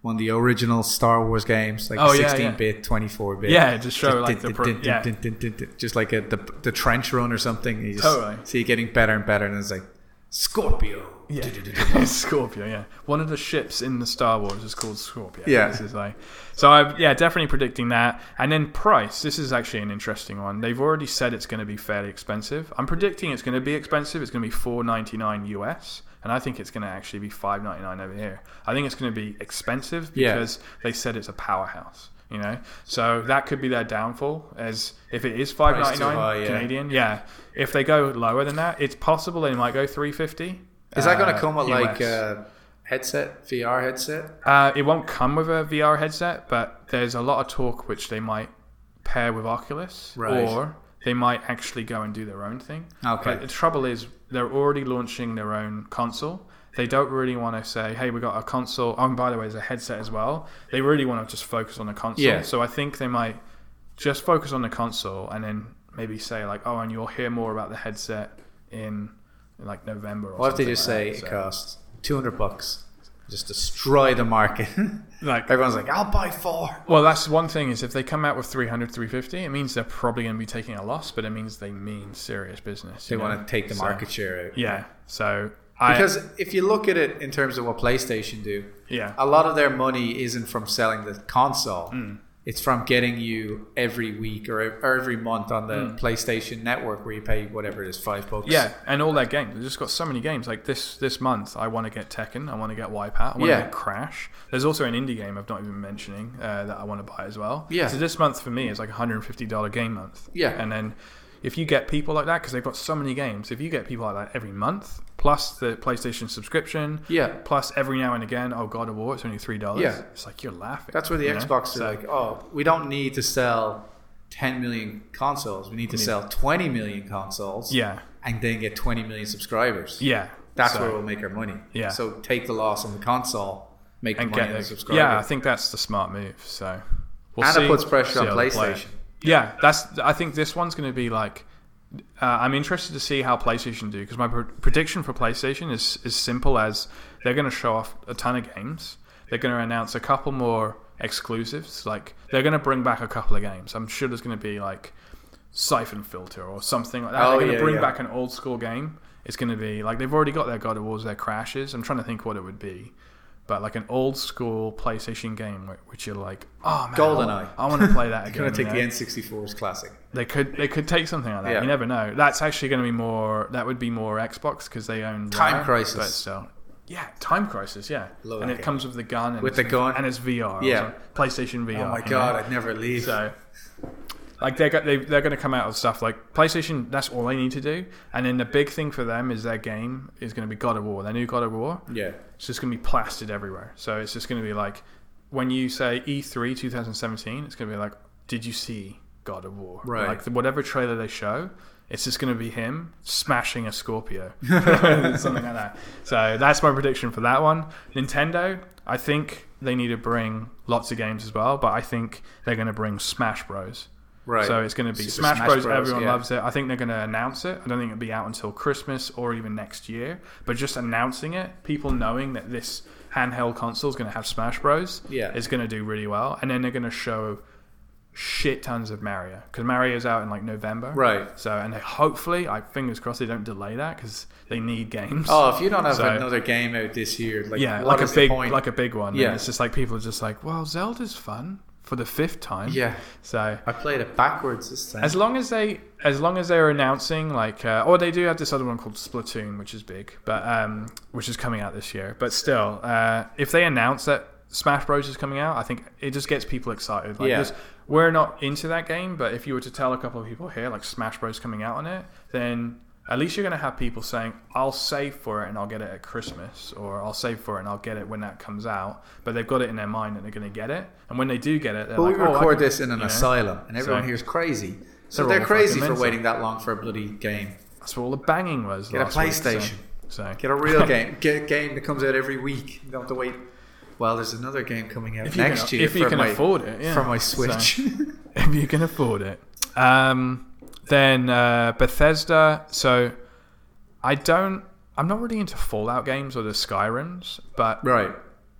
one of the original Star Wars games, like
Oh, yeah, yeah.
16 bit, 24 bit.
Yeah, just show, like, the pro- yeah.
just like a, the the trench run or something. You just
Totally.
see it getting better and better, and it's like Scorpio.
Yeah. [LAUGHS] Scorpio, yeah. One of the ships in the Star Wars is called Scorpio.
Yeah.
This is like, so I, yeah, definitely predicting that. And then price. This is actually an interesting one. They've already said it's going to be fairly expensive. I'm predicting it's going to be expensive. It's going to be 4.99 US, and I think it's going to actually be 5.99 over here. I think it's going to be expensive
Yeah.
because they said it's a powerhouse. You know, so that could be their downfall. As if it is five ninety
high,
nine
yeah.
Canadian, yeah. If they go lower than that, it's possible they might go three fifty.
Is that going
Uh,
to come with like
US.
a headset, VR headset?
Uh, it won't come with a VR headset, but there's a lot of talk which they might pair with Oculus,
Right.
or they might actually go and do their own thing.
Okay.
But the trouble is, they're already launching their own console. They don't really want to say, "Hey, we got a console." Oh, and by the way, there's a headset as well. They really want to just focus on the console.
Yeah.
So I think they might just focus on the console and then maybe say like, "Oh, and you'll hear more about the headset in like November." Or
What if
something
they just
like
say
that.
it
So-
costs 200 bucks? just destroy the market. [LAUGHS]
Like,
Everyone's like, I'll buy four.
well, that's one thing is if they come out with 300, 350, it means they're probably going to be taking a loss, but it means they mean serious business.
They want to take the market share out.
Yeah. So I
Because if you look at it in terms of what PlayStation do,
yeah
a lot of their money isn't from selling the console. It's from getting you every week or, or every month on the PlayStation Network where you pay whatever it is, five bucks.
yeah, and all their games. They've just got so many games. Like this this month, I want to get Tekken. I want to get Wipeout. I want to
Yeah.
get Crash. There's also an indie game I've not even mentioning uh, that I want to buy as well.
Yeah.
So this month for me is like a hundred and fifty dollar game month.
Yeah.
And then if you get people like that because they've got so many games, if you get people like that every month, plus the PlayStation subscription,
Yeah.
plus every now and again, oh God of War, it's only three dollars.
Yeah.
It's like you're laughing.
That's where the
you know?
Xbox are
So-
like, oh, we don't need to sell 10 million consoles. We need to sell 20 million consoles
Yeah.
and then get 20 million subscribers.
Yeah.
That's
So-
where we'll make our money.
Yeah.
So take the loss on the console, make
and
the money
get
on the
the,
subscriber.
yeah, I think that's the smart move. So we'll
and
see-
it puts pressure
see
on
how they play it.
PlayStation.
Yeah, that's. I think this one's going to be like. Uh, I'm interested to see how PlayStation do because my pr- prediction for PlayStation is is simple as they're going to show off a ton of games. They're going to announce a couple more exclusives. Like they're going to bring back a couple of games. I'm sure there's going to be like Siphon Filter or something like that.
Oh,
they're going to
yeah,
bring
yeah.
back an old school game. It's going to be like they've already got their God of Wars, their Crashes. I'm trying to think what it would be, but like an old school PlayStation game wh- which you're like, oh man, I
GoldenEye.
wa- I want to play that again.
[LAUGHS] You're going to
you
take
know?
the N64's classic.
They could they could take something like that.
Yeah.
You never know. That's actually going to be more. That would be more Xbox because they own
Time
Rare,
Crisis.
But still, yeah, Time Crisis. Yeah,
Love
and
that
it
game.
comes with the gun and
With
it's
the
like-
gun.
and it's VR.
Yeah.
also PlayStation VR.
Oh my
you know?
God, I'd never leave.
So, like they're go- they, they're going to come out with stuff like PlayStation. That's all they need to do. And then the big thing for them is their game is going to be God of War. Their new God of War.
Yeah.
It's just going to be plastered everywhere. So it's just going to be like when you say E E3 2017, it's going to be like, did you see God of War?
Right.
Like the, whatever trailer they show, it's just going to be him smashing a Scorpio, [LAUGHS] something like that. So that's my prediction for that one. Nintendo, I think they need to bring lots of games as well, but I think they're going to bring Smash Bros.
Right.
So it's going to be
Super
Smash,
Smash
Bros.
Bros,
Everyone
yeah.
loves it. I think they're going to announce it. I don't think it'll be out until Christmas or even next year. But just announcing it, people knowing that this handheld console is going to have Smash Bros.
Yeah.
is going to do really well. And then they're going to show shit tons of Mario because Mario's out in like November.
Right.
So and they, hopefully, I fingers crossed, they don't delay that because they need games.
Oh, if you don't have
So-
another game out this year,
[LAUGHS]
like,
yeah,
what
like
is
a
the
big
point?
like a big one. Yeah.
Yeah.
And it's just like people are just like, well, Zelda's fun for the fifth time.
Yeah.
So
I played it backwards this time.
as long as they, as long as they're announcing like, uh, or they do have this other one called Splatoon, which is big, but um, which is coming out this year. But still, uh, if they announce that Smash Bros is coming out, I think it just gets people excited. Like,
Yeah.
this- we're not into that game, but if you were to tell a couple of people here like Smash Bros coming out on it, then at least you're going to have people saying, "I'll save for it and I'll get it at Christmas," or "I'll save for it and I'll get it when that comes out." But they've got it in their mind that they're going to get it, and when they do get it, they're
But
like,
we
"Oh, I
record
can-"
this in an
you know?
asylum, and everyone
So-
here's crazy. So
They're
they're,
all
crazy
fucking
for
mental.
waiting that long for a bloody game.
That's what all the banging was.
Get a
last week, so-
PlayStation.
so,
Get a real
[LAUGHS]
game. Get a game that comes out every week. You don't have to wait. Well, there's another game coming out
If you can-
next year
if you
for
can
my,
afford it, yeah.
for my
So-
Switch.
[LAUGHS] if you can afford it. Um, then uh, Bethesda. So I don't. I'm not really into Fallout games or the Skyrims, but
[LAUGHS] right.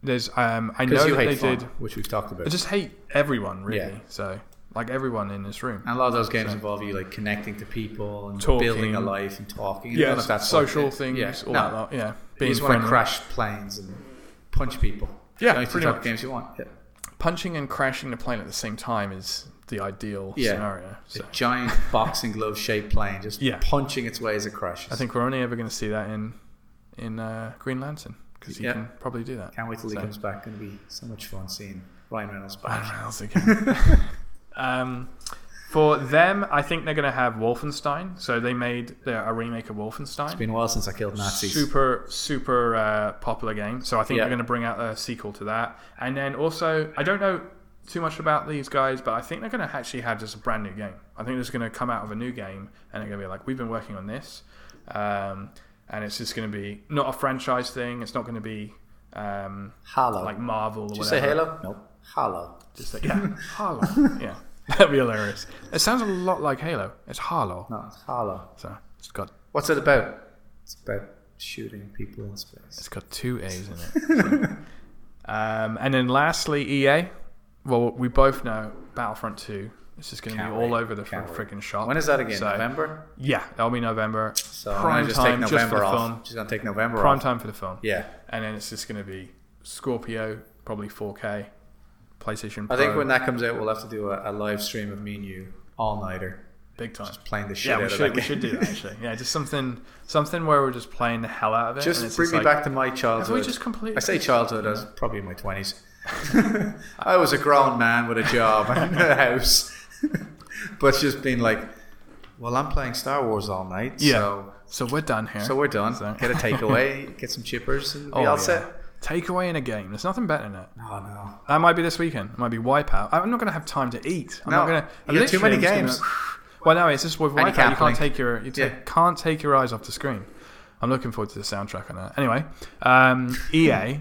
there's. Um, I know
Because
that
you
they
hate fun,
did.
which we've talked
I
about.
just hate everyone really.
Yeah.
So like everyone in this room.
and a lot of those games involve you like connecting to people and
Talking.
building a life and talking. You don't know
Yeah,
if that's fun.
social things.
Yeah.
all
no,
that. Yeah,
you
being
just want to
friendly.
crash planes and punch people.
Yeah,
Those are the
pretty
type of
much.
games you want. Yeah.
punching and crashing the plane at the same time is the ideal
Yeah.
scenario. So.
A
[LAUGHS]
giant boxing glove shaped plane just
Yeah.
punching its way as it crashes.
I think we're only ever going to see that in in uh, Green Lantern because he
Yeah.
can probably do that.
Can't wait till he
So-
comes back. Going to be so much fun seeing Ryan Reynolds
[LAUGHS] I don't
back.
know else
[LAUGHS]
again. um, for them, I think they're going to have Wolfenstein. So they made the, a remake of Wolfenstein.
It's been a while since I killed Nazis.
Super, super uh, popular game. So I think
Yeah.
they're going to bring out a sequel to that. And then also, I don't know too much about these guys, but I think they're going to actually have just a brand new game. I think there's going to come out of a new game, and they're going to be like, we've been working on this. Um, and it's just going to be not a franchise thing. It's not going to be um,
Hollow.
like Marvel or
Did you
whatever.
say Halo? Nope. Hollow.
Just like, yeah,
[LAUGHS]
Harlow. Yeah, that'd be hilarious. It sounds a lot like Halo. It's Harlow.
No, it's Hollow.
So it's got
What's it about? It's about shooting people in space.
[LAUGHS] It's got two A's in it. um, and then lastly, EA. Well, we both know Battlefront 2. This is going to be
Can't
all
wait.
over the fr-
Can't wait.
freaking shop.
When is that again?
So-
November.
Yeah, that'll be November.
So I'm
prime
gonna just
time
take
just for
November
the
off.
film.
She's gonna take November
Prime
off.
time for the film.
Yeah.
And then it's just going to be Scorpio, probably 4K, PlayStation Pro.
I think when that comes out, we'll have to do a, a live stream of me and you all nighter
big time.
playing the shit
Yeah,
out
we
of
should,
that
we
game.
should do
[LAUGHS]
that [LAUGHS] actually. Yeah, just something something where we're just playing the hell out of it.
just
and it's
bring me
like,
back to my childhood.
Have we just completed?
I say childhood, I was probably in my twenties. [LAUGHS] I was a grown man with a job and a [LAUGHS] house, but just being like, "Well, I'm playing Star Wars all night,
Yeah.
so
So we're done here.
so we're done.
So- [LAUGHS]
Get a takeaway, get some chippers, and
Oh,
be all
yeah.
set."
Takeaway in a game. There's nothing better than it.
Oh no!
That might be this weekend. It might be Wipeout. I'm not going to have time to eat. I'm
No,
not going to.
you got too many games.
[SIGHS] well, no, it's just with Wipeout. You
can't
can't
blink.
take your you ta-
Yeah.
can't take your eyes off the screen. I'm looking forward to the soundtrack on that. Anyway,
[LAUGHS]
um, EA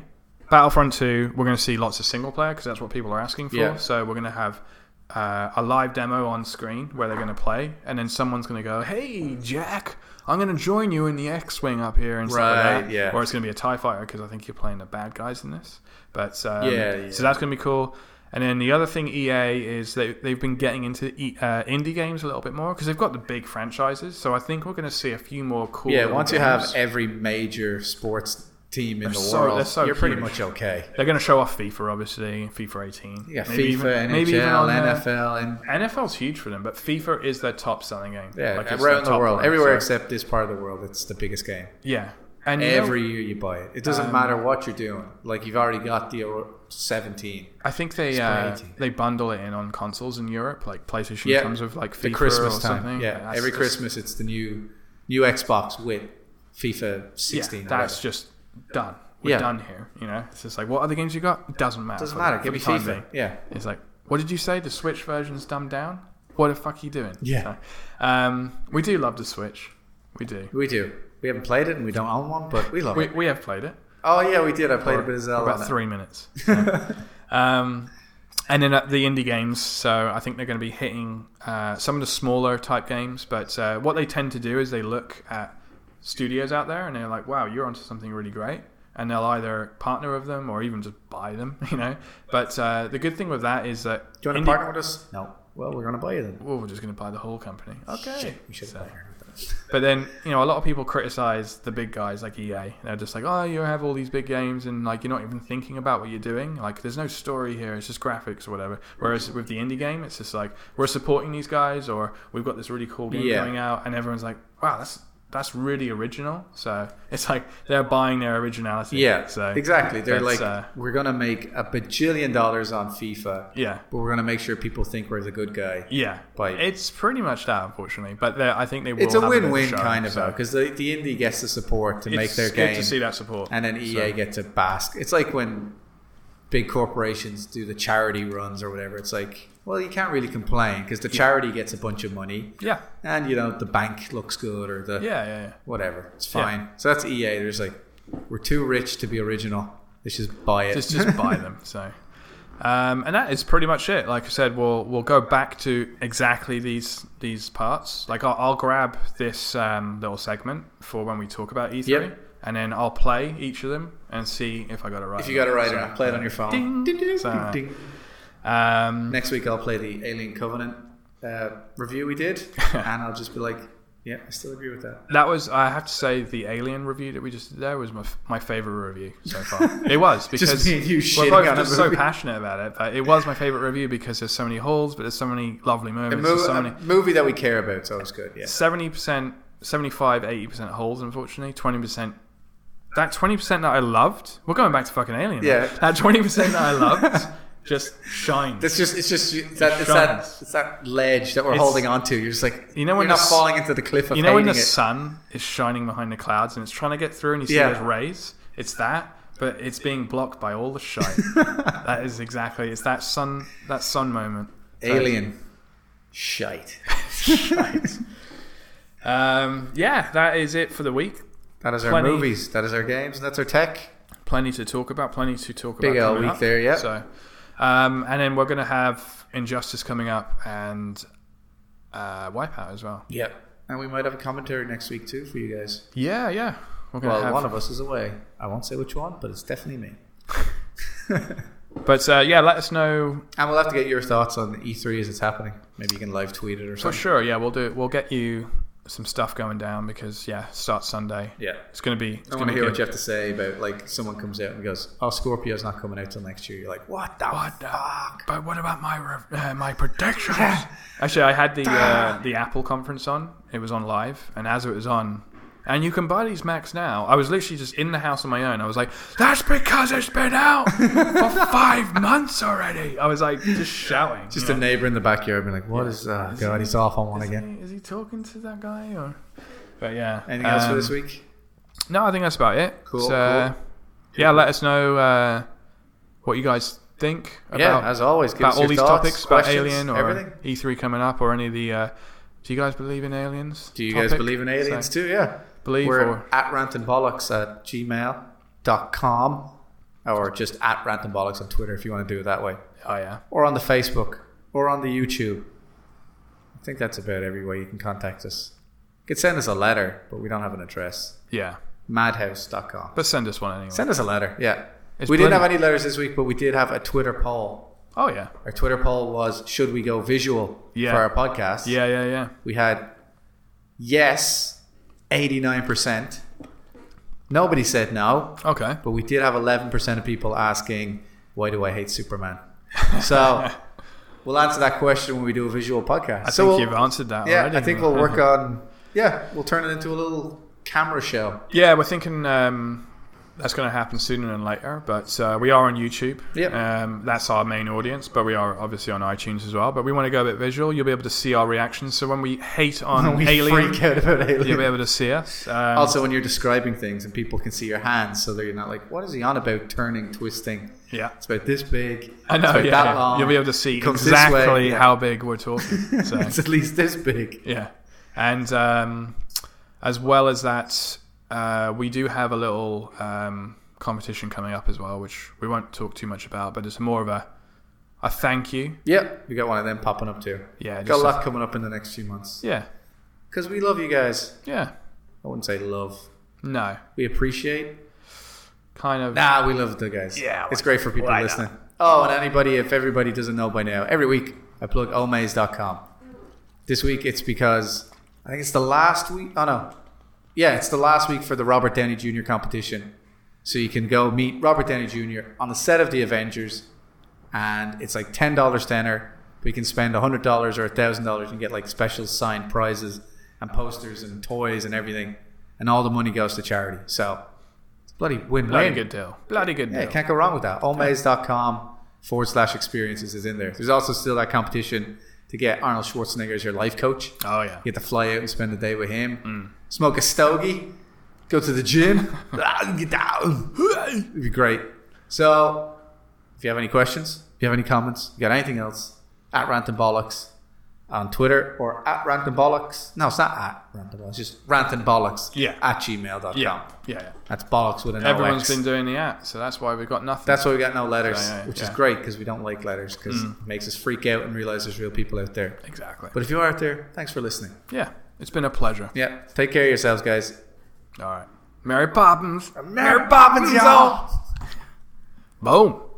Battlefront 2. We're going to see lots of single player because that's what people are asking for.
Yeah.
So we're going to have. Uh, a live demo on screen where they're going to play, and then someone's going to go, "Hey, Jack, I'm going to join you in the X-wing up here and stuff like
Right,
that."
yeah.
Or it's going to be a Tie Fighter because I think you're playing the bad guys in this. But um,
Yeah, yeah.
so that's going to be cool. And then the other thing EA is they they've been getting into e, uh, indie games a little bit more because they've got the big franchises. So I think we're going to see a few more cool.
Yeah,
little
once you have
games.
every major sports team in the
so- they're
world,
so
you're pretty
huge.
much okay.
they're going to show off FIFA, obviously FIFA 18.
Yeah, FIFA,
Maybe even-
NHL,
maybe even on uh, the-
NFL, and
NFL's huge for them, but FIFA is their top selling game.
yeah,
Like, it's their
around the
top
world,
one,
everywhere
so-
except this part of the world, it's the biggest game.
yeah, and you know-
Every year you buy it. It
Um,
doesn't matter what you're doing. Like you've already got the Euro- 17.
I think they
Spring
uh,
18.
they bundle it in on consoles in Europe. Like PlayStation
Yeah,
comes with like FIFA
The Christmas
or
time.
something.
Yeah,
That's-
every
that's-
Christmas it's the new new Xbox with FIFA 16.
Yeah,
or
that's
whatever.
just done. We're
Yeah.
done here. You know, it's just like what other games you got? It doesn't matter.
doesn't
for-
matter.
for
Give me
the time
FIFA.
being.
Yeah.
It's like, what did you say? The Switch version's dumbed down. What the fuck are you doing?
Yeah.
So, um, we do love the Switch. We do.
We do. We haven't played it and we don't own one, but we love
We,
it.
we have played it.
Oh yeah, we did. I played a
for
bit of Zelda.
about
[LAUGHS]
three minutes. Yeah. um, and then uh, the indie games. So I think they're going to be hitting uh, some of the smaller type games. But uh, what they tend to do is they look at studios out there and they're like, "Wow, you're onto something really great." And they'll either partner with them or even just buy them, [LAUGHS] you know. But uh, the good thing with that is that
Do you want
indie-
to partner with us? No. Well, we're gonna buy you then.
Well, we're just going to buy the whole company. Okay.
Shit, we should have partnered with them.
But then, you know, a lot of people criticize the big guys like EA. They're just like, oh, you have all these big games and, like, you're not even thinking about what you're doing. Like, there's no story here. It's just graphics or whatever. Whereas with the indie game, it's just like, we're supporting these guys or we've got this really cool game
Yeah.
coming out. And everyone's like, wow, that's that's really original. So it's like they're buying their originality.
Yeah.
So
exactly. They're
that's,
like,
uh,
we're gonna make a bajillion dollars on FIFA,
yeah.
but we're gonna make sure people think we're the good guy.
Yeah.
By-
It's pretty much that, unfortunately. But they're- I think they will.
it's a
have bit
win-win
show,
kind of
so.
because the, the indie gets the support to make
It's
their
good
game,
to see that support.
and then EA
So-
gets a bask. It's like when big corporations do the charity runs or whatever. It's like, well, you can't really complain because the charity gets a bunch of money,
Yeah.
and you know the bank looks good or the
Yeah. Yeah. yeah.
whatever. It's
Yeah.
fine. So that's E EA. There's like, we're too rich to be original. Let's just buy it.
just just
[LAUGHS]
buy them. So, um, and that is pretty much it. Like I said, we'll we'll go back to exactly these these parts. Like I'll, I'll grab this um, little segment for when we talk about E3,
Yep.
and then I'll play each of them and see if I got it right.
if you got it right, or not, play it on your phone.
Ding.
Ding, ding,
So-
ding, ding.
Um,
Next week I'll play the Alien Covenant uh, review
[LAUGHS]
we did, and I'll just be like, yeah, I still agree with that.
that was I have to say the Alien review that we just did there was my f- my favorite review so far.
[LAUGHS]
it was because
me and you
we're
shitting
both
on a
just so
movie.
passionate about it. But it was my favorite review because there's so many holes, but there's so many lovely
A,
moments.
mo-
there's so many.
a movie that we care about, so it's good. Yeah.
seventy percent, seventy-five, eighty percent holes. Unfortunately, twenty percent. That twenty percent that I loved. We're going back to fucking Alien. now.
Yeah.
That twenty percent that I
[LAUGHS]
loved just shines.
It's just, it's just it's that, it's that,
shines.
it's that ledge that we're
It's-
holding on to. You're just like,
You
you
know
know,
when
you're not
the s-
falling into the cliff of
you know when the
hating it.
sun is shining behind the clouds and it's trying to get through and you see
Yeah.
those rays. It's that, but it's being blocked by all the
[LAUGHS]
shite. that is exactly. It's that sun. That sun moment.
Alien, shite.
Um, yeah, that is it for the week.
That is our
Plenty.
movies. That is our games. And that's our tech.
plenty to talk about, plenty to talk
Big
about.
L
coming
week
up.
there, yeah.
So, um, and then we're going to have Injustice coming up and uh, Wipeout as well.
Yep. And we might have a commentary next week too for you guys.
Yeah, yeah. We're gonna
Well,
have,
one of us is away. I won't say which one, but it's definitely [LAUGHS] me.
but uh, yeah, let us know
And we'll have to get your thoughts on E3 as it's happening. Maybe you can live tweet it or
for
something.
Oh, sure. Yeah, we'll do. We'll get you some stuff going down because yeah, starts Sunday.
Yeah.
It's gonna be. It's
I
gonna
want to
be
hear
good.
what you have to say about [LAUGHS] like someone comes out and goes, "Oh, Scorpio's not coming out till next year." You're like, "What the
What the-
fuck?"
But what about my rev- uh, my predictions? [LAUGHS] Actually, I had the uh, the Apple conference on. It was on live, and as it was on, and you can buy these Macs now. I was literally just in the house on my own. I was like, "That's because it's been out for
[LAUGHS]
five months already." I was like, just shouting.
Just
you
a
know.
neighbor in the backyard being like, "What is? Oh God, he's off on one again."
Is he talking to that guy or? But yeah.
Anything else for
um,
this week?
No, I think that's about it.
Cool,
So, uh,
cool.
Yeah, let us know uh, what you guys think about
yeah, as always, give us
about all
your
these
thoughts,
topics about
questions,
Alien or
everything.
E3 coming up or any of the. Uh, do you guys believe in aliens?
Do you guys
topic?
believe in aliens
So,
too? Yeah.
believe
We're
or
at rantandbollocks at gmail.com or just at rantandbollocks on Twitter if you want to do it that way.
oh yeah,
Or on the Facebook or on the YouTube. I think that's about every way you can contact us. You could send us a letter, but we don't have an address.
yeah.
Madhouse.com.
But send us one anyway.
Send us a letter, yeah.
It's
we didn't have
plenty-
any letters this week, but we did have a Twitter poll.
oh yeah,
Our Twitter poll was Should we go visual
Yeah.
for our podcast?
yeah, yeah, yeah.
We had yes, 89%. Nobody said no,
Okay.
but we did have 11% of people asking, why do I
[LAUGHS]
hate Superman? So we'll answer that question when we do a visual podcast.
I
so
think
we'll-
you've answered that.
Yeah,
already. Uh-huh.
I think
[LAUGHS]
we'll work on, yeah, we'll turn it into a little camera show.
Yeah, we're thinking um, that's going to happen sooner than later, but uh, we are on YouTube.
Yep.
Um, that's our main audience, but we are obviously on iTunes as well. But we want to go a bit visual. You'll be able to see our reactions. So when we hate on
And [LAUGHS] we
Alien,
freak out about
you'll be
aliens.
able to see us. Um,
Also, when you're describing things and people can see your hands, so they're not like, what is he on about turning, twisting?
yeah.
It's about this big.
I
it's
know,
about
yeah.
that long.
You'll be able to see
comes this way,
exactly
yeah.
how big we're
[LAUGHS]
talking. So,
it's at least this big.
yeah. And um, as well as that, uh, we do have a little um, competition coming up as well, which we won't talk too much about, but it's more of a, a thank you.
Yep, we got one of them popping up too.
Yeah.
got a
just a-
lot coming up in the next few months
yeah.
because we love you guys.
Yeah.
I wouldn't say love.
No.
We appreciate.
Kind of.
Nah, we love the guys.
Yeah,
it's great for people
well, I know.
listening. Oh, and anybody, if everybody doesn't know by now, every week I plug omaze.com. This week it's because I think it's the last week. Oh no, yeah, it's the last week for the Robert Downey Jr. competition. So you can go meet Robert Downey Jr. on the set of the Avengers, and it's like ten dollars tenner. We can spend hundred dollars or thousand dollars and get like special signed prizes and posters and toys and everything, and all the money goes to charity. So it's a bloody win-win.
Bloody good deal. Bloody good
Yeah,
deal.
you can't go wrong with that. Allmaze.com forward slash experiences is in there. There's also still that competition to get Arnold Schwarzenegger as your life coach.
oh, yeah.
You get to fly out and spend the day with him, smoke a stogie, go to the gym. Ah, get down. It'd be great. So, if you have any questions, if you have any comments, you got anything else, at Rant and Bollocks on Twitter or at Rant and Bollocks. No, it's not at Rant and Bollocks, it's just Rant and Bollocks
Yeah.
at gmail.com.
Yeah. Yeah. yeah.
That's bollocks with an OX.
Everyone's been doing the app, so that's why we've got nothing.
That's why we got no letters,
Yeah, yeah,
which
yeah.
is great because we don't like letters because it makes us freak out and realize there's real people out there.
exactly.
But if you are out there, thanks for listening.
yeah. It's been a pleasure.
Yeah, take care of yourselves, guys.
All right. Mary Poppins.
Mary Poppins, y'all.
Boom.